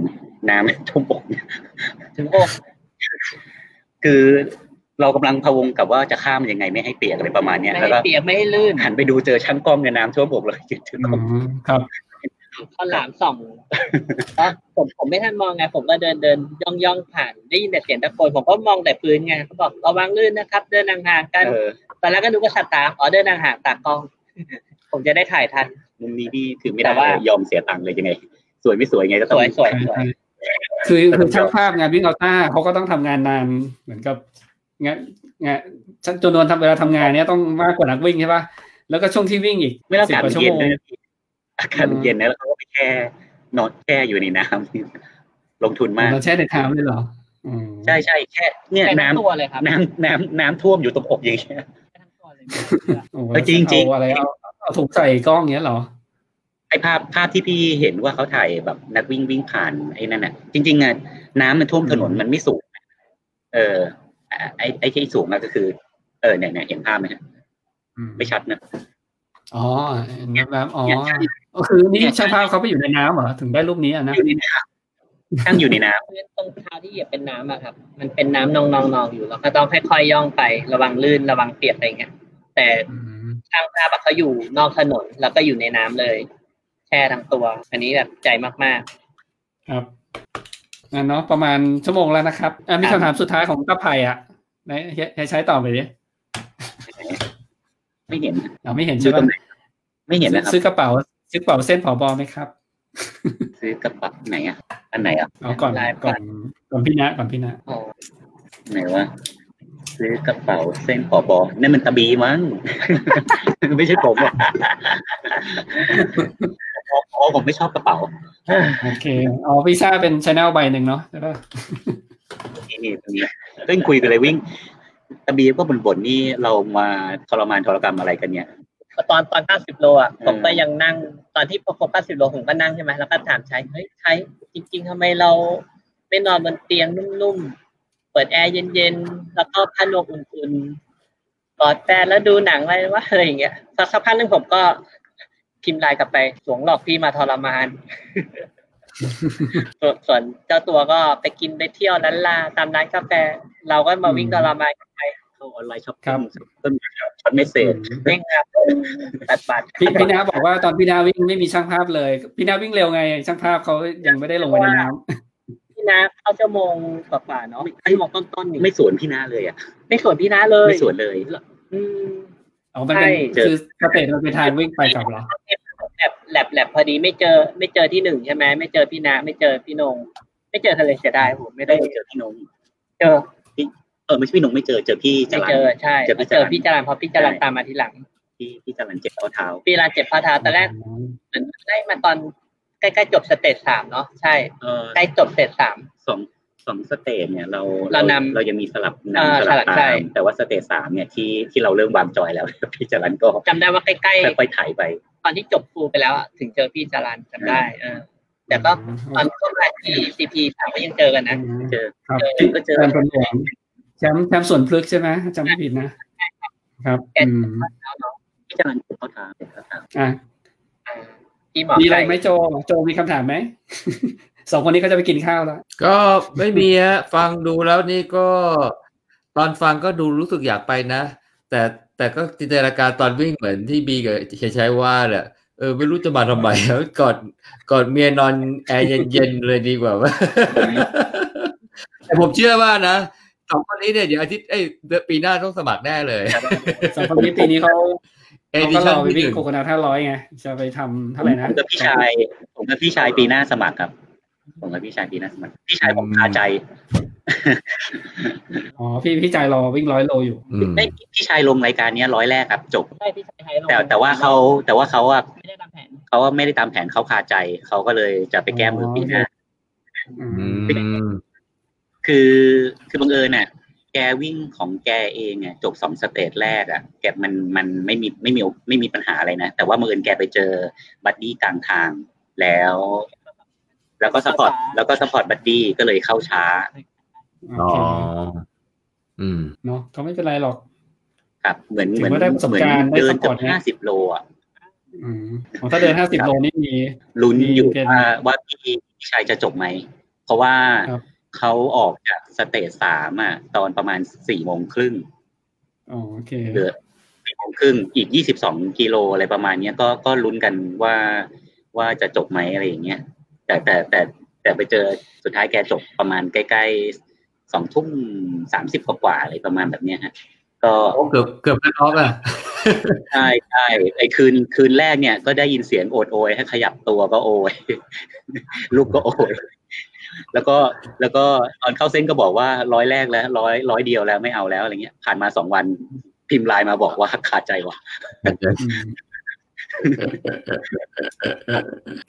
[SPEAKER 4] น้ำท่วมอก
[SPEAKER 3] ถึงอก
[SPEAKER 4] คือเรากำลังพะวงกับว่าจะข้ามยังไงไม่ให้เปียกอะไรประมาณเนี้ย
[SPEAKER 3] ไม่
[SPEAKER 4] แล้ว
[SPEAKER 3] ให้
[SPEAKER 4] ก็
[SPEAKER 3] เปียกไม่ให้ลื่น
[SPEAKER 4] หันไปดูเจอช่างกล้องในยน้ำท่วมอกเลย <laughs> ถือกล้
[SPEAKER 1] อ๋
[SPEAKER 4] อง
[SPEAKER 1] อครับ
[SPEAKER 3] ข้าวหลามส่องแล้วผมผมไม่ทันมองไง ผมก็เดินเดินย่องย่องผ่านได้ยินแต่เสียงตะโกนผมก็มองแต่พื้นไงเขาบอกระวังลื่นนะครับ เดินห่างๆกัน
[SPEAKER 4] เออ
[SPEAKER 3] ตอนแรกก็นึกว่าสตาร์ฟอ๋อเดินห่างๆตากล้อง ผมจะได้ถ่ายทัน
[SPEAKER 4] มุมนี้นี่คือไม่ได้
[SPEAKER 3] แต่ว่า
[SPEAKER 4] ยอมเสียตังค์เลยยังไง สวยไม่สวยยังไงก็
[SPEAKER 3] ส
[SPEAKER 4] ต้อง
[SPEAKER 3] วยสวยสวย
[SPEAKER 1] คือคือช่างภาพงานวิ่งอัลต้าเขาก็ต้องทำงานนานเหมือนกับงานงานจำนวนทำเวลาทำงานเนี้ยต้องมากกว่านักวิ่งใช่ปะแล้วก็ช่วงที่วิ่งอีก
[SPEAKER 4] ไม่ต้องอา
[SPEAKER 1] สิบ
[SPEAKER 4] กาศ
[SPEAKER 1] กว่าชั่ว
[SPEAKER 4] เย็
[SPEAKER 1] โม
[SPEAKER 4] น
[SPEAKER 1] ง
[SPEAKER 4] นะอากาศเย็นนะแล้วเขาก็ไปแช่นอนแช่อยู่ในน้ำลงทุนมาก
[SPEAKER 1] เราแช่ในน้ำเลยเหรออืม
[SPEAKER 4] ใช่ใช่แช่เนี่ย
[SPEAKER 3] ได้ทั้ง
[SPEAKER 4] น้ำ
[SPEAKER 3] ตัวเลยครับ
[SPEAKER 4] น้ำน้ำน้ำท่วมอยู่ตรงอกอย่างเงี้ย
[SPEAKER 3] ได้ทั้งตัวเลย
[SPEAKER 1] โอ้โห
[SPEAKER 4] เออจริงๆ
[SPEAKER 1] เอาอะไรเอาเอาถุงใส่กล้องเงี้ยเหรอ
[SPEAKER 4] ไอภาพภาพที่พี่เห็นว่าเขาถ่ายแบบนักวิ่งวิ่งผ่านไอ้นั่นน่ะ จริงๆอ่ะน้ำมันท่วมถนนมันไม่สูงนะเอออ่ะไอไอที่สูงอะก็คือ เออเนี่ยเนี่ยเห็นภาพไหมฮะไม่ชัดนะ
[SPEAKER 1] อ๋อน้ำแบบอ๋อ
[SPEAKER 4] เนี่ย
[SPEAKER 1] ก็คือนี่
[SPEAKER 4] เนี่ย
[SPEAKER 1] ช่างภาพเขาไปอยู่ในน้ำเหรอถึงได้รูปนี้อ่ะนะ
[SPEAKER 4] อยู่ในน้ำตั้งอยู่ในน้ำ
[SPEAKER 3] พื้นตรงเท้าที่เหยียบเป็นน้ำอะครับ มันเป็นน้ำนองนองนองอยู่แล้วก็ต้องค่อยๆย่องไประวังลื่นระวังเปียกอะไรเงี้ย แต่
[SPEAKER 1] อืม
[SPEAKER 3] ช่างภาพอะเขาอยู่นอกถนนแล้วก็อยู่ในน้ำเลย แช่ทั้งตัว อันนี้แบบใจมาก
[SPEAKER 1] ครับอ่ะเนาะประมาณชั่วโมงแล้วนะครับอ่ะมีคำถามสุดท้ายของตาไผ่อ่ะไหนใช้ใช้ต่อไปดิ
[SPEAKER 4] ไม่เห็น
[SPEAKER 1] เราไม่เห็นใช่ปะ
[SPEAKER 4] ดูตรงไหนไม่เห็นนะครับ
[SPEAKER 1] ซื้อกระเป๋าซื้อกระเป๋าเส้นผอบอไหมครับ
[SPEAKER 4] ซื้อกระเป๋าไหนอ่ะ อันไหนอ่ะ
[SPEAKER 1] เอาก่อนก่อนก่อนพี่นะก่อนพี่นะ
[SPEAKER 3] ๆโอ้
[SPEAKER 4] ไหนวะซื้อกระเป๋าเส้นผอบอนั่นมันตะบีมั้ง <laughs> ไม่ใช่ผมอ่ะอ๋อผมไม่ชอบกระเป๋า
[SPEAKER 1] โอเคอ๋อพิซซ่าเป็นชแนลใบหนึ่งเนาะใช่ปะ
[SPEAKER 4] นี่ตรงนี้เพิ่งคุยกันเลยวิ่ง ตะบีก็บ่นๆนี่เรามาทรมานทรกรรมอะไรกันเนี่ย
[SPEAKER 3] ตอนตอน 90 โลอะ
[SPEAKER 4] อืม
[SPEAKER 3] ผมก็ยังนั่ง ตอนที่พบ90 โลผมก็นั่งใช่ไหมแล้วก็ถามใช้เฮ้ยใช้จริง ๆทำไมเราไม่นอนบนเตียงนุ่มๆ เปิดแอร์เย็นๆ แล้วก็ผ้านวมอุ่นๆกอดแฟนแล้วดูหนังอะไรวะอะไรอย่างเงี้ยสักสักพักหนึ่งผมก็พิมพ์ไลน์กลับไปสวงหลอกพี่มาทรมาน <laughs> ส่วนส่วนเจ้าตัวก็ไปกินไปเที่ยวร้านลาตามร้านกาแฟ เราก็มาวิ่งทรมานกันไป
[SPEAKER 4] เข้าออนไลน์ช้อปปิ้งต้นช็อตเมสเซจ
[SPEAKER 3] เร่งครับตัดบัตร
[SPEAKER 1] พี่พี่นาบอกว่าตอนพี่นาวิ่งไม่มีช่างภาพเลย พี่นาวิ่งเร็วไง ช่างภาพเขายังไม่ได้ลงไปในน้
[SPEAKER 3] พี่นะเข้าชั่วโมงกว่าๆเนาะชั่วโมงต้นๆนี่
[SPEAKER 4] ไม่สวนพี่หน้าเลยอ่ะ
[SPEAKER 3] ไม่สวนพี่นะเลย
[SPEAKER 4] ไม่สวนเลย
[SPEAKER 3] อืม
[SPEAKER 1] ำอ๋อมันเป็น
[SPEAKER 4] ใช่
[SPEAKER 1] คือสเตจมันเป็นทางวิ่งไปกลับเหรอ
[SPEAKER 3] แลบแลบแลบพอดีไม่เจอ ไม่เจอที่หนึ่งใช่ไหมไม่เจอพี่นะไม่เจอพี่นง ไม่เจอทะเลเสียดายผมไม่
[SPEAKER 4] ได้
[SPEAKER 3] ได้
[SPEAKER 4] เจอพี่นง
[SPEAKER 3] เจอ
[SPEAKER 4] เออไม่ใช่พี่นงไม่เจอเจอพี่จ
[SPEAKER 3] ไม่
[SPEAKER 4] รัญ
[SPEAKER 3] เจอใช่
[SPEAKER 4] เจอพี่
[SPEAKER 3] เจอพี่จรันเพราะพี่จรัน
[SPEAKER 4] ใช่
[SPEAKER 3] ตามมาทีหลัง
[SPEAKER 4] พี่พี่จรันเจ็บข้อเท้า
[SPEAKER 3] พี่จรันเจ็บข้อเท้าตอนแรกเหมือนได้มาตอนใกล้ๆจบสเตจสามเนาะใช่
[SPEAKER 4] เออ
[SPEAKER 3] ใกล้จบสเตจสาม
[SPEAKER 4] สองสองสเตจเนี่ยเรา
[SPEAKER 3] เรานำ
[SPEAKER 4] เรายังมีสลับ
[SPEAKER 3] อ่าน
[SPEAKER 4] ำส
[SPEAKER 3] สลั
[SPEAKER 4] ลั
[SPEAKER 3] บบ ใช่
[SPEAKER 4] ตามแต่ว่าสเตจสามเนี่ยที่ที่เราเริ่มวางจอยแล้ว <laughs> พี่จรันก็
[SPEAKER 3] จำได้ว่าใกล้
[SPEAKER 4] ค่อยๆถ่ายไป
[SPEAKER 3] ๆตอนที่จบครูไปแล้วอะถึงเจอพี่จรันจำได้เออแต่ก็ตอนเข้ามาที่ซีพีสามก็ยังเจอกันนะ
[SPEAKER 4] เจอ
[SPEAKER 1] ครับ
[SPEAKER 4] เจอก็เจอ
[SPEAKER 1] แชมป์สวนหลวงแชมป์แชมป์สวนพลึกษ์ใช่ไหมจำไม่ผิดนะ ครับอืม
[SPEAKER 4] พี่จรันเจ็บข้อเท้าเจ็บข้อเท้า
[SPEAKER 1] อ่ะ
[SPEAKER 3] ที่หมอ
[SPEAKER 1] มีอะไร
[SPEAKER 3] ไก่
[SPEAKER 1] ไหมโจโจมีคำถามไห <laughs> ม สองคนนี้เขาจะไปกินข้าวแล้ว
[SPEAKER 2] ก็ไม่มีฮะฟังดูแล้วนี่ก็ตอนฟังก็ดูรู้สึกอยากไปนะ แต่แต่ก็จินตนาการตอนวิ่งเหมือนที่บีกับเฮียชัยว่าแหละเออไม่รู้จะมา <laughs> ทำไม กอดกอดเมียนอนแอร์เย็นๆเลย <laughs> ดีกว่าวะ แต่ผมเชื่อว่านะสองคนนี้เนี่ยเดี๋ยวอาทิตย์เอ้ยเดือนปีหน้าต้องสมัครแน่เลย
[SPEAKER 1] สองคนนี้ปีนี้เขา
[SPEAKER 2] เอ
[SPEAKER 1] <laughs> เขา
[SPEAKER 2] ดิ
[SPEAKER 1] ก็ร
[SPEAKER 2] ชั่น
[SPEAKER 1] อไป
[SPEAKER 2] ที่ห
[SPEAKER 1] วิ่ง
[SPEAKER 2] นึ่ง
[SPEAKER 1] โคโคนาท่าร้อยไง จะไปทำเท่าไหร่นะ
[SPEAKER 4] ผมกับพี่ชายผมกับพี่ชายปีหน้าสมัครครับ ผมกับพี่ชายปีหน้าสมัคร พี่ชายผมคาใจ
[SPEAKER 1] อ๋อพี่พี่จายรอวิ่งร้อยโลอยู่
[SPEAKER 2] อืม
[SPEAKER 4] ได้ยพี่ชายลงรายการเนี้ยร้อยแรกครับจบ
[SPEAKER 3] ใช่พี่ชายไทยลง
[SPEAKER 4] แต่แต่ว่าเขาแต่ว่าเขาอะ
[SPEAKER 3] ไม่ได้ตามแผน
[SPEAKER 4] เขาอะไม่ได้ตามแผนเขาคาใจเขาก็เลยจะไปแก้มือปีหน้า
[SPEAKER 1] อื
[SPEAKER 2] อื
[SPEAKER 1] ม
[SPEAKER 2] ม
[SPEAKER 4] คือคือบังเอิญน่ะ แกวิ่งของแกเองอ่ะจบสองสเตจแรกอ่ะ แกมันมันไม่มีไม่มีไม่มีปัญหาอะไรนะ แต่ว่าบังเอิญแกไปเจอบัดดี้กลางทางแล้ว แล้วก็สปอร์ตแล้วก็สปอร์ตบัดดี้ก็เลยเข้าช้า
[SPEAKER 1] โอ
[SPEAKER 2] อ๋อ
[SPEAKER 1] เค
[SPEAKER 2] อืม
[SPEAKER 1] เนาะก็ไม่เป็นไรหรอก
[SPEAKER 4] ครับเหมือน
[SPEAKER 1] ถื
[SPEAKER 4] เห
[SPEAKER 1] อ
[SPEAKER 4] มื
[SPEAKER 1] ว่าน ได้ประสบ
[SPEAKER 4] เหมืน
[SPEAKER 1] การณ์ได้
[SPEAKER 4] เดิ
[SPEAKER 1] ส
[SPEAKER 4] น
[SPEAKER 1] ป
[SPEAKER 4] เกื
[SPEAKER 1] อ
[SPEAKER 4] อ
[SPEAKER 1] ร์ต
[SPEAKER 4] บ
[SPEAKER 1] นะ
[SPEAKER 4] ห้าสิบโลอ่ะ
[SPEAKER 1] อืมอ๋อถ้าเดินห้าสิบโลนี่มี
[SPEAKER 4] ลุ้นอยู่
[SPEAKER 1] เป็น
[SPEAKER 4] ว่าว่าพี่ชายจะจบไหม เพราะว่า
[SPEAKER 1] ครับ
[SPEAKER 4] เขาออกจากสเตจสามอ่ะ ตอนประมาณสี่โมงครึ่ง
[SPEAKER 1] อ๋อโอเค
[SPEAKER 4] เหลือปีโมงครึ่งอีกยี่สิบสองกิโลอะไรประมาณเนี้ยก็ก็ลุ้นกันว่าว่าจะจบไหมอะไรอย่างเงี้ยแต่แต่แต่แต่ไปเจอสุดท้ายแกจบประมาณใกล้ๆสองทุ่มสามสิบกว่าๆอะไรประมาณแบบเนี้ยฮะก็
[SPEAKER 2] โอ้เกือบเกือบกันออฟ
[SPEAKER 1] <laughs>
[SPEAKER 2] อ่ะ
[SPEAKER 4] ใช่ใช่ไอ้คืนคืนแรกเนี่ยก็ได้ยินเสียงโอดโอยให้ขยับตัวก็โอย <laughs> ลูกก็โอย แล้วก็แล้วก็ตอนเข้าเส้นก็บอกว่าร้อยแรกแล้วร้อยร้อยเดียวแล้วไม่เอาแล้วอะไรเงี้ยผ่านมาสองวันพิมพ์ไลน์มาบอกว่า <laughs> ขาดใจว่ะ
[SPEAKER 1] อืม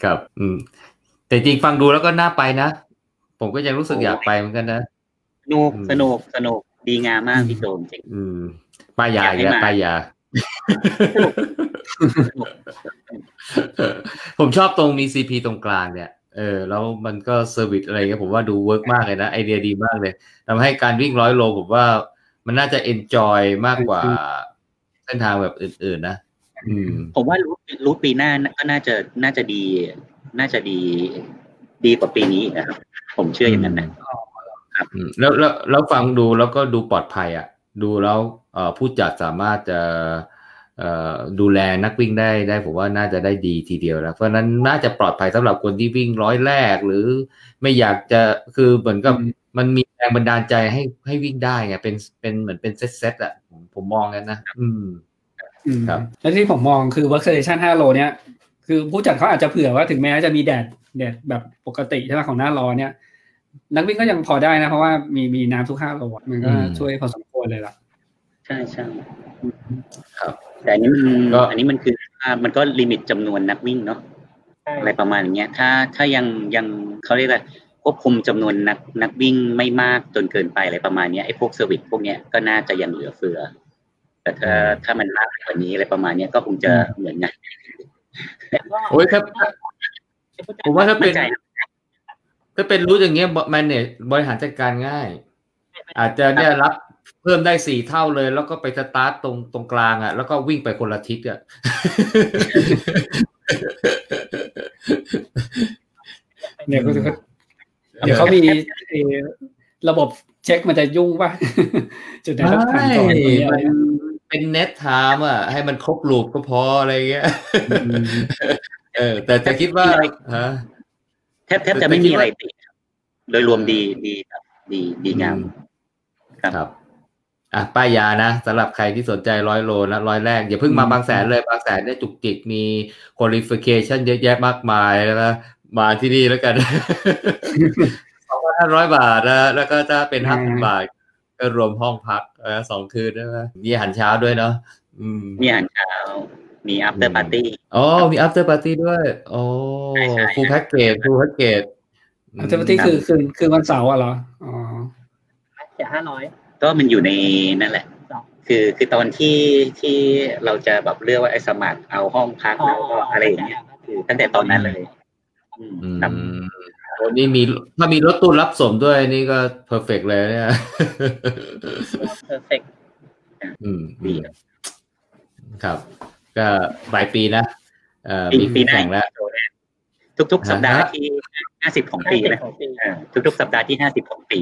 [SPEAKER 2] ครับ อืม แต่จริงฟังดูแล้วก็น่าไปนะ ผมก็ยังรู้สึกอยากไปเหมือนกันนะ
[SPEAKER 4] สนุก
[SPEAKER 2] อืม
[SPEAKER 4] สนุกสนุกดีงามมากพี่โจมจริง
[SPEAKER 2] อืม ไปอย่า
[SPEAKER 4] อยาก
[SPEAKER 2] อย่า <laughs>
[SPEAKER 4] ให้มา
[SPEAKER 2] ไปอย่า ผมชอบตรงมี CP ตรงกลางเนี่ย เออ แล้วมันก็เซอร์วิสอะไรเงี้ยผมว่าดูเวิร์กมากเลยนะ ไอเดียดีมากเลยทำให้การวิ่งร้อยโลผมว่ามันน่าจะเอนจอยมากกว่าเส้นทางแบบอื่น ๆ นะ อืม
[SPEAKER 4] ผมว่ารู้รู้ปีหน้าก็น่าจะน่าจะดี น่าจะดี ดีกว่าปีนี้อีกนะครับผมเชื่ออย่างนั้นนะ
[SPEAKER 2] อืมแล้วแล้วแล้วฟังดูแล้วก็ดูปลอดภัยอ่ะ ดูแล้วเอ่อผู้จัดสามารถจะเอ่อดูแลนักวิ่งได้ได้ผมว่าน่าจะได้ดีทีเดียวแล้วเพราะฉะนั้นน่าจะปลอดภัยสำหรับคนที่วิ่งร้อยแรกหรือไม่อยากจะคือเหมือนกับมันมีแรงบันดาลใจให้ให้วิ่งได้ไงเป็นเป็นเหมือนเป็นเซตเซตๆอ่ะผมผมมองกันนะอืม
[SPEAKER 1] อืม
[SPEAKER 2] ครับ
[SPEAKER 1] และที่ผมมองคือ workstation 5โลเนี่ยคือผู้จัดเขาอาจจะเผื่อว่าถึงแม้จะมีแดดแดดแบบปกติใช่ไหมของหน้าร้อนเนี่ย นักวิ่งก็ยังพอได้นะ เพราะว่ามีมีน้ำทุกห้าโลอะมันก็
[SPEAKER 2] อืม
[SPEAKER 1] ช่วยพอสมควรเลยล่ะ
[SPEAKER 4] ใช่ใช่
[SPEAKER 2] ครับ
[SPEAKER 4] แต่อันนี้มัน
[SPEAKER 2] ก็
[SPEAKER 4] อันนี้มันคือว่ามันก็ลิมิตจำนวนนักวิ่งเนาะ
[SPEAKER 3] ใช่
[SPEAKER 4] อะไรประมาณอย่างเงี้ย ถ้าถ้ายังยังเขาเรียกอะไรควบคุมจำนวนนักนักวิ่งไม่มากจนเกินไปอะไรประมาณเนี้ยไอ้พวกเซอร์วิสพวกเนี้ยก็น่าจะยังเหลือเฟือ แต่ถ้าถ้ามันมากกว่านี้อะไรประมาณเนี้ยก็คงจะเหมือนกัน
[SPEAKER 3] แต่ว่า
[SPEAKER 2] โอ้ยถ้า ผมว่าถ้าเป็น
[SPEAKER 4] ใจ
[SPEAKER 2] ถ้าเป็นรู้อย่างเงี้ยมันเนี่ยบริหารจัดการง่าย อาจจะเนี่ยรับเพิ่มได้สี่เท่าเลย แล้วก็ไปสตาร์ตตรงตรงกลางอ่ะ แล้วก็วิ่งไปคนละทิศอ่ะ
[SPEAKER 1] เดี๋ยวก็เดี๋ยวเขามีเอ่อระบบเช็คมันจะยุ่งป่ะ <laughs> จุดไหนต้องผ่านก่อนตรงนี้อะไร
[SPEAKER 2] มัน
[SPEAKER 1] เงี้ย
[SPEAKER 2] เป็นเน็ตไทม์อ่ะ ให้มันครบลูปก็พออะไรเงี้ย เออ แต่จะคิดว่าฮะ
[SPEAKER 4] แทบแทบจะไม่มีอะไรติดครับโดยรวมดีดีครับดีดีงาม ครับ
[SPEAKER 2] ครับ อ่ะป้ายยานะสำหรับใครที่สนใจร้อยโลนะร้อยแรก อย่าเพิ่งมาบางแสนเลยบางแสนเนี่ยจุกจิกมีคุณลิฟิเคชันเยอะแยะมากมายนะมาที่นี่แล้วกัน สองพันห้าร้อยบาทนะแล้วก็ถ้าเป็นห้าพันบาท ก็รวมห้องพักนะสองคืนนะมีอาหารเช้าด้วยเนาะอืม
[SPEAKER 4] มีอาหารเช้ามี after
[SPEAKER 2] อืม
[SPEAKER 4] party
[SPEAKER 2] อ๋อมี after party ด้วยโอ้ full package full package
[SPEAKER 1] อัลเทอร์เนทีฟคือคืนคืนวันเสาร์อะเหรออ๋อ
[SPEAKER 3] เสียห้าร้อย
[SPEAKER 4] ก็มันอยู่ในนั่นแหละ
[SPEAKER 3] จ้ะ
[SPEAKER 4] คือคือตอนที่ที่เราจะแบบเลือกว่าไอ้สมัครเอาห้องพักแล้วก็อะไรอย่างเงี้ยคือตั้งแต่ตอนนั้นเลย
[SPEAKER 2] อืม
[SPEAKER 4] ครับ
[SPEAKER 2] โอ้นี่มีถ้ามีรถตู้รับส่งด้วยนี่ก็เพอร์เฟกเลย <laughs> เนี่ย
[SPEAKER 3] เพก
[SPEAKER 2] อืม
[SPEAKER 4] ดี
[SPEAKER 2] ครับ ก็ปลายปีนะเอ่อ
[SPEAKER 4] ปี
[SPEAKER 2] มี
[SPEAKER 4] ปี
[SPEAKER 2] คู่
[SPEAKER 4] หน้า
[SPEAKER 2] แข่งแล้ว
[SPEAKER 4] ทุก ๆ สัปดาห์
[SPEAKER 2] ฮะ
[SPEAKER 4] ที่ห้าสิบของปีนะ
[SPEAKER 3] ของปี
[SPEAKER 4] อ่าทุก ๆ สัปดาห์ที่ห้าสิบของปี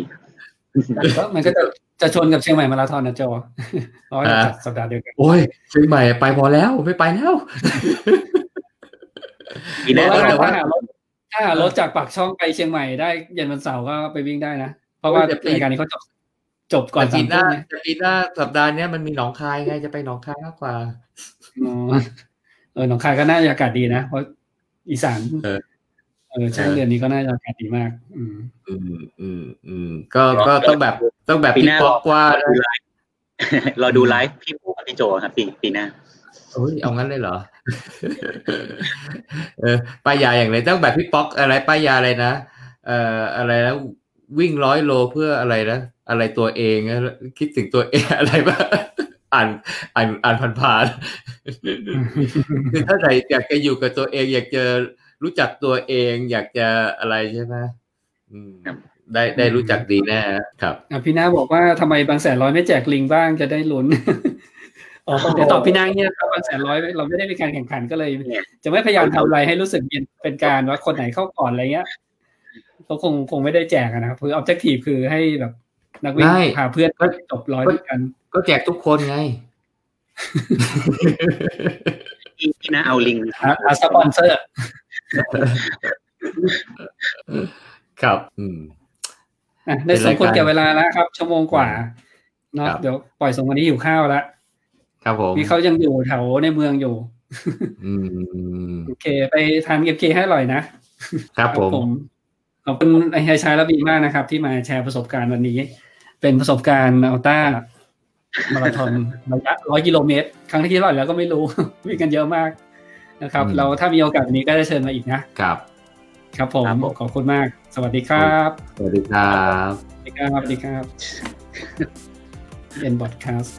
[SPEAKER 1] ก็มันก็จะจะชนกับเชียงใหม่มาราธอนนะโจ <laughs> เพราะว่าเราจัดสัปดาห์เดียวกัน
[SPEAKER 2] โอ้ยเชียงใหม่ไปพอแล้วไม่ไปแล้ว
[SPEAKER 4] ปีหน้า
[SPEAKER 2] เออแต่
[SPEAKER 1] ถ้า
[SPEAKER 2] ว่า
[SPEAKER 1] หารถถ้าหารถจากปากช่องไปเชียงใหม่ได้เย็นวันเสาร์ก็ไปวิ่งได้นะ เพราะว่ารายการนี้เขาจบจบก่อน
[SPEAKER 2] แต่
[SPEAKER 1] สา
[SPEAKER 2] ปี
[SPEAKER 1] มทุ่
[SPEAKER 2] หน้าม
[SPEAKER 1] ไง
[SPEAKER 2] แต่ปีหน้าสัปดาห์เนี้ยมันมีหนองคายไงจะไปหนองคายมากกว่า
[SPEAKER 1] อ๋อเออหนองคายก็น่าจะอากาศดีนะ เพราะอีสาน
[SPEAKER 2] เออ
[SPEAKER 1] เออช่วงเดือนนี้ก็น่าจะอากาศดีมาก อืม
[SPEAKER 2] อืมอืมอืมก็ก็ต้องแบบต้องแบบ
[SPEAKER 4] ปี
[SPEAKER 2] พี่
[SPEAKER 4] หน้า
[SPEAKER 2] ป๊อกว่า
[SPEAKER 4] เรา
[SPEAKER 2] นะ
[SPEAKER 4] ดูไลฟ์เราดูไลฟ์พี่ปูกับพี่โจครับปีปีหน้า
[SPEAKER 2] โอ้ยเอางั้นเลยเหรอ เออป้ายยาอย่างไรต้องแบบพี่ป๊อกอะไรป้ายยาอะไรนะเอ่ออะไรแล้ววิ่งร้อยโลเพื่ออะไรนะอะไรตัวเองนะคิดถึงตัวเอง <laughs> อะไรบ้างอ่านอ่านอ่านผ่านๆ คือถ้าไหนอยากจะอยู่กับตัวเอง อยากจะรู้จักตัวเอง อยากจะอะไรใช่ไหมอืม
[SPEAKER 4] ครับ
[SPEAKER 2] ได้ได้รู้จักดีแน่ครับ
[SPEAKER 1] อ่ะพี่นาบอกว่าทำไมบางแสนร้อยไม่แจกลิงบ้างจะได้ลุ้น อ๋อเดี๋ยวตอบพี่นาเนี่ยนะครับบางแสนร้อยเราไม่ได้มีการแข่งขันก็เลย จะไม่พยายามทำอะไรให้รู้สึกเป็นเป็นการว่าคนไหนเข้าก่อนอะไรเงี้ยเขาคงคงไม่ได้แจกอะนะครับคือ objective คือให้แบบนักวิ่ง
[SPEAKER 2] ได้
[SPEAKER 1] พาเพื่อนไปจบร้อยด้วยกัน
[SPEAKER 2] ก็แจกทุกคนไง
[SPEAKER 4] พี่พี่หน้าเอาลิง
[SPEAKER 1] อ่ะอ่ะสปอนเซอร์
[SPEAKER 2] ครับ อืม
[SPEAKER 1] อ่ะได้สมควรแก่เวลาแล้วครับ ชั่วโมงกว่าเนาะ
[SPEAKER 2] ครับ
[SPEAKER 1] เดี๋ยวปล่อยสองคนนี้อยู่ข้าวละ
[SPEAKER 2] ครับผม
[SPEAKER 1] นี่เขายังอยู่แถวในเมืองอยู่
[SPEAKER 2] อืม
[SPEAKER 1] โอเค ไปทานเก็บเคให้อร่อยนะ
[SPEAKER 2] ครับผม
[SPEAKER 1] ขอบคุณไอ้ไฮชายและบีมากนะครับ ที่มาแชร์ประสบการณ์วันนี้ เป็นประสบการณ์อัลต้ามาราธอน ระยะร้อยกิโลเมตร ครั้งที่เท่าไหร่แล้วก็ไม่รู้ <laughs> วิ่งกันเยอะมากนะครับ
[SPEAKER 2] อืม
[SPEAKER 1] เราถ้ามีโอกาสวันนี้ก็ได้เชิญมาอีกนะครับ ครับผม
[SPEAKER 4] ครับผม
[SPEAKER 1] ขอบคุณมาก สวัสดีครับ
[SPEAKER 2] สวัสดีครับ
[SPEAKER 1] <laughs> สวัสดีครับสวัสดีครับเป็นบอดแคสต์